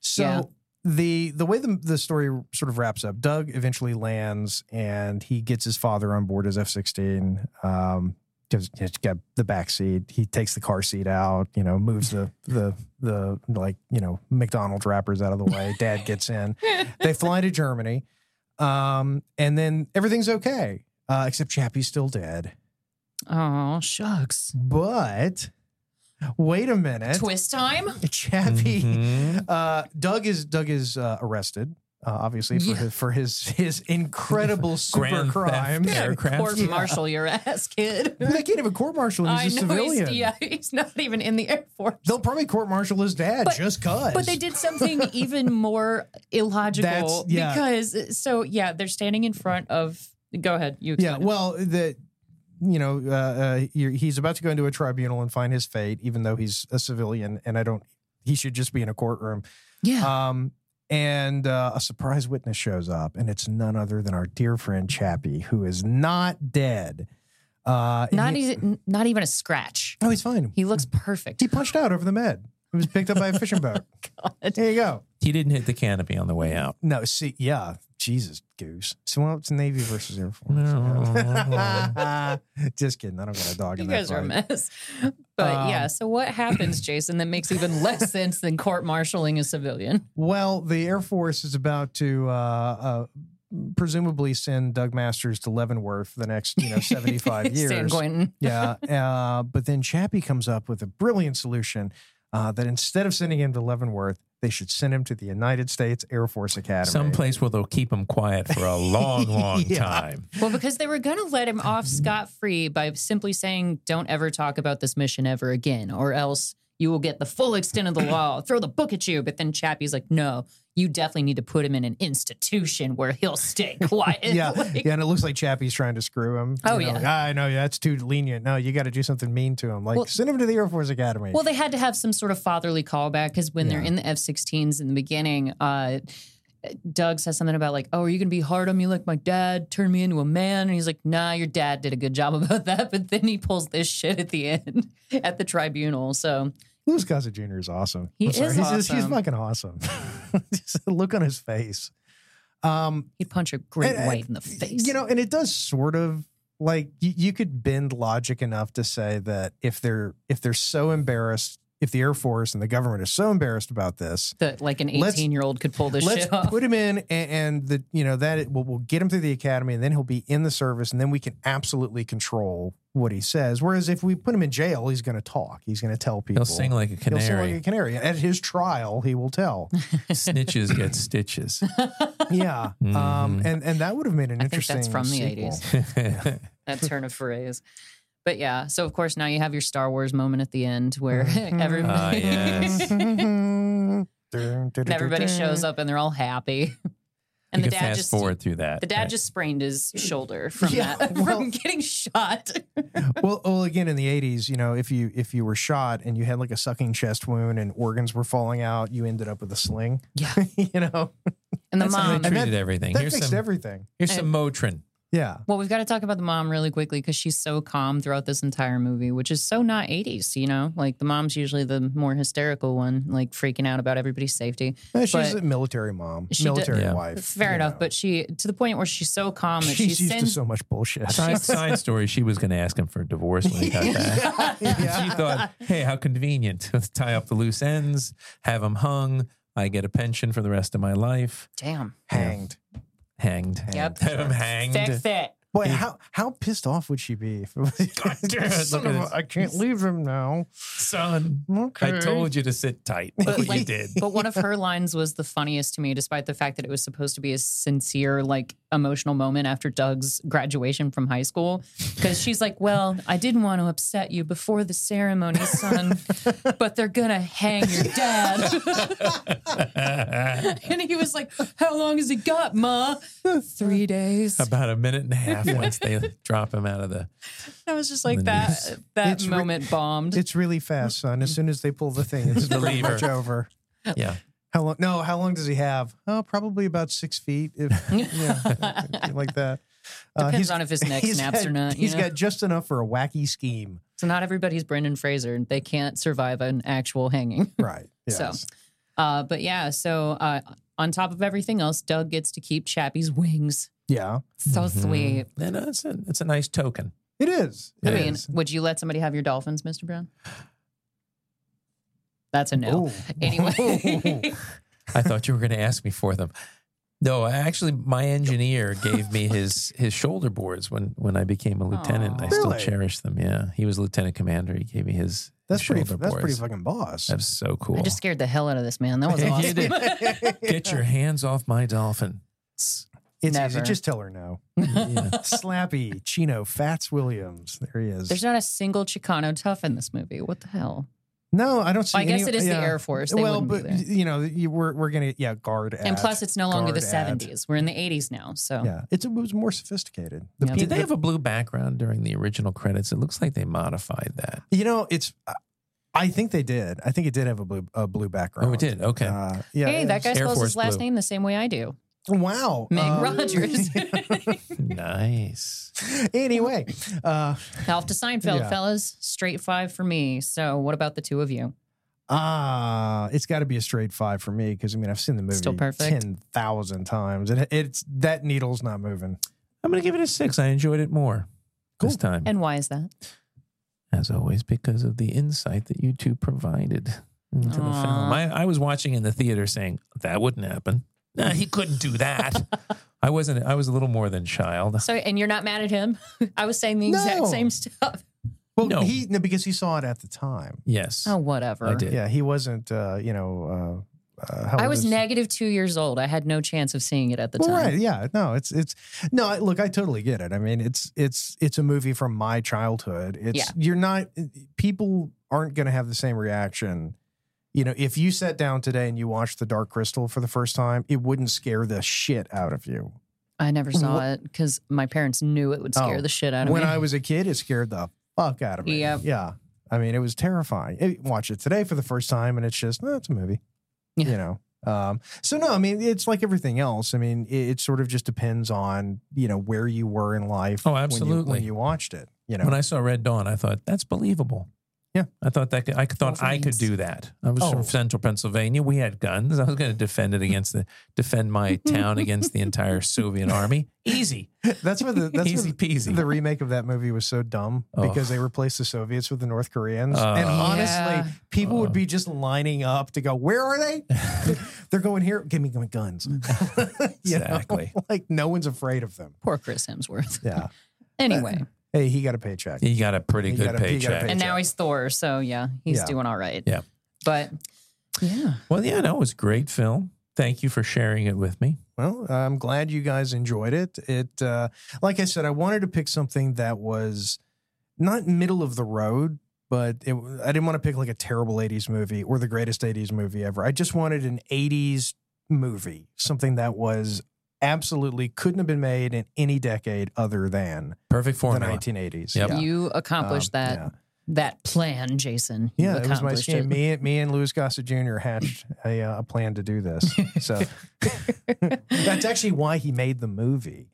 [SPEAKER 2] So
[SPEAKER 4] Yeah.
[SPEAKER 2] the the way the the story sort of wraps up, Doug eventually lands and he gets his father on board his F sixteen. Um, because he's got the back seat. He takes the car seat out. You know, moves the the the like you know McDonald's wrappers out of the way. Dad gets in. They fly to Germany, um, and then everything's okay. Uh, except Chappie's still dead.
[SPEAKER 4] oh, shucks.
[SPEAKER 2] But wait a minute,
[SPEAKER 4] Twist time?
[SPEAKER 2] Chappie.
[SPEAKER 3] Mhm.
[SPEAKER 2] Uh, Doug is Doug is uh, arrested, uh, obviously for
[SPEAKER 4] Yeah.
[SPEAKER 2] his for his his incredible super
[SPEAKER 3] Grand theft
[SPEAKER 2] crimes.
[SPEAKER 3] aircraft.
[SPEAKER 4] Court martial your ass, kid.
[SPEAKER 2] They can't even court martial. him.
[SPEAKER 4] I
[SPEAKER 2] He's a
[SPEAKER 4] know
[SPEAKER 2] civilian.
[SPEAKER 4] he's, yeah, he's not even in the Air Force.
[SPEAKER 2] They'll probably court martial his dad
[SPEAKER 4] But-
[SPEAKER 2] just cause.
[SPEAKER 4] But they did something even more illogical
[SPEAKER 2] That's- yeah.
[SPEAKER 4] because so yeah, they're standing in front of. Go ahead, you.
[SPEAKER 2] Yeah.
[SPEAKER 4] explain it.
[SPEAKER 2] Well, the you know uh, uh, you're, he's about to go into a tribunal and find his fate, even though he's a civilian, and I don't. He should just be in a courtroom.
[SPEAKER 4] yeah.
[SPEAKER 2] Um, and uh, a surprise witness shows up, and it's none other than our dear friend Chappie, who is not dead. Uh, and
[SPEAKER 4] not
[SPEAKER 2] he-
[SPEAKER 4] even not even a scratch.
[SPEAKER 2] Oh, he's fine.
[SPEAKER 4] He looks perfect.
[SPEAKER 2] He punched out over the med. He was picked up by a fishing boat.
[SPEAKER 4] Oh, God.
[SPEAKER 2] There you go.
[SPEAKER 3] He didn't hit the canopy on the way out.
[SPEAKER 2] No, see, yeah, Jesus, goose. So well, it's Navy versus Air Force. Just kidding. I don't got a dog
[SPEAKER 4] You
[SPEAKER 2] in that
[SPEAKER 4] guys are a
[SPEAKER 2] fight.
[SPEAKER 4] mess. But yeah,
[SPEAKER 2] Um,
[SPEAKER 4] so what happens, Jason, that makes even less sense than court martialing a civilian?
[SPEAKER 2] Well, the Air Force is about to uh, uh, presumably send Doug Masters to Leavenworth for the next, you know, 75
[SPEAKER 4] San
[SPEAKER 2] years.
[SPEAKER 4] Quentin.
[SPEAKER 2] yeah. Uh, but then Chappie comes up with a brilliant solution uh, that instead of sending him to Leavenworth, they should send him to the United States Air Force Academy.
[SPEAKER 3] Someplace where they'll keep him quiet for a long, long
[SPEAKER 2] Yeah.
[SPEAKER 3] time.
[SPEAKER 4] Well, because they were going to let him off scot free by simply saying, don't ever talk about this mission ever again, or else you will get the full extent of the law. I'll throw the book at you. But then Chappie's like, no, you definitely need to put him in an institution where he'll stay quiet.
[SPEAKER 2] Yeah,
[SPEAKER 4] Like,
[SPEAKER 2] yeah, and it looks like Chappie's trying to screw him.
[SPEAKER 4] Oh,
[SPEAKER 2] You know,
[SPEAKER 4] yeah.
[SPEAKER 2] like, I know, yeah, that's too lenient. No, you got to do something mean to him. Like,
[SPEAKER 4] Well-
[SPEAKER 2] send him to the Air Force Academy.
[SPEAKER 4] Well, they had to have some sort of fatherly callback because when they're in the F 16s in the beginning, uh, Doug says something about, like, oh, are you going to be hard on me like my dad? Turn me into a man? And he's like, nah, your dad did a good job about that. But then he pulls this shit at the end at the tribunal. So
[SPEAKER 2] Louis Gossett Jr. is awesome.
[SPEAKER 4] He
[SPEAKER 2] I'm sorry.
[SPEAKER 4] is
[SPEAKER 2] he's, just- he's
[SPEAKER 4] awesome.
[SPEAKER 2] fucking awesome. just the look on his face. Um,
[SPEAKER 4] he'd punch a great
[SPEAKER 2] and-
[SPEAKER 4] white in
[SPEAKER 2] and,
[SPEAKER 4] the face.
[SPEAKER 2] You know, and it does sort of like you, you could bend logic enough to say that if they're if they're so embarrassed, if the Air Force and the government are so embarrassed about this,
[SPEAKER 4] that like an
[SPEAKER 2] Let's-
[SPEAKER 4] 18 year old could pull this
[SPEAKER 2] let's
[SPEAKER 4] shit off.
[SPEAKER 2] put him in and, and the you know that it, we'll, we'll get him through the academy and then he'll be in the service and then we can absolutely control what he says whereas if we put him in jail he's going to talk he's going to tell people
[SPEAKER 3] He'll sing like a
[SPEAKER 2] He'll sing like a
[SPEAKER 3] canary.
[SPEAKER 2] canary at his trial he will tell
[SPEAKER 3] Snitches get stitches.
[SPEAKER 2] yeah um
[SPEAKER 3] Mhm.
[SPEAKER 2] and and that would have made an
[SPEAKER 4] I think
[SPEAKER 2] interesting
[SPEAKER 4] that's from the
[SPEAKER 2] sequel.
[SPEAKER 4] 80s. that turn of phrase. But yeah, so of course now you have your Star Wars moment at the end where
[SPEAKER 2] Mm-hmm.
[SPEAKER 3] Uh,
[SPEAKER 4] everybody
[SPEAKER 3] Ah, yes.
[SPEAKER 4] And everybody shows up and they're all happy. And
[SPEAKER 3] you
[SPEAKER 4] the
[SPEAKER 3] can
[SPEAKER 4] dad
[SPEAKER 3] fast
[SPEAKER 4] just
[SPEAKER 3] forward through that.
[SPEAKER 4] the dad just sprained his shoulder from
[SPEAKER 2] Yeah,
[SPEAKER 4] that
[SPEAKER 2] well-
[SPEAKER 4] from getting shot.
[SPEAKER 2] well, well, again, in the '80s, you know, if you if you were shot and you had like a sucking chest wound and organs were falling out, you ended up with a sling.
[SPEAKER 4] Yeah.
[SPEAKER 2] you know,
[SPEAKER 4] And the
[SPEAKER 3] That's how
[SPEAKER 4] mom
[SPEAKER 3] they treated everything.
[SPEAKER 2] that
[SPEAKER 3] here's
[SPEAKER 2] fixed
[SPEAKER 3] some
[SPEAKER 2] everything.
[SPEAKER 3] here's some Motrin.
[SPEAKER 2] Yeah,
[SPEAKER 4] Well, we've got to talk about the mom really quickly because she's so calm throughout this entire movie, which is so not 80s, you know? Like the mom's usually the more hysterical one, like freaking out about everybody's safety.
[SPEAKER 2] Uh, she's
[SPEAKER 4] But-
[SPEAKER 2] a military mom,
[SPEAKER 4] She did-
[SPEAKER 2] military
[SPEAKER 3] Yeah.
[SPEAKER 2] wife.
[SPEAKER 4] Fair
[SPEAKER 2] you
[SPEAKER 4] enough,
[SPEAKER 2] know.
[SPEAKER 4] but she to the point where she's so calm that
[SPEAKER 2] she's
[SPEAKER 4] she
[SPEAKER 2] used to
[SPEAKER 4] sends
[SPEAKER 2] so much bullshit.
[SPEAKER 3] Side, side story, she was going to ask him for a divorce when he got back. she thought, hey, how convenient. Let's tie up the loose ends, have him hung. I get a pension for the rest of my life.
[SPEAKER 4] damn.
[SPEAKER 2] Hanged.
[SPEAKER 3] Hanged.
[SPEAKER 4] Yep.
[SPEAKER 3] Have him hanged.
[SPEAKER 4] Fix it.
[SPEAKER 2] Boy, how how pissed off would she be? If it
[SPEAKER 3] damn
[SPEAKER 2] was,
[SPEAKER 3] it,
[SPEAKER 2] Son
[SPEAKER 3] look at
[SPEAKER 2] of a-
[SPEAKER 3] this.
[SPEAKER 2] I can't leave him now.
[SPEAKER 3] Son,
[SPEAKER 2] Okay.
[SPEAKER 3] I told you to sit tight. Look what you
[SPEAKER 4] like-
[SPEAKER 3] did.
[SPEAKER 4] but one of her lines was the funniest to me, despite the fact that it was supposed to be a sincere, like emotional moment after Doug's graduation from high school. Because she's like, Well, I didn't want to upset you before the ceremony, son, but they're going to hang your dad. and he was like, How long has he got, Ma? Three days.
[SPEAKER 3] About a minute and a half once they drop him out of the.
[SPEAKER 4] I was just like,
[SPEAKER 3] Denise.
[SPEAKER 4] That, that
[SPEAKER 2] It's re-
[SPEAKER 4] moment bombed.
[SPEAKER 2] It's really fast, son. As soon as they pull the thing, it's pretty
[SPEAKER 3] Believer.
[SPEAKER 2] much over.
[SPEAKER 3] Yeah.
[SPEAKER 2] How long? No, how long does he have? Oh, probably about six feet, if yeah, like that. Uh,
[SPEAKER 4] Depends
[SPEAKER 2] he's-
[SPEAKER 4] on if his neck
[SPEAKER 2] he's
[SPEAKER 4] snaps
[SPEAKER 2] got-
[SPEAKER 4] or not, you
[SPEAKER 2] He's
[SPEAKER 4] know?
[SPEAKER 2] got just enough for a wacky scheme,
[SPEAKER 4] so, not everybody's Brendan Fraser. They can't survive an actual hanging.
[SPEAKER 2] right?
[SPEAKER 4] So, Uh, but yeah, so uh, on top of everything else, Doug gets to keep Chappie's wings.
[SPEAKER 2] yeah,
[SPEAKER 4] So
[SPEAKER 2] Mm-hmm.
[SPEAKER 4] sweet.
[SPEAKER 3] And uh, it's a, it's a nice token.
[SPEAKER 2] it is.
[SPEAKER 4] I
[SPEAKER 2] It
[SPEAKER 4] mean,
[SPEAKER 2] is.
[SPEAKER 4] would you let somebody have your dolphins, Mr. Brown? That's a no.
[SPEAKER 2] Ooh.
[SPEAKER 4] Anyway,
[SPEAKER 3] I thought you were going to ask me for them. No, I- actually, my engineer gave me his his shoulder boards when when I became a lieutenant. I still
[SPEAKER 2] Really?
[SPEAKER 3] cherish them. Yeah, he was lieutenant commander. He gave me his.
[SPEAKER 2] that's
[SPEAKER 3] his
[SPEAKER 2] pretty.
[SPEAKER 3] Shoulder
[SPEAKER 2] That's
[SPEAKER 3] boards.
[SPEAKER 2] pretty fucking boss.
[SPEAKER 3] That was so cool.
[SPEAKER 4] I just scared the hell out of this man. That was
[SPEAKER 3] You
[SPEAKER 4] awesome.
[SPEAKER 3] did. Get your hands off my dolphin.
[SPEAKER 2] It's
[SPEAKER 4] Never.
[SPEAKER 2] easy. Just tell her no.
[SPEAKER 3] Yeah.
[SPEAKER 2] Slappy Chino Fats Williams. There he is.
[SPEAKER 4] There's not a single Chicano tough in this movie. What the hell?
[SPEAKER 2] no, I don't see.
[SPEAKER 4] I guess
[SPEAKER 2] any-
[SPEAKER 4] it is the
[SPEAKER 2] yeah.
[SPEAKER 4] Air Force. They
[SPEAKER 2] well, but
[SPEAKER 4] wouldn't be there.
[SPEAKER 2] you know, you, we're we're gonna yeah guard.
[SPEAKER 4] and
[SPEAKER 2] at,
[SPEAKER 4] plus, it's no longer the
[SPEAKER 2] guard at.
[SPEAKER 4] 70s. We're in the 80s now. So
[SPEAKER 2] Yeah, it's, it was more sophisticated. The
[SPEAKER 4] Yeah.
[SPEAKER 2] pe-
[SPEAKER 3] Did they have a blue background during the original credits? It looks like they modified that.
[SPEAKER 2] You know, it's. I- I think they did. I think it did have a blue a blue background.
[SPEAKER 3] Oh, it did. Okay.
[SPEAKER 2] Uh, yeah.
[SPEAKER 4] hey, that guy
[SPEAKER 3] Air
[SPEAKER 4] spells
[SPEAKER 3] Force
[SPEAKER 4] his last
[SPEAKER 3] Blue.
[SPEAKER 4] name the same way I do
[SPEAKER 2] Wow.
[SPEAKER 4] Meg
[SPEAKER 2] Uh,
[SPEAKER 4] Rogers.
[SPEAKER 3] nice.
[SPEAKER 2] anyway, uh,
[SPEAKER 4] Off to Seinfeld,
[SPEAKER 2] Yeah.
[SPEAKER 4] fellas. Straight five for me. So, what about the two of you?
[SPEAKER 2] Ah, it's got to be a straight five for me because I mean I've seen the movie
[SPEAKER 4] Still perfect.
[SPEAKER 2] ten thousand times. It, it's that needle's not moving.
[SPEAKER 3] I'm going to give it a six. I enjoyed it more this time,
[SPEAKER 4] And why is that?
[SPEAKER 3] as always, because of the insight that you two provided into the film. I, I was watching in the theater, saying that wouldn't happen. Nah, he couldn't do that. I wasn't. I was a little more than child.
[SPEAKER 4] So, and you're not mad at him? I was saying the exact
[SPEAKER 2] No.
[SPEAKER 4] same stuff.
[SPEAKER 2] Well,
[SPEAKER 3] No.
[SPEAKER 2] he no, because he saw it at the time.
[SPEAKER 3] Yes.
[SPEAKER 4] Oh, whatever.
[SPEAKER 3] I did.
[SPEAKER 2] Yeah, he wasn't. Uh, you know, uh, uh, how
[SPEAKER 4] I
[SPEAKER 2] old
[SPEAKER 4] was
[SPEAKER 2] is-
[SPEAKER 4] negative two years old. I had no chance of seeing it at the
[SPEAKER 2] Well,
[SPEAKER 4] time.
[SPEAKER 2] right, yeah, no, it's it's no. I- Look, I totally get it. I mean, it's it's it's a movie from my childhood. It's
[SPEAKER 4] Yeah.
[SPEAKER 2] you're not people aren't going to have the same reaction. You know, if you sat down today and you watched The Dark Crystal for the first time, it wouldn't scare the shit out of you.
[SPEAKER 4] I never saw it because my parents knew it would scare
[SPEAKER 2] Oh,
[SPEAKER 4] the shit out of
[SPEAKER 2] when
[SPEAKER 4] me.
[SPEAKER 2] I was a kid, it scared the fuck out of me.
[SPEAKER 4] Yep.
[SPEAKER 2] Yeah. I mean, it was terrifying. It- watch it today for the first time, and it's just, no, it's a movie.
[SPEAKER 4] Yeah.
[SPEAKER 2] You know. Um, so no, I mean, it's like everything else. I mean, it, it sort of just depends on you know where you were in life.
[SPEAKER 3] Oh,
[SPEAKER 2] When you,
[SPEAKER 3] absolutely.
[SPEAKER 2] when you watched it, you know.
[SPEAKER 3] When I saw Red Dawn, I thought that's believable.
[SPEAKER 2] Yeah.
[SPEAKER 3] I thought that could, I thought
[SPEAKER 4] Awful
[SPEAKER 3] I could
[SPEAKER 4] names.
[SPEAKER 3] do that. I was
[SPEAKER 2] Oh.
[SPEAKER 3] from Central Pennsylvania. We had guns. I was going to defend it against the defend my town against the entire Soviet army. Easy.
[SPEAKER 2] that's where the that's where
[SPEAKER 3] Easy
[SPEAKER 2] the,
[SPEAKER 3] peasy.
[SPEAKER 2] the remake of that movie was so dumb
[SPEAKER 3] Oh.
[SPEAKER 2] because they replaced the Soviets with the North Koreans,
[SPEAKER 3] Oh.
[SPEAKER 2] and honestly,
[SPEAKER 4] Yeah.
[SPEAKER 2] people
[SPEAKER 3] Oh.
[SPEAKER 2] would be just lining up to go, "Where are they? They're going here. Give me my guns." You know?
[SPEAKER 3] Exactly.
[SPEAKER 2] like no one's afraid of them.
[SPEAKER 4] Poor Chris Hemsworth.
[SPEAKER 2] Yeah.
[SPEAKER 4] Anyway,
[SPEAKER 2] Hey, he got a paycheck.
[SPEAKER 3] He got a pretty
[SPEAKER 2] He
[SPEAKER 3] good
[SPEAKER 2] got a- he got a
[SPEAKER 3] paycheck.
[SPEAKER 2] pay-
[SPEAKER 4] and now he's Thor, so yeah, he's
[SPEAKER 2] Yeah.
[SPEAKER 4] doing all right.
[SPEAKER 3] Yeah.
[SPEAKER 4] But yeah,
[SPEAKER 3] well, yeah, no, it was a great film. Thank you for sharing it with me.
[SPEAKER 2] Well, I'm glad you guys enjoyed it. It, uh, like I said, I wanted to pick something that was not middle of the road, but it, I didn't want to pick like a terrible 80s movie or the greatest 80s movie ever. I just wanted an 80s movie, something that was absolutely couldn't have been made in any decade other than
[SPEAKER 3] Perfect
[SPEAKER 2] the
[SPEAKER 3] formula.
[SPEAKER 2] 1980s.
[SPEAKER 3] Yep. Yeah.
[SPEAKER 4] you accomplished
[SPEAKER 2] Um,
[SPEAKER 4] that
[SPEAKER 2] yeah.
[SPEAKER 4] that plan, Jason. You
[SPEAKER 2] Yeah, it was my
[SPEAKER 4] accomplished
[SPEAKER 2] stand. Me, and- me and Louis Gossett Jr. hatched a, uh, a plan to do this. So that's actually why he made the movie.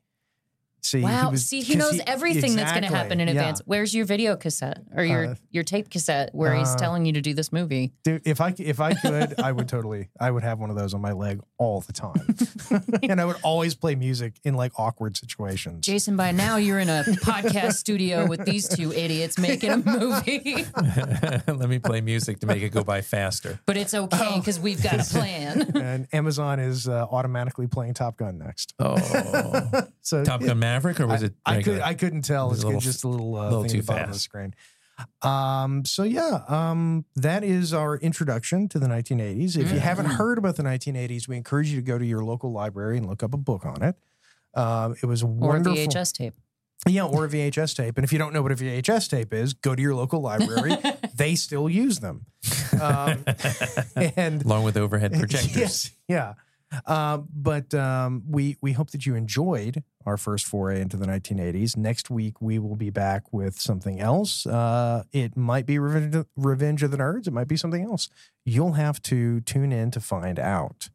[SPEAKER 2] See,
[SPEAKER 4] Wow.
[SPEAKER 2] was-
[SPEAKER 4] See, he
[SPEAKER 2] 'cause
[SPEAKER 4] knows everything that's going to
[SPEAKER 2] exactly,
[SPEAKER 4] happen in
[SPEAKER 2] yeah.
[SPEAKER 4] advance. Where's your video cassette or your
[SPEAKER 2] Uh,
[SPEAKER 4] your tape cassette where he's
[SPEAKER 2] uh,
[SPEAKER 4] telling you to do this movie?
[SPEAKER 2] Dude, if I c- if I could, I would totally. I would have one of those on my leg all the time, and I would always play music in like awkward situations.
[SPEAKER 4] Jason, by now you're in a podcast studio with these two idiots making a movie,
[SPEAKER 3] Let me play music to make it go by faster.
[SPEAKER 4] but it's okay because we've got a plan.
[SPEAKER 2] And Amazon is uh, automatically playing Top Gun next.
[SPEAKER 3] Oh,
[SPEAKER 2] So
[SPEAKER 3] Top Gun Maverick, or was
[SPEAKER 2] I-
[SPEAKER 3] it?
[SPEAKER 2] I, could
[SPEAKER 3] regular?
[SPEAKER 2] I couldn't tell.
[SPEAKER 3] It was
[SPEAKER 2] It's
[SPEAKER 3] a little-
[SPEAKER 2] just a little, uh,
[SPEAKER 3] little
[SPEAKER 2] thing
[SPEAKER 3] too
[SPEAKER 2] at the bottom of the
[SPEAKER 3] fast.
[SPEAKER 2] screen. Um, so yeah, um, that is our introduction to the 1980s. If you haven't heard about the 1980s, we encourage you to go to your local library and look up a book on it. Um, it was
[SPEAKER 4] or
[SPEAKER 2] wonderful.
[SPEAKER 4] VHS tape.
[SPEAKER 2] Yeah, or a VHS tape. And if you don't know what a VHS tape is, go to your local library. they still use them. Um, and
[SPEAKER 3] along with overhead projectors.
[SPEAKER 2] Yes, yeah. Um, but um, we we hope that you enjoyed our first foray into the 1980s. Next week we will be back with something else. Uh, it might be Revenge of, Revenge of the Nerds. It might be something else. You'll have to tune in to find out.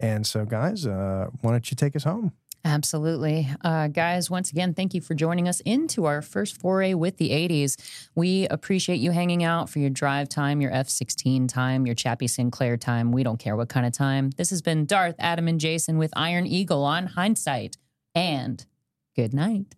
[SPEAKER 2] And so, guys, uh, why don't you take us home?
[SPEAKER 4] Absolutely. Uh, guys, once again, thank you for joining us into our first foray with the 80s. We appreciate you hanging out for your drive time, your F 16 time, your Chappie Sinclair time. We don't care what kind of time. This has been Darth, Adam, and Jason with Iron Eagle on Hindsight. And good night.